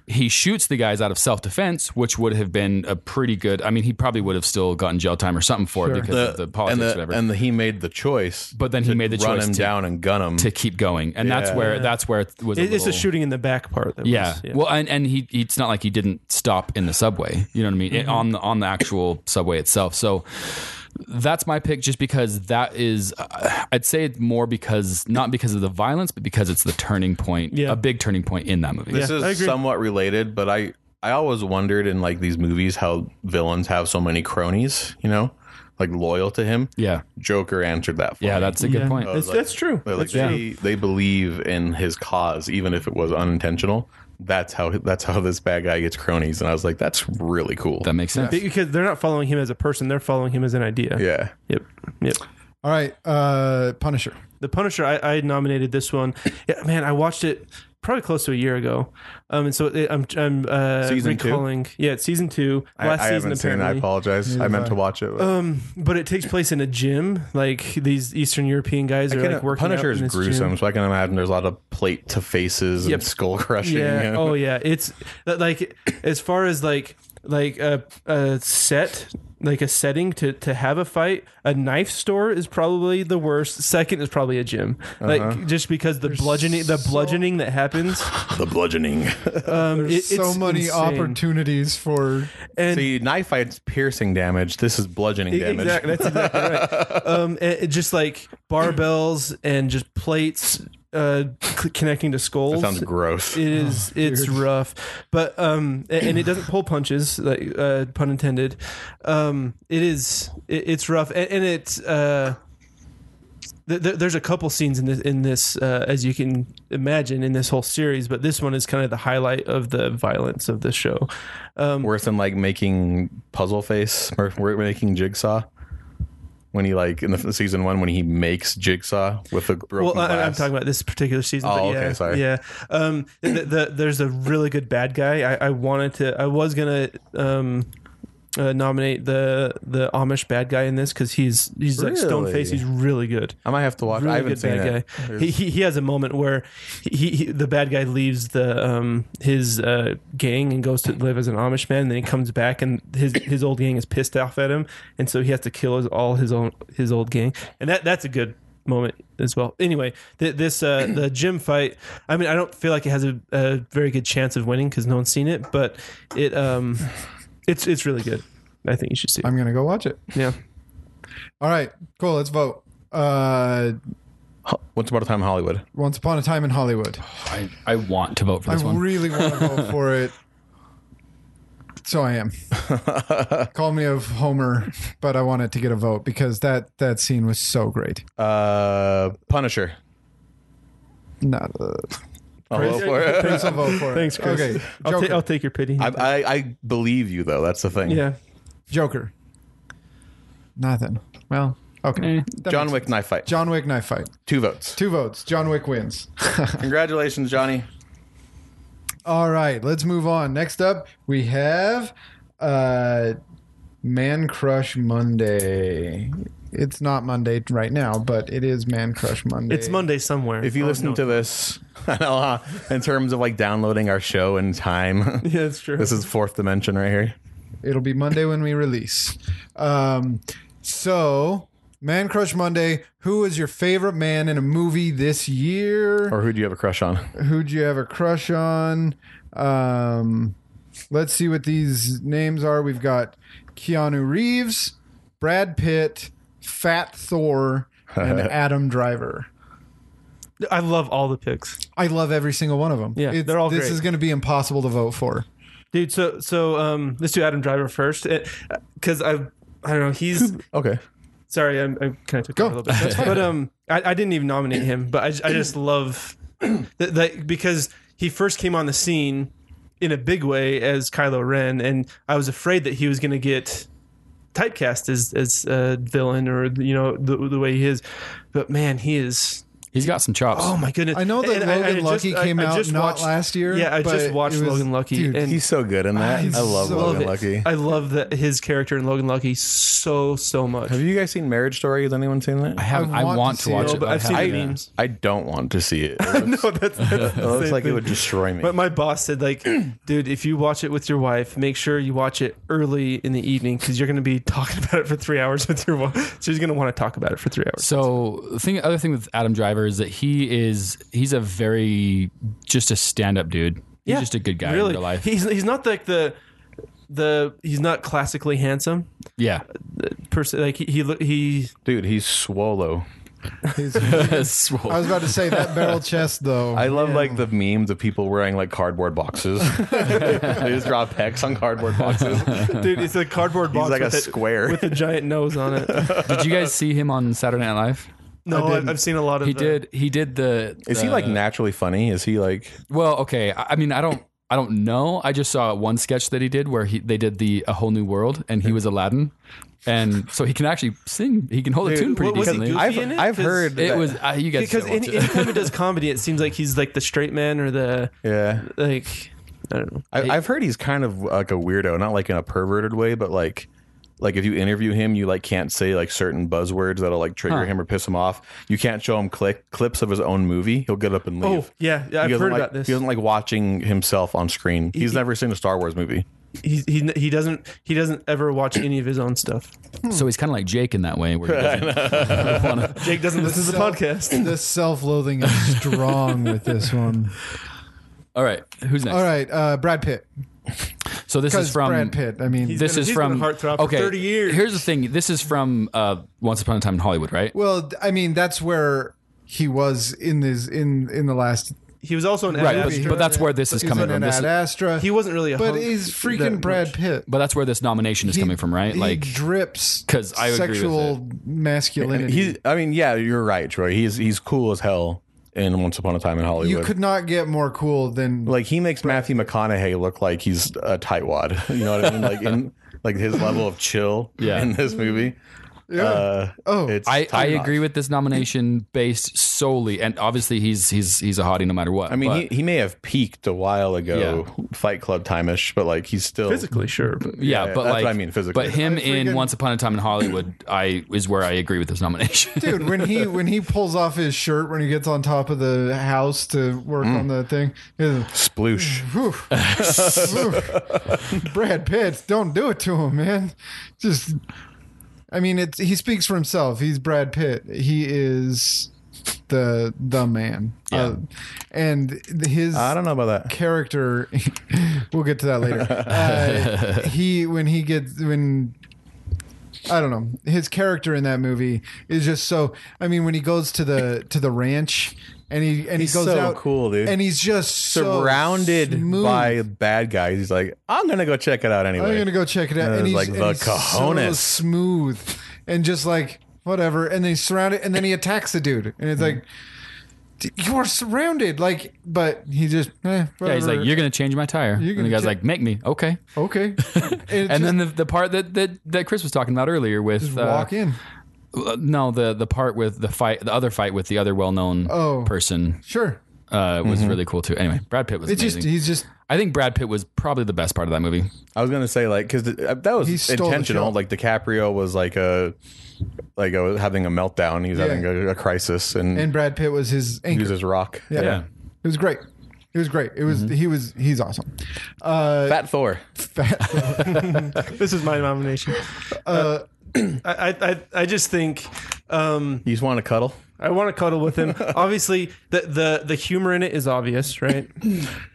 A: he shoots the guys out of self defense, which would have been a pretty good. I mean, he probably would have still gotten jail time or something for it because of the politics,
G: and the,
A: or whatever.
G: and the, he made the choice.
A: But then he
G: to
A: made the
G: run
A: choice
G: him
A: to-
G: down and gun him.
A: to keep going, and that's
G: Yeah.
A: where that's where it was.
F: It-
A: a
F: it's the
A: little-
F: shooting in the back part. That
A: Yeah.
F: was,
A: Well, and, and he it's not like he didn't stop in the subway. You know what I mean? It-
F: Mm-hmm.
A: on the on the actual subway itself. So that's my pick, just because that is. Uh, I'd say it more because not because of the violence, but because it's the turning point.
F: Yeah.
A: A big turning point in that movie.
G: This
F: Yeah, I
G: is
F: agree.
G: somewhat related, but I I always wondered in like these movies how villains have so many cronies. You know, like loyal to him.
A: Yeah.
G: Joker answered that. For
A: Yeah,
G: me.
A: that's a good
F: Yeah.
A: point.
F: That's,
G: like-
F: that's true.
G: They're like
F: That's true.
G: they, they believe in his cause, even if it was unintentional. That's how that's how this bad guy gets cronies. And I was like, that's really cool.
A: That makes sense.
F: Because they're not following him as a person, they're following him as an idea.
G: yeah.
F: Yep. Yep.
E: All right, uh, Punisher.
F: The Punisher, I, I nominated this one. Yeah, man, I watched it probably close to a year ago. Um, and so it, I'm, I'm uh,
G: Season two?
F: recalling. Yeah, it's season two.
G: I,
F: Last
G: I
F: season,
G: haven't seen it. I
F: apparently. Um,
G: apologize. I meant to watch it. but-
F: but it takes place in a gym. Like these Eastern European guys are
G: Kinda-
F: like working.
G: Punisher
F: out
G: is
F: in this
G: gruesome,
F: gym.
G: so I can imagine there's a lot of plate to faces
F: Yep.
G: and skull crushing.
F: Yeah.
G: and-
F: Oh yeah. It's that, like as far as like like a, a set like a setting to to have a fight. A knife store is probably the worst. Second is probably a gym.
G: Uh-huh.
F: Like just because the bludgeoning the bludgeoning that happens.
G: the bludgeoning.
F: Um, it-
E: so
F: it's
E: many
F: insane. e,
E: opportunities for
F: And E,
G: See, knife fights piercing damage. This is bludgeoning damage.
F: Exactly. That's exactly right. Um, it, it just like barbells and just plates uh, c- connecting to skulls.
G: That sounds gross.
F: It
E: Oh,
F: is. it's rough, but um, a- and it doesn't pull punches, like uh, pun intended. Um, it is. It, it's rough, and, and it's. Uh, th- th- there's a couple scenes in this, in this uh, as you can imagine, in this whole series, but this one is kind of the highlight of the violence of the show. Um,
G: Worse than like making puzzle face or we're making jigsaw. when he like in the the season one when he makes Jigsaw with a
F: well,
G: broken
F: I, I'm
G: glass.
F: talking about this particular season. but
G: Oh,
F: yeah,
G: okay, sorry.
F: Yeah, um, th th the, there's a really good bad guy. I, I wanted to. I was gonna um, uh, nominate the the Amish bad guy in this because he's he's like stone face.
G: Really?
F: He's really good.
G: I might have to watch.
F: really
G: I haven't
F: good
G: seen
F: bad
G: it.
F: guy.
G: There's-
F: He, he he has a moment where he, he the bad guy leaves the um his uh gang and goes to live as an Amish man. Then he comes back and his his old gang is pissed off at him, and so he has to kill his, all his own his old gang. And that that's a good moment as well. Anyway, th- this uh the gym fight. I mean, I don't feel like it has a, a very good chance of winning because no one's seen it, but it um it's it's really good. I think you should see. it.
E: I'm gonna go watch it.
F: Yeah.
E: All right, cool. Let's vote. Uh,
G: Ho- Once upon a time in Hollywood.
E: Once upon a time in Hollywood.
A: I, I want to vote for
E: I
A: this one.
E: really want to vote for it. So I am. Call me of Homer, but I want it to get a vote because that that scene was so great.
G: Uh, Punisher.
E: Not uh,
G: I'll vote for it.
E: Chris will vote for it.
F: Thanks, Chris.
E: Okay,
F: I'll,
E: Joker.
F: ta- I'll take your pity.
G: I, I I believe you though. That's the thing.
F: yeah.
E: Joker. Nothing. Well, okay. That
G: John
E: makes-
G: Wick knife fight.
E: John Wick knife fight.
G: Two votes.
E: Two votes. John Wick wins.
G: Congratulations, Johnny.
E: All right, let's move on. Next up, we have uh, Man Crush Monday. It's not Monday right now, but it is Man Crush Monday.
F: It's Monday somewhere.
G: If you
F: Oh,
G: listen
F: no.
G: to this, I know, huh? in terms of like downloading our show in time,
F: Yeah, that's true.
G: this is fourth dimension right here.
E: It'll be Monday when we release. Um, so, Man Crush Monday. Who is your favorite man in a movie this year?
G: Or who do you have a crush on?
E: Who'd you have a crush on? Um, let's see what these names are. We've got Keanu Reeves, Brad Pitt, Fat Thor, and Adam Driver.
F: I love all the picks,
E: I love every single one of them.
F: Yeah, they're all
E: This
F: great.
E: is going to be impossible to vote for.
F: dude. So so um, let's do Adam Driver first, because I I don't know he's
G: Okay.
F: sorry I'm, I kind of took
E: Go.
F: over a little bit, but um I, I didn't even nominate him, but I j- I just love that, that because he first came on the scene in a big way as Kylo Ren, and I was afraid that he was going to get typecast as as a villain or you know the the way he is, but man he is
A: He's got some chops.
F: Oh my goodness!
E: I know that
F: And
E: Logan
F: just-
E: Lucky
F: I-
E: came
F: I
E: out
F: just
E: not
F: watched-
E: last year.
F: Yeah, I
E: but
F: just
E: it
F: watched
E: was-
F: Logan Lucky,
E: dude,
F: and
G: He's so good in that. I, love
E: so
F: love
G: Logan
F: it.
G: Lucky.
F: I love that his character in Logan Lucky so so much.
G: have you guys seen Marriage Story? Has anyone seen
A: I,
G: that?
A: have, I, want to,
E: see it.
A: watch
F: No,
A: it.
F: but
A: I
F: I've seen
A: haven't
F: the
A: yet.
F: memes.
G: I don't want to see it. It looks,
F: No, that's, that's
G: it looks like it would destroy me.
F: But my boss said, like, dude, if you watch it with your wife, make sure you watch it early in the evening because you're going to be talking about it for three hours with your wife. She's going to want to talk about it for three hours.
A: So the thing, other thing with Adam Driver is that he is he's a very just a stand up dude. He's just a good guy
F: Really,
A: in real life.
F: he's he's not like the the he's not classically handsome
A: yeah,
F: person. Like he he, look- he
G: Dude, he's swallow.
E: I was about to say that barrel chest though.
G: I love like the memes of people wearing like cardboard boxes. they just draw pecs on cardboard boxes.
F: dude, it's a cardboard box
G: He's like a
F: with it-
G: square.
F: with a giant nose on it.
A: Did you guys see him on Saturday Night Live?
F: No, I I've seen a lot of.
A: He
F: the-
A: did. He did the.
G: Is he
A: the-
G: like naturally funny? Is he like
A: Well, okay. I I mean, I don't. I don't know. I just saw one sketch that he did where he they did the A Whole New World and he was Aladdin, and so he can actually sing. He can hold a tune pretty
F: what was he
A: decently.
F: goofy?
A: I-
G: I've,
F: in it?
G: I've
F: 'Cause
G: heard
A: it
G: that-
A: was uh, you guys
F: because
A: gotta watch
F: any,
A: it.
F: anytime he does comedy, it seems like he's like the straight man or the
G: yeah.
F: like. I don't know.
G: I, I've heard he's kind of like a weirdo, not like in a perverted way, but like like if you interview him, you like can't say like certain buzzwords that'll like trigger him or piss him off. You can't show him click clips of his own movie. He'll get up and leave.
F: Oh yeah, yeah
G: He
F: I've
G: doesn't
F: heard
G: like-
F: about this.
G: He doesn't like watching himself on screen. He's
F: he-
G: never seen a Star Wars movie.
F: He, he he doesn't he doesn't ever watch any of his own stuff.
A: so he's kind of like Jake in that way where he doesn't
F: Jake doesn't listen to the
E: So-
F: podcast.
E: the self-loathing is strong with this one.
A: All right, who's next?
E: All right, uh, Brad Pitt.
A: So this is
E: Because
A: from
E: Brad Pitt. I mean,
A: This
F: been-
A: is
F: he's
A: from
F: been a heartthrob for 30 years.
A: Here's the thing. This is from uh, Once Upon a Time in Hollywood, right?
E: well, I mean that's where he was in his in in the last.
F: He was also an
A: Right,
F: actor.
A: but, but that's where this is
E: He's
A: coming
E: in
A: from. This
E: Ad
A: is-
E: Astra.
F: he wasn't really a.
E: but
F: hunk
E: he's
F: that
E: freaking
F: much.
E: Brad Pitt.
A: but that's where this nomination is coming from, right?
E: He
A: Like
E: drips
A: 'Cause I agree with
E: sexual masculinity.
G: He's I mean, yeah, you're right, Troy. He's he's cool as hell in Once Upon a Time in Hollywood.
E: you could not get more cool than
G: like he makes Matthew McConaughey look like he's a tightwad. You know what I mean? Like in like his level of chill
A: Yeah.
G: in this movie.
E: Mm. Yeah.
G: Uh,
E: Oh,
G: it's
A: I, I
G: top-notch.
A: agree with this nomination based solely, and obviously he's he's he's a hottie no matter what.
G: I mean,
A: but-
G: he, he may have peaked a while ago, Fight Club time ish, but like he's still
F: Physically, sure. but-
A: yeah,
G: yeah,
A: but
G: that's
A: like,
G: what I mean physically.
A: But him
E: I
A: in
E: friggin-
A: Once Upon a Time in Hollywood, I is where I agree with this nomination.
E: dude when he when he pulls off his shirt when he gets on top of the house to work
A: Mm.
E: on the thing it's-
G: sploosh.
E: whew, whew. brad pitt don't do it to him man just i mean it's he speaks for himself he's brad pitt he is the the man Uh, and his
G: I don't know about that.
E: character we'll get to that later uh, he when he gets when i don't know his character in that movie is just so i mean when he goes to the to the ranch and he and
G: He's
E: he goes
G: so
E: out
G: cool, dude.
E: and he's just so
G: Surrounded
E: smooth.
G: by bad guys, he's like, I'm gonna go check it out anyway.
E: i'm gonna go check it out
G: And
E: and
G: it's
E: he's
G: uh, like
E: and
G: the
E: he's so
G: cojones.
E: smooth and just like whatever and then he's surrounded and then he attacks the dude and
G: Hmm.
E: it's like you are surrounded like but he just eh,
A: yeah, he's like,
E: whatever.
A: "You're gonna change my tire,"
E: You're
A: and the
E: gonna
A: guy's
E: cha-
A: like, "Make me, okay."
E: okay
A: And then the, the part that, that that Chris was talking about earlier with
E: Just
A: uh,
E: walk in.
A: uh, no the the part with the fight the other fight with the other well known
E: Oh.
A: person
E: Sure.
A: uh, was really cool too. Anyway, Brad Pitt was
E: It's
A: amazing.
E: just he's just
A: I think Brad Pitt was probably the best part of that movie.
G: I was gonna say like because that
E: He
G: was
E: stole the show.
G: intentional. Like DiCaprio was like a like a, having a meltdown. He was having a, a crisis, and,
E: and Brad Pitt was his
G: he
E: anchor.
G: was his rock.
E: yeah. It was great. It was great. It was
F: Mm-hmm.
E: he was he's awesome. Uh,
G: Fat Thor.
F: This is my nomination. Uh, I, I, I- I just think um,
G: You just want to cuddle.
F: I want to cuddle with him. Obviously, the, the the humor in it is obvious, right?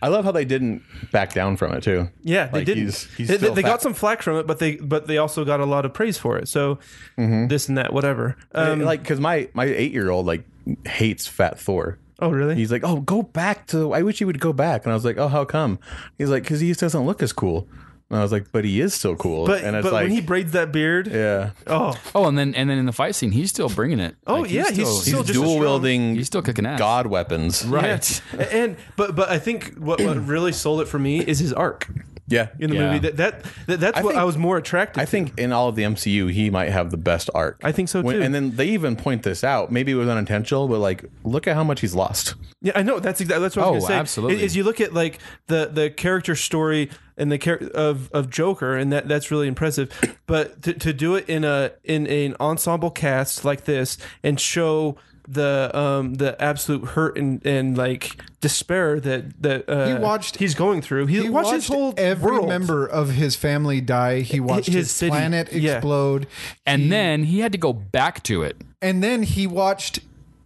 G: I love how they didn't back down from it too.
F: Yeah, they
G: Like,
F: didn't.
G: he's- he's
F: they they-
G: still
F: they
G: fat.
F: got some flack from it, but they but they also got a lot of praise for it. So this and that, whatever. Um,
G: Mm-hmm. like because my my eight year old like hates Fat Thor.
F: oh, really?
G: He's like, oh, go back to. I wish he would go back. And I was like, oh, how come? He's like, because he just doesn't look as cool. And I was like, but he is still cool.
F: but
G: and it's
F: but
G: like,
F: when he braids that beard,
G: yeah,
F: oh
A: Oh, and then and then in the fight scene, he's still bringing it.
F: oh
A: Like,
F: yeah, he's still,
A: still,
G: he's
F: just a
G: dual
F: strong-
G: wielding.
A: he's still kicking ass.
G: god weapons.
A: right.
F: Yeah. And but but I think what, what really sold it for me is his arc
G: Yeah.
F: in the
A: Yeah.
F: movie. That, that, that that's
G: I
F: what
G: think-
F: I was more attracted.
G: I think in all of the MCU, he might have the best arc.
F: I think so,
G: When-
F: too.
G: And then they even point this out. Maybe it was unintentional, but like, look at how much he's lost.
F: Yeah, I know. That's exactly that's what I
A: Oh,
F: was going to say.
A: absolutely.
F: Is, is you look at like the the character story and the char- of of Joker, and that that's really impressive. But to, to do it in a in an ensemble cast like this and show the um the absolute hurt and and like despair that that uh,
E: He watched-
F: he's going through. He,
E: he
F: watched,
E: watched
F: his whole
E: every
F: world.
E: member of his family die. He watched his,
F: his city.
E: planet
F: Yeah.
E: explode,
A: And then he had to go back to it.
E: and then he watched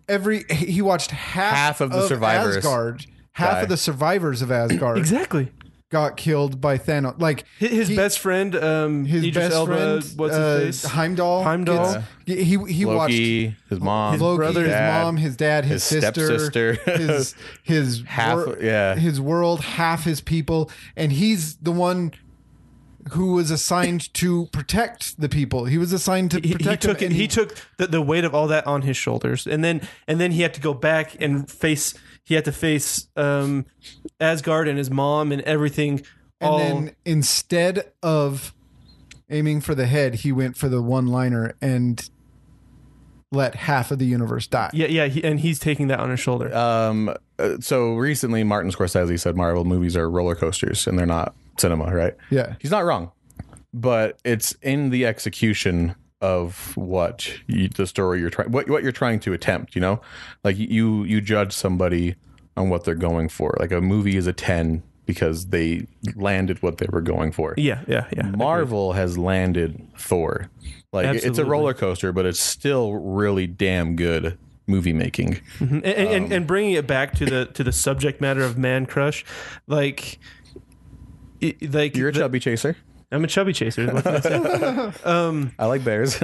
E: every he watched half,
G: Half of the survivors
E: Asgard, half
G: die.
E: of the survivors of Asgard
F: Exactly.
E: got killed by Thanos. Like
F: Hi- His
E: he-
F: best friend, um,
E: his
F: Idris
E: best
F: Elba,
E: friend,
F: what's
E: uh,
F: his face?
E: Heimdall.
F: Heimdall.
E: gets- He he watched
G: Loki, his mom,
E: His Loki,
F: brother,
E: his
G: dad,
E: mom, his dad, his,
G: his
E: sister,
G: stepsister.
E: his his
G: Half- yeah.
E: his world, half his people, and he's the one who was assigned to protect the people. He was assigned to
F: he, he
E: protect them,
F: took it,
E: and
F: he took the, the weight of all that on his shoulders and then and then he had to go back and face he had to face um Asgard and his mom and everything
E: and
F: all
E: then instead of aiming for the head, he went for the one liner and let half of the universe die.
F: yeah yeah he, and he's taking that on his shoulder
G: Um, uh, so recently, Martin Scorsese said Marvel movies are roller coasters and they're not cinema, right?
E: Yeah.
G: He's not wrong, but it's in the execution of what you, the story you're trying, what, what you're trying to attempt. You know, like you you judge somebody on what they're going for. Like a movie is a ten because they landed what they were going for.
F: yeah yeah yeah
G: Marvel has landed Thor. Like it's a
F: Absolutely.
G: roller coaster, but it's still really damn good movie making.
F: and, and, and- and bringing it back to the to the subject matter of man crush like it, like
G: You're a
F: the-
G: chubby chaser.
F: I'm a chubby chaser What can I say?
G: I like bears.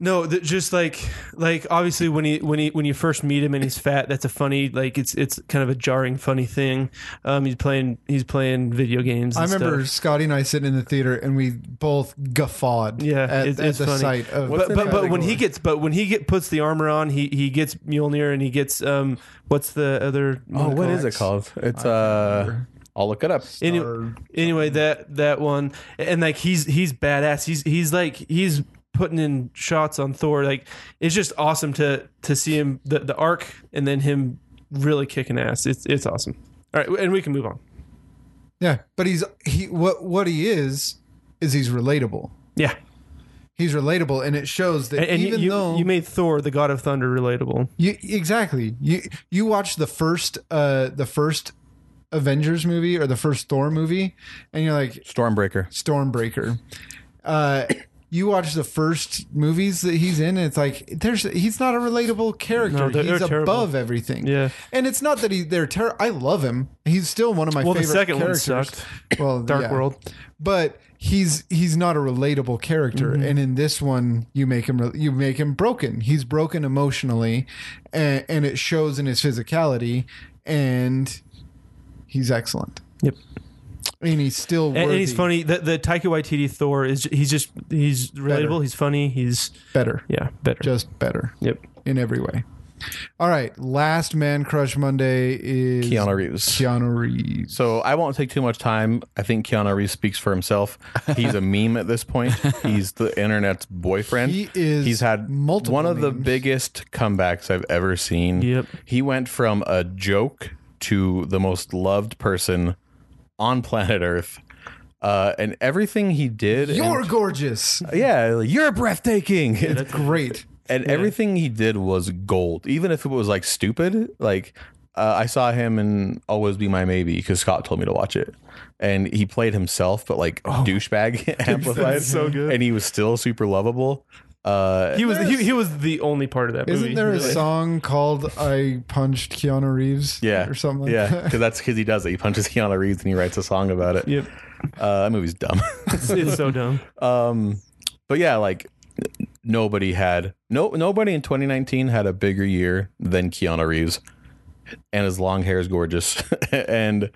F: No, th- just like like obviously when he when he when you first meet him and he's fat, that's a funny like it's it's kind of a jarring funny thing. Um, he's playing he's playing video games.
E: I
F: and
E: remember
F: stuff.
E: Scotty and I sitting in the theater, and we both guffawed
F: Yeah,
E: at,
F: it's-
E: at
F: it's
E: the
F: funny.
E: sight of.
F: But, but but when he gets but when he get puts the armor on, he he gets Mjolnir and he gets um what's the other
G: Oh, what is it called? It's uh, I'll look it up.
F: Any- anyway that that one and like he's he's badass. He's he's like he's putting in shots on Thor. Like it's just awesome to to see him the the arc and then him really kicking ass. It's it's awesome. All right, and we can move on.
E: Yeah, but he's he what what he is is he's relatable.
F: Yeah,
E: He's relatable, and it shows that
F: and, and
E: even
F: you,
E: though
F: you made Thor, the God of Thunder, relatable.
E: You exactly. You you watch the first uh the first Avengers movie or the first Thor movie, and you're like
G: Stormbreaker.
E: Stormbreaker. Uh, you watch the first movies that he's in, and it's like there's he's not a relatable character.
F: No, they're-
E: he's
F: they're terrible.
E: above everything.
F: Yeah.
E: and it's not that he they're ter- I love him. He's still one of my
F: Well, the
E: favorite
F: second one
E: characters.
F: sucked.
E: Well,
F: Dark
E: yeah.
F: World.
E: but he's he's not a relatable character
F: Mm-hmm.
E: and in this one you make him re- you make him broken he's broken emotionally and, and it shows in his physicality and he's excellent
F: Yep.
E: and he's still
F: And, and he's
E: worthy.
F: funny. The, the Taika Waititi Thor is he's just he's relatable.
E: Better.
F: He's funny. He's
E: better
F: yeah better.
E: just better
F: yep.
E: in every way all right last man crush monday is
G: Keanu Reeves.
E: Keanu Reeves
G: So I won't take too much time. I think Keanu Reeves speaks for himself. He's a meme at this point. He's the internet's boyfriend.
E: He is
G: He's had
E: multiple
G: one of the
E: memes.
G: biggest comebacks I've ever seen.
F: Yep.
G: He went from a joke to the most loved person on planet Earth. Uh, and everything he did, and-
E: you're gorgeous
G: yeah, like, you're breathtaking.
E: great
G: and everything he did was gold even if it was like stupid like uh, i saw him in always be my maybe because scott told me to watch it and he played himself but like douchebag amplified
F: Oh. so good.
G: and he was still super lovable uh
F: He was he, he was the only part of that movie.
E: isn't there a
F: really.
E: song called I punched Keanu Reeves
G: yeah
E: or something like
G: yeah
E: that?
G: because that's because he does it he punches keanu reeves and he writes a song about it
F: Yep.
G: uh that movie's dumb
F: It's, it's so dumb.
G: um but yeah like nobody had no nobody in 2019 had a bigger year than keanu reeves and his long hair is gorgeous and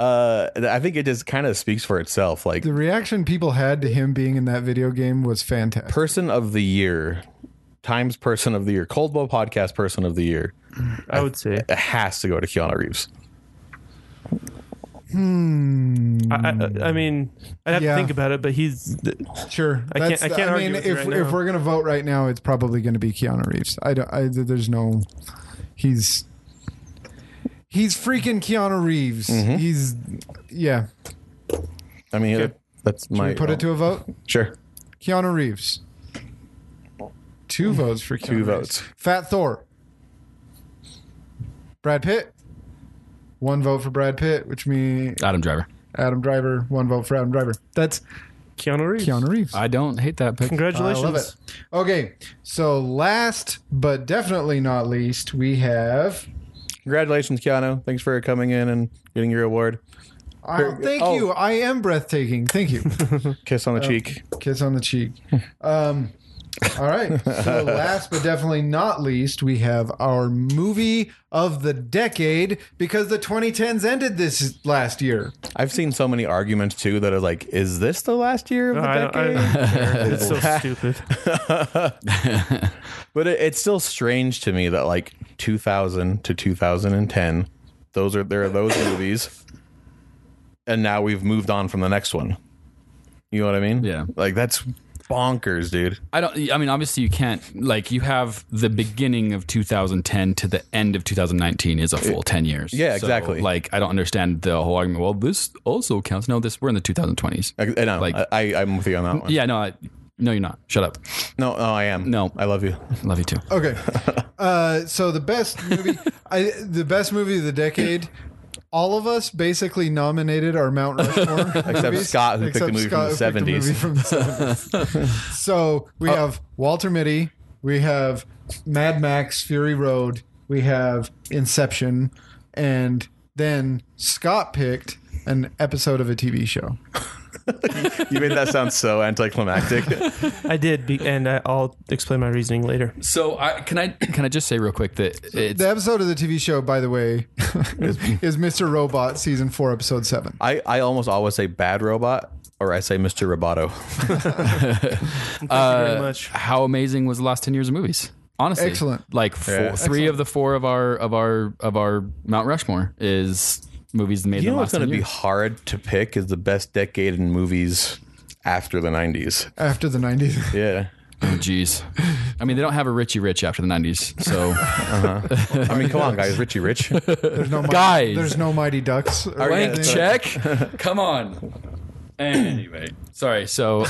G: uh i think it just kind of speaks for itself like
E: The reaction people had to him being in that video game was fantastic.
G: person of the year times person of the year coldwell podcast person of the year
F: I would say.
G: it has to go to keanu reeves
F: I, I, I mean, I'd have
E: Hmm. Yeah.
F: to think about it, but he's
E: Sure,
F: I can't- I can't argue
E: mean,
F: with you
E: if
F: right now.
E: if we're gonna vote right now, it's probably gonna be Keanu Reeves. I don't. I, there's no. He's. He's freaking Keanu Reeves.
F: Mm-hmm.
E: He's, yeah.
G: i mean that's my
E: We put it to a vote.
G: sure
E: Keanu Reeves. Two votes for Keanu
G: Mm-hmm. two
E: Reeves.
G: votes
E: Fat Thor. Brad Pitt. One vote for Brad Pitt, which means
A: Adam Driver.
E: Adam Driver. One vote for Adam Driver. That's
F: Keanu Reeves.
E: Keanu Reeves.
A: I don't hate that pick.
F: Congratulations.
E: I love it. Okay, so last but definitely not least, we have.
G: congratulations keanu thanks for coming in and getting your award
E: Oh, thank
G: oh.
E: you. I am breathtaking. Thank you.
G: kiss
E: Oh.
G: on the cheek
E: Kiss on the cheek. Um, all right. So last but definitely not least, we have our movie of the decade because the 2010s ended this last year.
G: I've seen so many arguments too that are like, is this the last year of the
F: No, I don't- I
G: decade?
F: don't care. it's so stupid.
G: but it, it's still strange to me that like 2000 to 2010, those are there are those movies, and now we've moved on from the next one. You know what I mean?
A: Yeah.
G: Like that's bonkers, dude.
A: I don't. I mean, obviously, you can't. Like, you have the beginning of 2010 to the end of 2019 is a full 10 years.
G: yeah, exactly.
A: Like, I don't understand the whole argument. Well, this also counts. No, this we're in the 2020s.
G: I, I know.
A: Like-
G: I, I, am with you on that one.
A: Yeah, no, I, no, you're not. Shut up.
G: No, no, I am.
A: No.
G: I love you.
A: Love you too.
G: Oh.
E: Okay. Uh, so the best movie, I, the best movie of the decade. All of us basically nominated our Mount Rushmore,
G: Except
E: movies.
G: Scott, who picked
E: Except
G: the movie
E: Scott,
G: from the Oh.
E: who picked
G: 70s.
E: movie from the 70s. so we have Walter Mitty, we have Mad Max: Fury Road, we have Inception, and then Scott picked an episode of a TV show.
G: You made that sound so anticlimactic.
F: I did, be, and I, I'll explain my reasoning later.
A: So, I, can I can I just say real quick that it's
E: The episode of the TV show, by the way, is Mr. Robot season four, episode seven.
G: I, I almost always say bad robot, or I say Mr. Roboto.
F: Thank you
G: Uh,
F: very much.
A: how amazing was the last 10 years of movies honestly
E: Excellent.
A: like four,
G: Yeah.
A: three of the four of our of our of our mount rushmore is movies made
G: You
A: in
G: know
A: the
G: what's
A: last 10
G: going to be
A: years
G: hard to pick is the best decade in movies after the 90s.
E: After the nineties,
G: Yeah.
A: Oh, geez. I mean, they don't have a Richie Rich after the 90s. So,
G: I mean, come on, guys. Richie Rich.
E: There's no mi-
A: Guys.
E: There's no Mighty Ducks. or
A: blank
E: anything.
A: check. Come on. Anyway, sorry. So,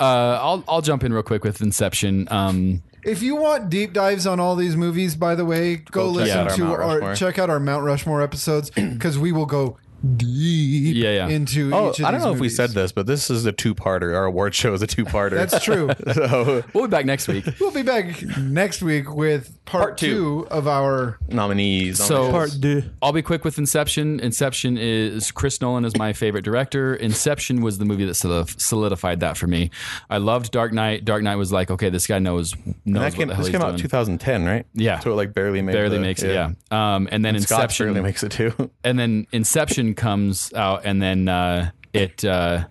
A: uh, I'll I'll jump in real quick with Inception. Um,
E: If you want deep dives on all these movies, by the way, go,
G: check
E: listen
G: out our
E: to
G: Mount
E: our
G: Rushmore.
E: check out our Mount Rushmore episodes because we will go deep
A: Yeah, yeah.
E: into
G: Oh,
E: each of
G: I don't
E: these
G: know if we
E: movies.
G: said this, but this is a two-parter. Our award show is a two-parter.
E: That's true.
G: so
A: we'll be back next week.
E: we'll be back next week with part,
G: Part two.
E: two of our
G: nominees.
A: So-
G: nominees.
F: Part two.
A: I'll be quick with Inception. Inception is Chris Nolan is my favorite director. Inception was the movie that soli- solidified that for me. I loved Dark Knight. Dark Knight was like, okay, this guy knows knows
G: And that
A: what
G: came,
A: the hell
G: this
A: he's
G: came out
A: doing.
G: 2010, right?
A: Yeah.
G: So it like barely made
A: barely
G: the-
A: makes it. Yeah. Um, and then
G: Scott
A: Inception Oh.
G: barely makes it too.
A: and then Inception comes out, and then uh, it, uh,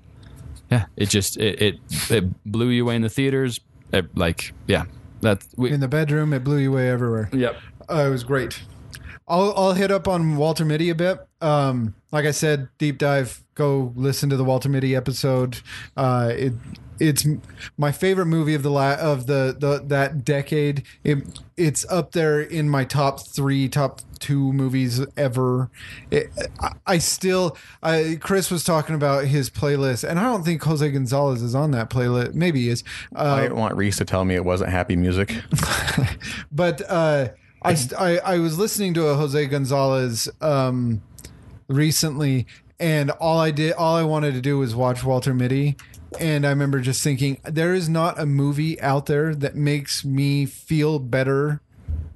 A: yeah, it just it, it it blew you away in the theaters. It, like, yeah, that's we,
E: in the bedroom. It blew you away everywhere.
A: yep.
E: Uh, it was great. I'll, I'll hit up on Walter Mitty a bit. Um, like I said, deep dive. Go listen to the Walter Mitty episode. Uh, it it's m- my favorite movie of the la- of the, the that decade. It, it's up there in my top three, top two movies ever. It, I, I still. I, Chris was talking about his playlist, and I don't think Jose Gonzalez is on that playlist. Maybe he is. Uh,
G: I want Reese to tell me it wasn't happy music.
E: but uh, I, st- I I was listening to a Jose Gonzalez um, recently, and all I did, all I wanted to do was watch Walter Mitty, and I remember just thinking, there is not a movie out there that makes me feel better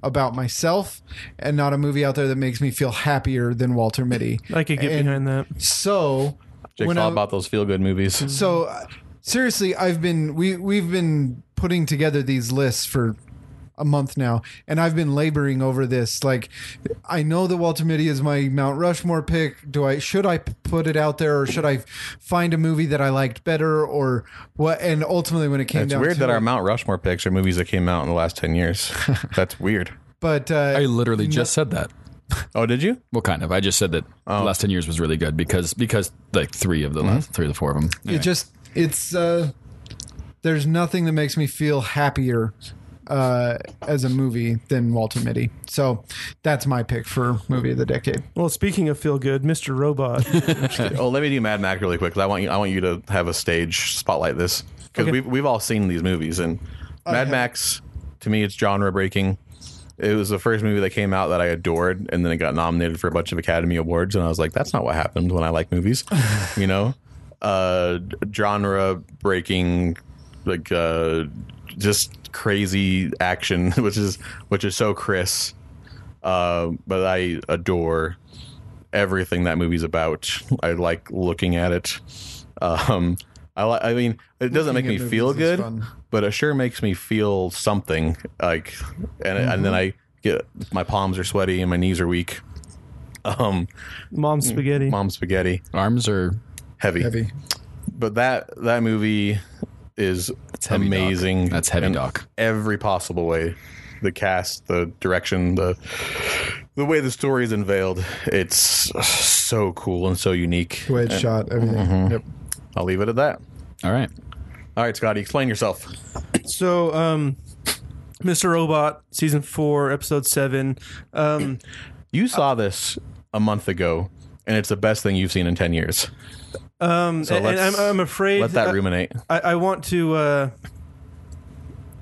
E: about myself, and not a movie out there that makes me feel happier than Walter Mitty.
F: I could get
E: And
F: behind that.
E: So.
G: Jake
E: when I-
A: uh,
G: thought about those feel good
A: Mm-hmm.
G: movies.
E: so uh, seriously, I've been we we've been putting together these lists for a month now, and I've been laboring over this. Like, I know that Walter Mitty is my Mount Rushmore pick. Do I should I p- put it out there, or should I find a movie that I liked better, or what? And ultimately, when it came
G: It's
E: down
G: weird
E: to
G: that
E: it,
G: our Mount Rushmore picks are movies that came out in the last 10 years. That's weird.
E: but uh,
A: I literally just said that.
G: Oh, did you?
A: Well, kind of. I just said that the last ten years was really good because because like three of the last three of the four of them.
E: it just it's uh, there's nothing that makes me feel happier. Uh, as a movie than Walter Mitty, so that's my pick for movie of the decade.
F: Well, speaking of feel good, Mr. Robot.
G: Oh, let me do Mad Max really quick. 'cause I want you. I want you to have a stage spotlight this because we've we've all seen these movies and Mad Max. To me, it's genre breaking. It was the first movie that came out that I adored, and then it got nominated for a bunch of Academy Awards, and I was like, "That's not what happened when I like movies," you know. Uh, genre breaking, like uh, just crazy action, which is which is so Chris. Uh, but I adore everything that movie's about. I like looking at it. Um, I li- I mean, it doesn't
E: Looking
G: make
E: at
G: me feel
E: movies is
G: good,
E: fun.
G: but it sure makes me feel something. Like, and and
E: Mm-hmm.
G: then I get my palms are sweaty and my knees are weak. Um,
F: Mom spaghetti.
G: mom spaghetti
A: Arms are
G: heavy.
E: Heavy.
G: But that that movie is
A: heavy, Doc.
G: amazing.
A: That's heavy,
G: in
A: Doc.
G: Every possible way, the cast, the direction, the the way the story is unveiled. It's so cool and so unique.
E: The way it's shot, everything.
G: Mm-hmm.
E: Yep.
G: I'll leave it at that.
A: all right.
G: All right, Scotty, explain yourself.
F: So, um, Mr. Robot, season four, episode seven. Um,
G: You saw this a month ago, and it's the best thing you've seen in ten years.
F: um, and
G: let's-
F: I'm, I'm afraid
G: Let that ruminate.
F: I, I want to. Uh,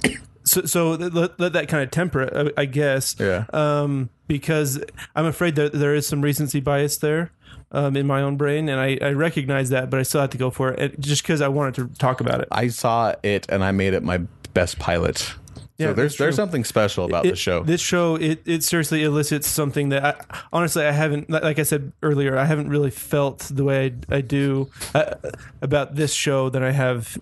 F: so, so th- let, let that kind of temper it, I, I guess.
G: Yeah.
F: Um, because I'm afraid that there is some recency bias there um, in my own brain, and I, I recognize that, but I still have to go for it, it just because I wanted to talk about it.
G: I saw it, and I made it my best pilot.
F: Yeah,
G: so
F: that's
G: there's
F: true.
G: there's something special about
F: It-
G: the show.
F: This show, it, it seriously elicits something that I, honestly I haven't, li- like I said earlier, I haven't really felt the way I, I do uh, about this show that I have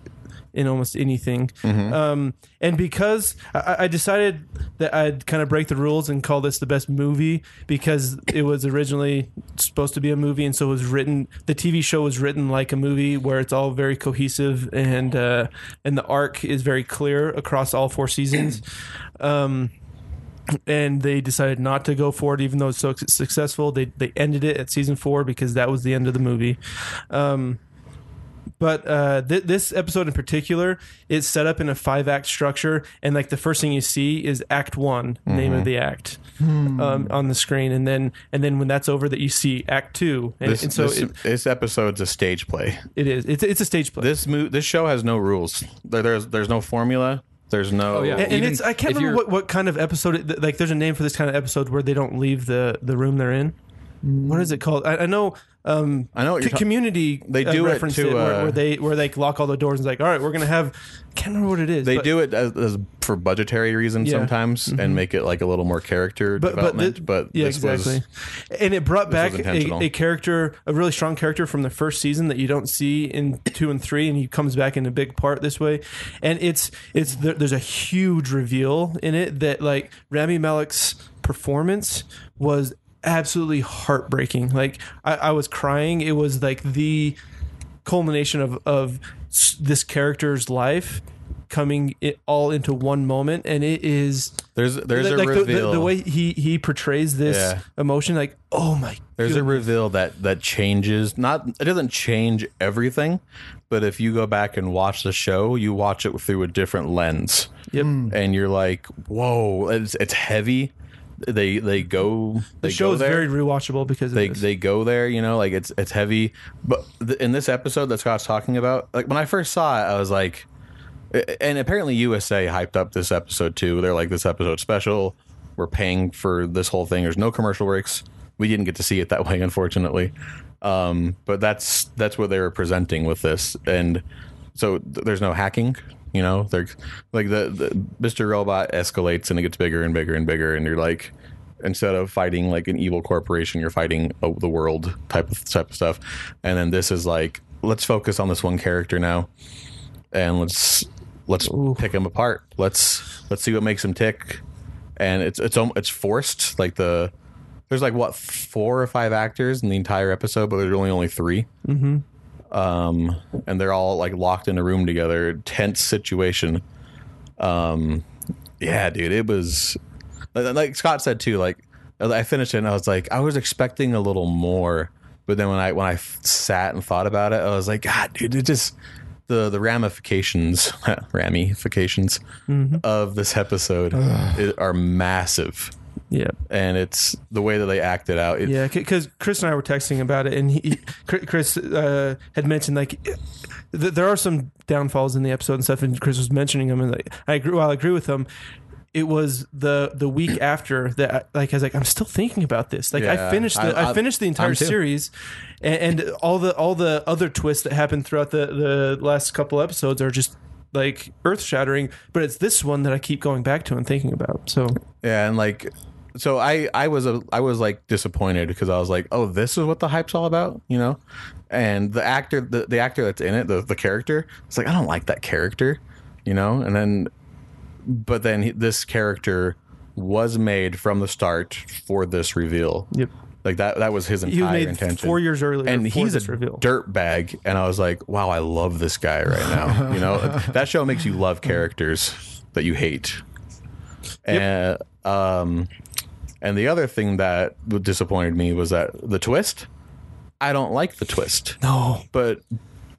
F: in almost anything.
G: Mm-hmm.
F: Um, and because I- I, I decided that I'd kind of break the rules and call this the best movie because it was originally supposed to be a movie, and so it was written. The TV show was written like a movie, where it's all very cohesive and uh, and the arc is very clear across all four seasons. um, and they decided not to go for it, even though it's so suc- successful. They they ended it at season four because that was the end of the movie. Um, But uh, th- this episode in particular, it's set up in a five act structure, and like the first thing you see is Act One, name
G: Mm-hmm.
F: of the act,
G: Hmm.
F: um, on the screen, and then and then when that's over, that you see Act Two, and,
G: This,
F: and so
G: this,
F: it,
G: this episode's a stage play.
F: it is. It's it's a stage play.
G: This mo- this show has no rules. There, there's there's no formula. There's no.
A: Oh, yeah.
F: and, and
A: even
F: it's I
A: if
F: can't remember
A: you're-
F: what, what kind of episode it, th- like there's a name for this kind of episode where they don't leave the the room they're in. What is it called? I, I know. Um,
G: I know what
F: co-
G: you're ta-
F: community.
G: They
F: uh,
G: do it
F: referenced
G: to,
F: where,
G: uh,
F: where they where they lock all the doors and it's like, all right, we're gonna have. Can't remember what it is.
G: They
F: but-
G: do it as, as for budgetary reasons
F: Yeah. Mm-hmm.
G: sometimes, and make it like a little more character
F: But but,
G: development.
F: thi-
G: but
F: yeah,
G: this
F: exactly.
G: was
F: and it brought back
G: was
F: a,
G: intentional.
F: a character, a really strong character from the first season that you don't see in two and three, and he comes back in a big part this way. And it's it's there, there's a huge reveal in it that like Rami Malek's performance was absolutely heartbreaking. Like I, I was crying. It was like the culmination of of s- this character's life coming it all into one moment and it is
G: there's there's
F: like,
G: a
F: like the-
G: reveal.
F: The, the way he he portrays this
G: Yeah.
F: emotion, like oh my,
G: There's a
F: goodness.
G: reveal that that changes not it doesn't change everything, but if you go back and watch the show, you watch it through a different lens.
F: Yep.
G: And you're like, "Whoa, it's, it's heavy." They they go
F: the
G: they
F: show
G: go
F: is
G: there.
F: very rewatchable because of
G: they
F: this.
G: they go there, you know, like it's it's heavy. But th- in this episode that Scott's talking about, like when I first saw it, I was like and apparently USA hyped up this episode too. They're like, this episode's special. We're paying for this whole thing. There's no commercial breaks. We didn't get to see it that way, unfortunately. Um, but that's that's what they were presenting with this, and so th- there's no hacking. You know, they're like the, the Mr. Robot escalates and it gets bigger and bigger and bigger, and you're like, instead of fighting like an evil corporation, you're fighting uh, the world type of type of stuff. And then this is like, let's focus on this one character now and let's let's pick him apart. Let's let's see what makes him tick. And it's it's al- it's forced. Like the there's like what four or five actors in the entire episode, but there's only only 3 Mm-hmm. Um, and they're all like locked in a room together, tense situation. Um, yeah, dude, it was like, like Scott said too. Like I finished it, and I was like, I was expecting a little more, but then when I when I sat and thought about it, I was like, God, dude, it just the the ramifications ramifications of this episode i- are massive,
F: yeah
G: and it's the way that they act it out. It,
F: yeah because Chris and I were texting about it and he, he Chri- Chris uh, had mentioned like th- there are some downfalls in the episode and stuff and Chris was mentioning them and like I agree well I agree with them. It was the the week after that. I, like I was like, I'm still thinking about this. Like I
G: Yeah,
F: finished the I,
G: I- I-
F: finished the entire
G: I'm too.
F: series. series and, and all the all the other twists that happened throughout the the last couple episodes are just like earth shattering but it's this one that i keep going back to and thinking about so
G: Yeah, and like so I I was a I was like disappointed because I was like, "Oh, this is what the hype's all about," you know? And the actor the, the actor that's in it, the the character, it's like, "I don't like that character," you know? And then but then he, this character was made from the start for this reveal.
F: Yep.
G: Like that that was his
F: he was
G: entire
F: made
G: intention.
F: four years earlier
G: and
F: for
G: he's a
F: this reveal
G: dirt bag and I was like, "Wow, I love this guy right now." you know? That show makes you love characters that you hate. And um, and the other thing that disappointed me was that the twist. I don't like the twist,
F: no
G: but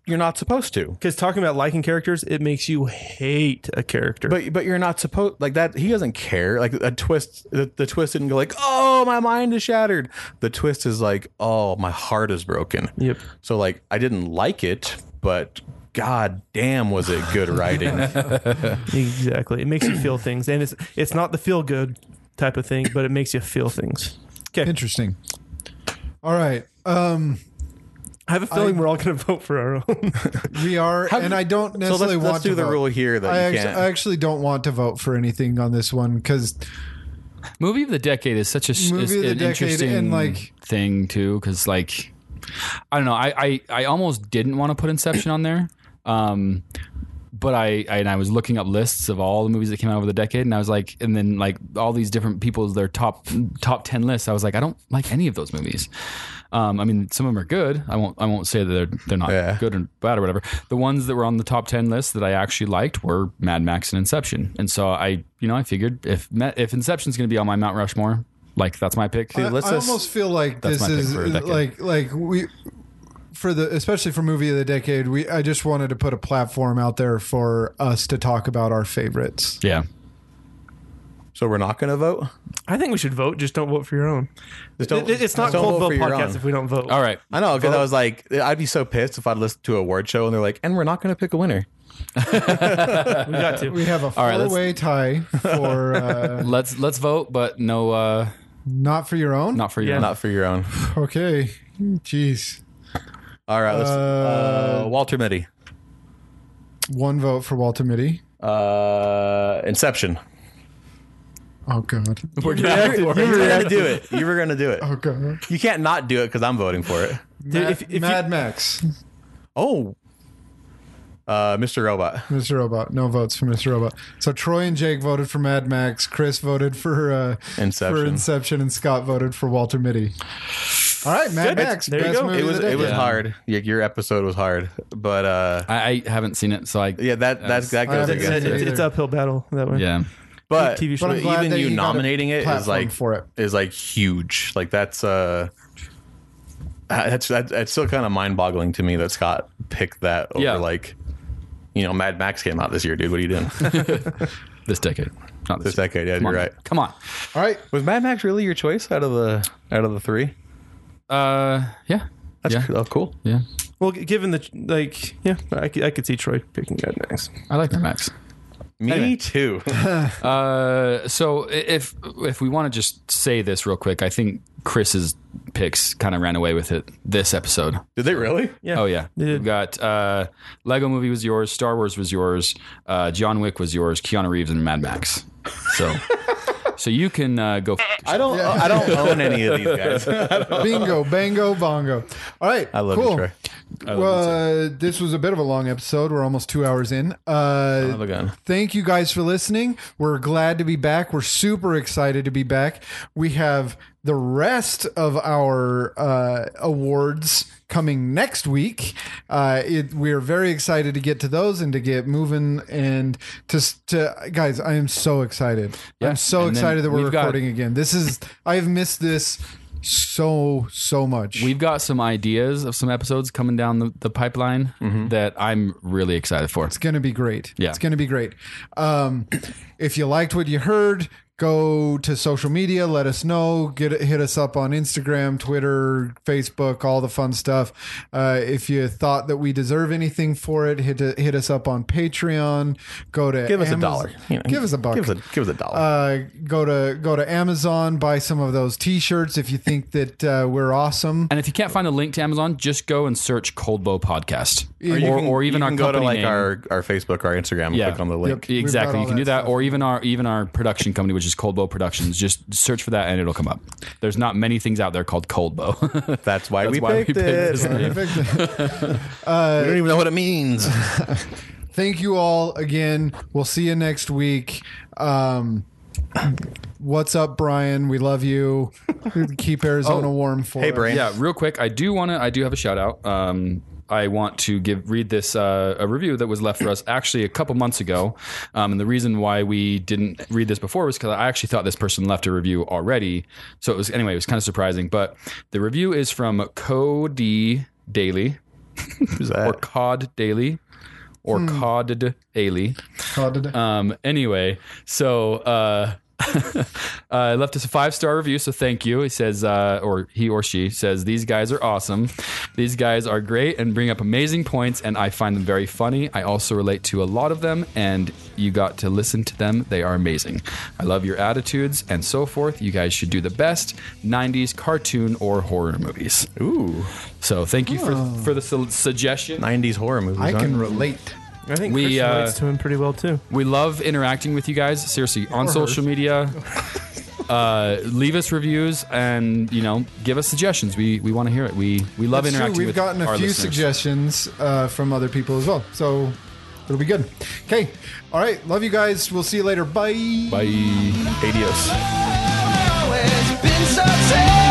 G: you're not supposed to.
F: because talking about liking characters it makes you hate a character
G: But but you're not supposed like that. He doesn't care. Like a twist, the, the twist didn't go like, oh, my mind is shattered. The twist is like, oh, my heart is broken.
F: Yep.
G: So like, I didn't like it, but god damn, was it good writing.
F: exactly it makes you feel things and it's it's not the feel good type of thing but it makes you feel things okay
E: Interesting. All right. Um,
F: i have a feeling we're all going to vote for our own
E: we are, and I don't
G: so
E: necessarily
G: let's,
E: want
G: let's
E: to
G: do the
E: vote.
G: rule here that
E: I
G: you
E: actually,
G: can't.
E: I actually don't want to vote for anything on this one because
A: Movie of the decade is such a s-
E: Movie
A: is
E: of the
A: an
E: decade
A: interesting
E: and, like-
A: thing too, because like I don't know, I, I I almost didn't want to put Inception on there, um, but I, I and I was looking up lists of all the movies that came out over the decade, and I was like, and then like all these different people's their top top ten lists, I was like, I don't like any of those movies. Um, I mean, some of them are good. I won't I won't say that they're they're not
G: Yeah.
A: good or bad or whatever. The ones that were on the top ten list that I actually liked were Mad Max and Inception, and so I you know I figured if Ma- if Inception's going to be on my Mount Rushmore, like that's my pick.
G: Dude, let's
E: I
G: just-
E: almost feel like
G: that's
E: this
A: my pick
E: is
A: for a decade.
E: like like we for the especially for movie of the decade, we I just wanted to put a platform out there for us to talk about our favorites.
A: Yeah.
G: So we're not going to vote.
F: I think we should vote. Just don't vote for your own.
G: Just don't-
F: It- it's not
G: don't
F: cold
G: vote
F: vote,
G: for your
F: podcast
G: own.
F: if we don't vote.
A: All right.
G: I know because I was like, I'd be so pissed if I'd listened to a award show and they're like, and we're not going to pick a winner.
F: we got to.
E: We have a
A: right, let's-
E: four-way tie for uh,
A: Let's let's vote, but no, uh,
E: not for your own.
A: not for your.
F: Yeah.
A: own.
G: Not for your own.
E: Okay, jeez,
G: All right, let's. Uh, Walter Mitty.
E: one vote for Walter Mitty.
G: Uh, Inception.
E: Oh god.
G: We're gonna, you were gonna do it. You were gonna do it.
E: Oh god.
G: You can't not do it because I'm voting for it.
F: Dude, if- if you-
E: Mad Max,
G: Oh, uh, Mr. Robot.
E: Mr. Robot. No votes for Mr. Robot. So Troy and Jake voted for Mad Max. Chris voted for uh,
G: Inception.
E: For Inception, and Scott voted for Walter Mitty. All right, Mad
F: Good.
E: Max.
F: There you
E: best
F: go.
E: movie
G: It
E: of
G: was
E: the
G: it was
E: decade.
G: hard. Your, your episode was hard, but uh,
A: I, I haven't seen it, so I.
G: yeah, that that that
E: I
G: goes
E: haven't
G: against
E: seen
G: it.
F: it's, it's uphill battle that way.
A: Yeah.
G: But
F: TV show.
E: But I'm glad
G: even
E: that
G: you
E: you got a
G: nominating it is
E: platform
G: like
E: for it.
G: is like huge. Like that's uh, that's that's, that's still kind of mind boggling to me that Scott picked that over
A: Yeah.
G: like. You know, Mad Max came out this year, dude. What are you doing?
A: This decade. Not this,
G: This decade, yeah,
A: Come
G: you're
A: on.
G: right.
A: Come on.
E: All right,
G: Was Mad Max really your choice out of the out of the three?
A: Uh, yeah.
G: That's
A: yeah.
G: c- oh, cool.
A: Yeah.
F: Well, g- given the like, yeah, I could, I could see Troy picking Mad Max.
A: I like the Max.
G: Me too.
A: Uh, so i- if if we want to just say this real quick, I think Chris's picks kind of ran away with it this episode.
G: Did they really?
F: Yeah.
A: Oh yeah,
F: They
A: we've
F: did.
A: got uh, Lego Movie was yours, Star Wars was yours, uh, John Wick was yours, Keanu Reeves and Mad Max. So so you can uh, go. F-
G: I don't. I don't own any of these guys.
E: bingo, bango, bongo. All right,
G: I love you,
E: cool.
G: Troy.
E: Well, uh, this was a bit of a long episode. We're almost two hours in.
G: Have a
E: Uh,
G: gun.
E: thank you guys for listening. We're glad to be back. We're super excited to be back. We have the rest of our uh, awards coming next week. Uh, it, we are very excited to get to those and to get moving. And to, s- to guys, I am so excited.
A: Yeah,
E: I'm
A: and
E: so
A: then
E: excited that we're
A: we've got-
E: recording again. This is I've missed this so so much.
A: We've got some ideas of some episodes coming down the, the pipeline
G: Mm-hmm.
A: that I'm really excited for.
E: It's going to be great.
A: Yeah.
E: It's going to be great. Um, if you liked what you heard, go to social media, let us know, get hit us up on Instagram, Twitter, Facebook, all the fun stuff. Uh, if you thought that we deserve anything for it, hit hit us up on Patreon, go to
G: Give us a
E: Amaz-
G: dollar. You know,
E: give us a buck.
G: Give us a, give us a dollar.
E: uh, go to go to Amazon, buy some of those T-shirts if you think that uh, we're awesome.
A: And if you can't find a link to Amazon, just go and search Cold Bow Podcast, or,
G: You
A: or,
G: can-
A: even
G: you
A: our company
G: can go to like
A: name.
G: our our Facebook, our Instagram, and
A: Yeah.
G: click on the link.
E: Yep.
A: Exactly,
E: all
A: you can
E: that
A: do that,
E: stuff.
A: or even our even our production company, which is Cold Bow Productions. Just search for that, and it'll come up. There's not many things out there called Cold Bow.
G: That's why we
A: why we
G: picked
A: picked
G: it.
A: this
G: We don't even know what it means.
E: thank you all again. We'll see you next week. Um, what's up, Brian? We love you. Keep
A: Oh,
E: Arizona warm for
G: hey,
E: us.
G: brain.
A: Yeah, real quick, I do want to. I do have a shout out. Um, I want to give read this uh, a review that was left for us actually a couple months ago, um, and the reason why we didn't read this before was because I actually thought this person left a review already. So it was anyway, it was kind of surprising. But the review is from Cody Daily
G: Who's
A: or
G: that? Hmm.
A: Cod Daily or Cod Daily.
E: Call today.
A: Um, anyway, so uh, uh, left us a five star review, so thank you. He says, uh, or he or she says, these guys are awesome. These guys are great and bring up amazing points, and I find them very funny. I also relate to a lot of them, and you got to listen to them. They are amazing. I love your attitudes and so forth. You guys should do the best 90s cartoon or horror movies.
G: Ooh,
A: So thank you for, for the su- suggestion.
G: nineties horror movies.
E: I
G: huh?
E: can relate.
F: I think
A: We,
F: we, Chris
A: uh,
F: relates to him pretty well too.
A: We love interacting with you guys. Seriously, on social media, uh, leave us reviews and you know give us suggestions. We we want to hear it. We we love
E: That's true.
A: interacting.
E: We've
A: with
E: gotten a
A: our
E: few
A: listeners.
E: suggestions uh, from other people as well, so it'll be good. Okay, all right. Love you guys. We'll see you later. Bye.
A: Bye.
G: Adios.
C: always been so sad. oh, oh, oh,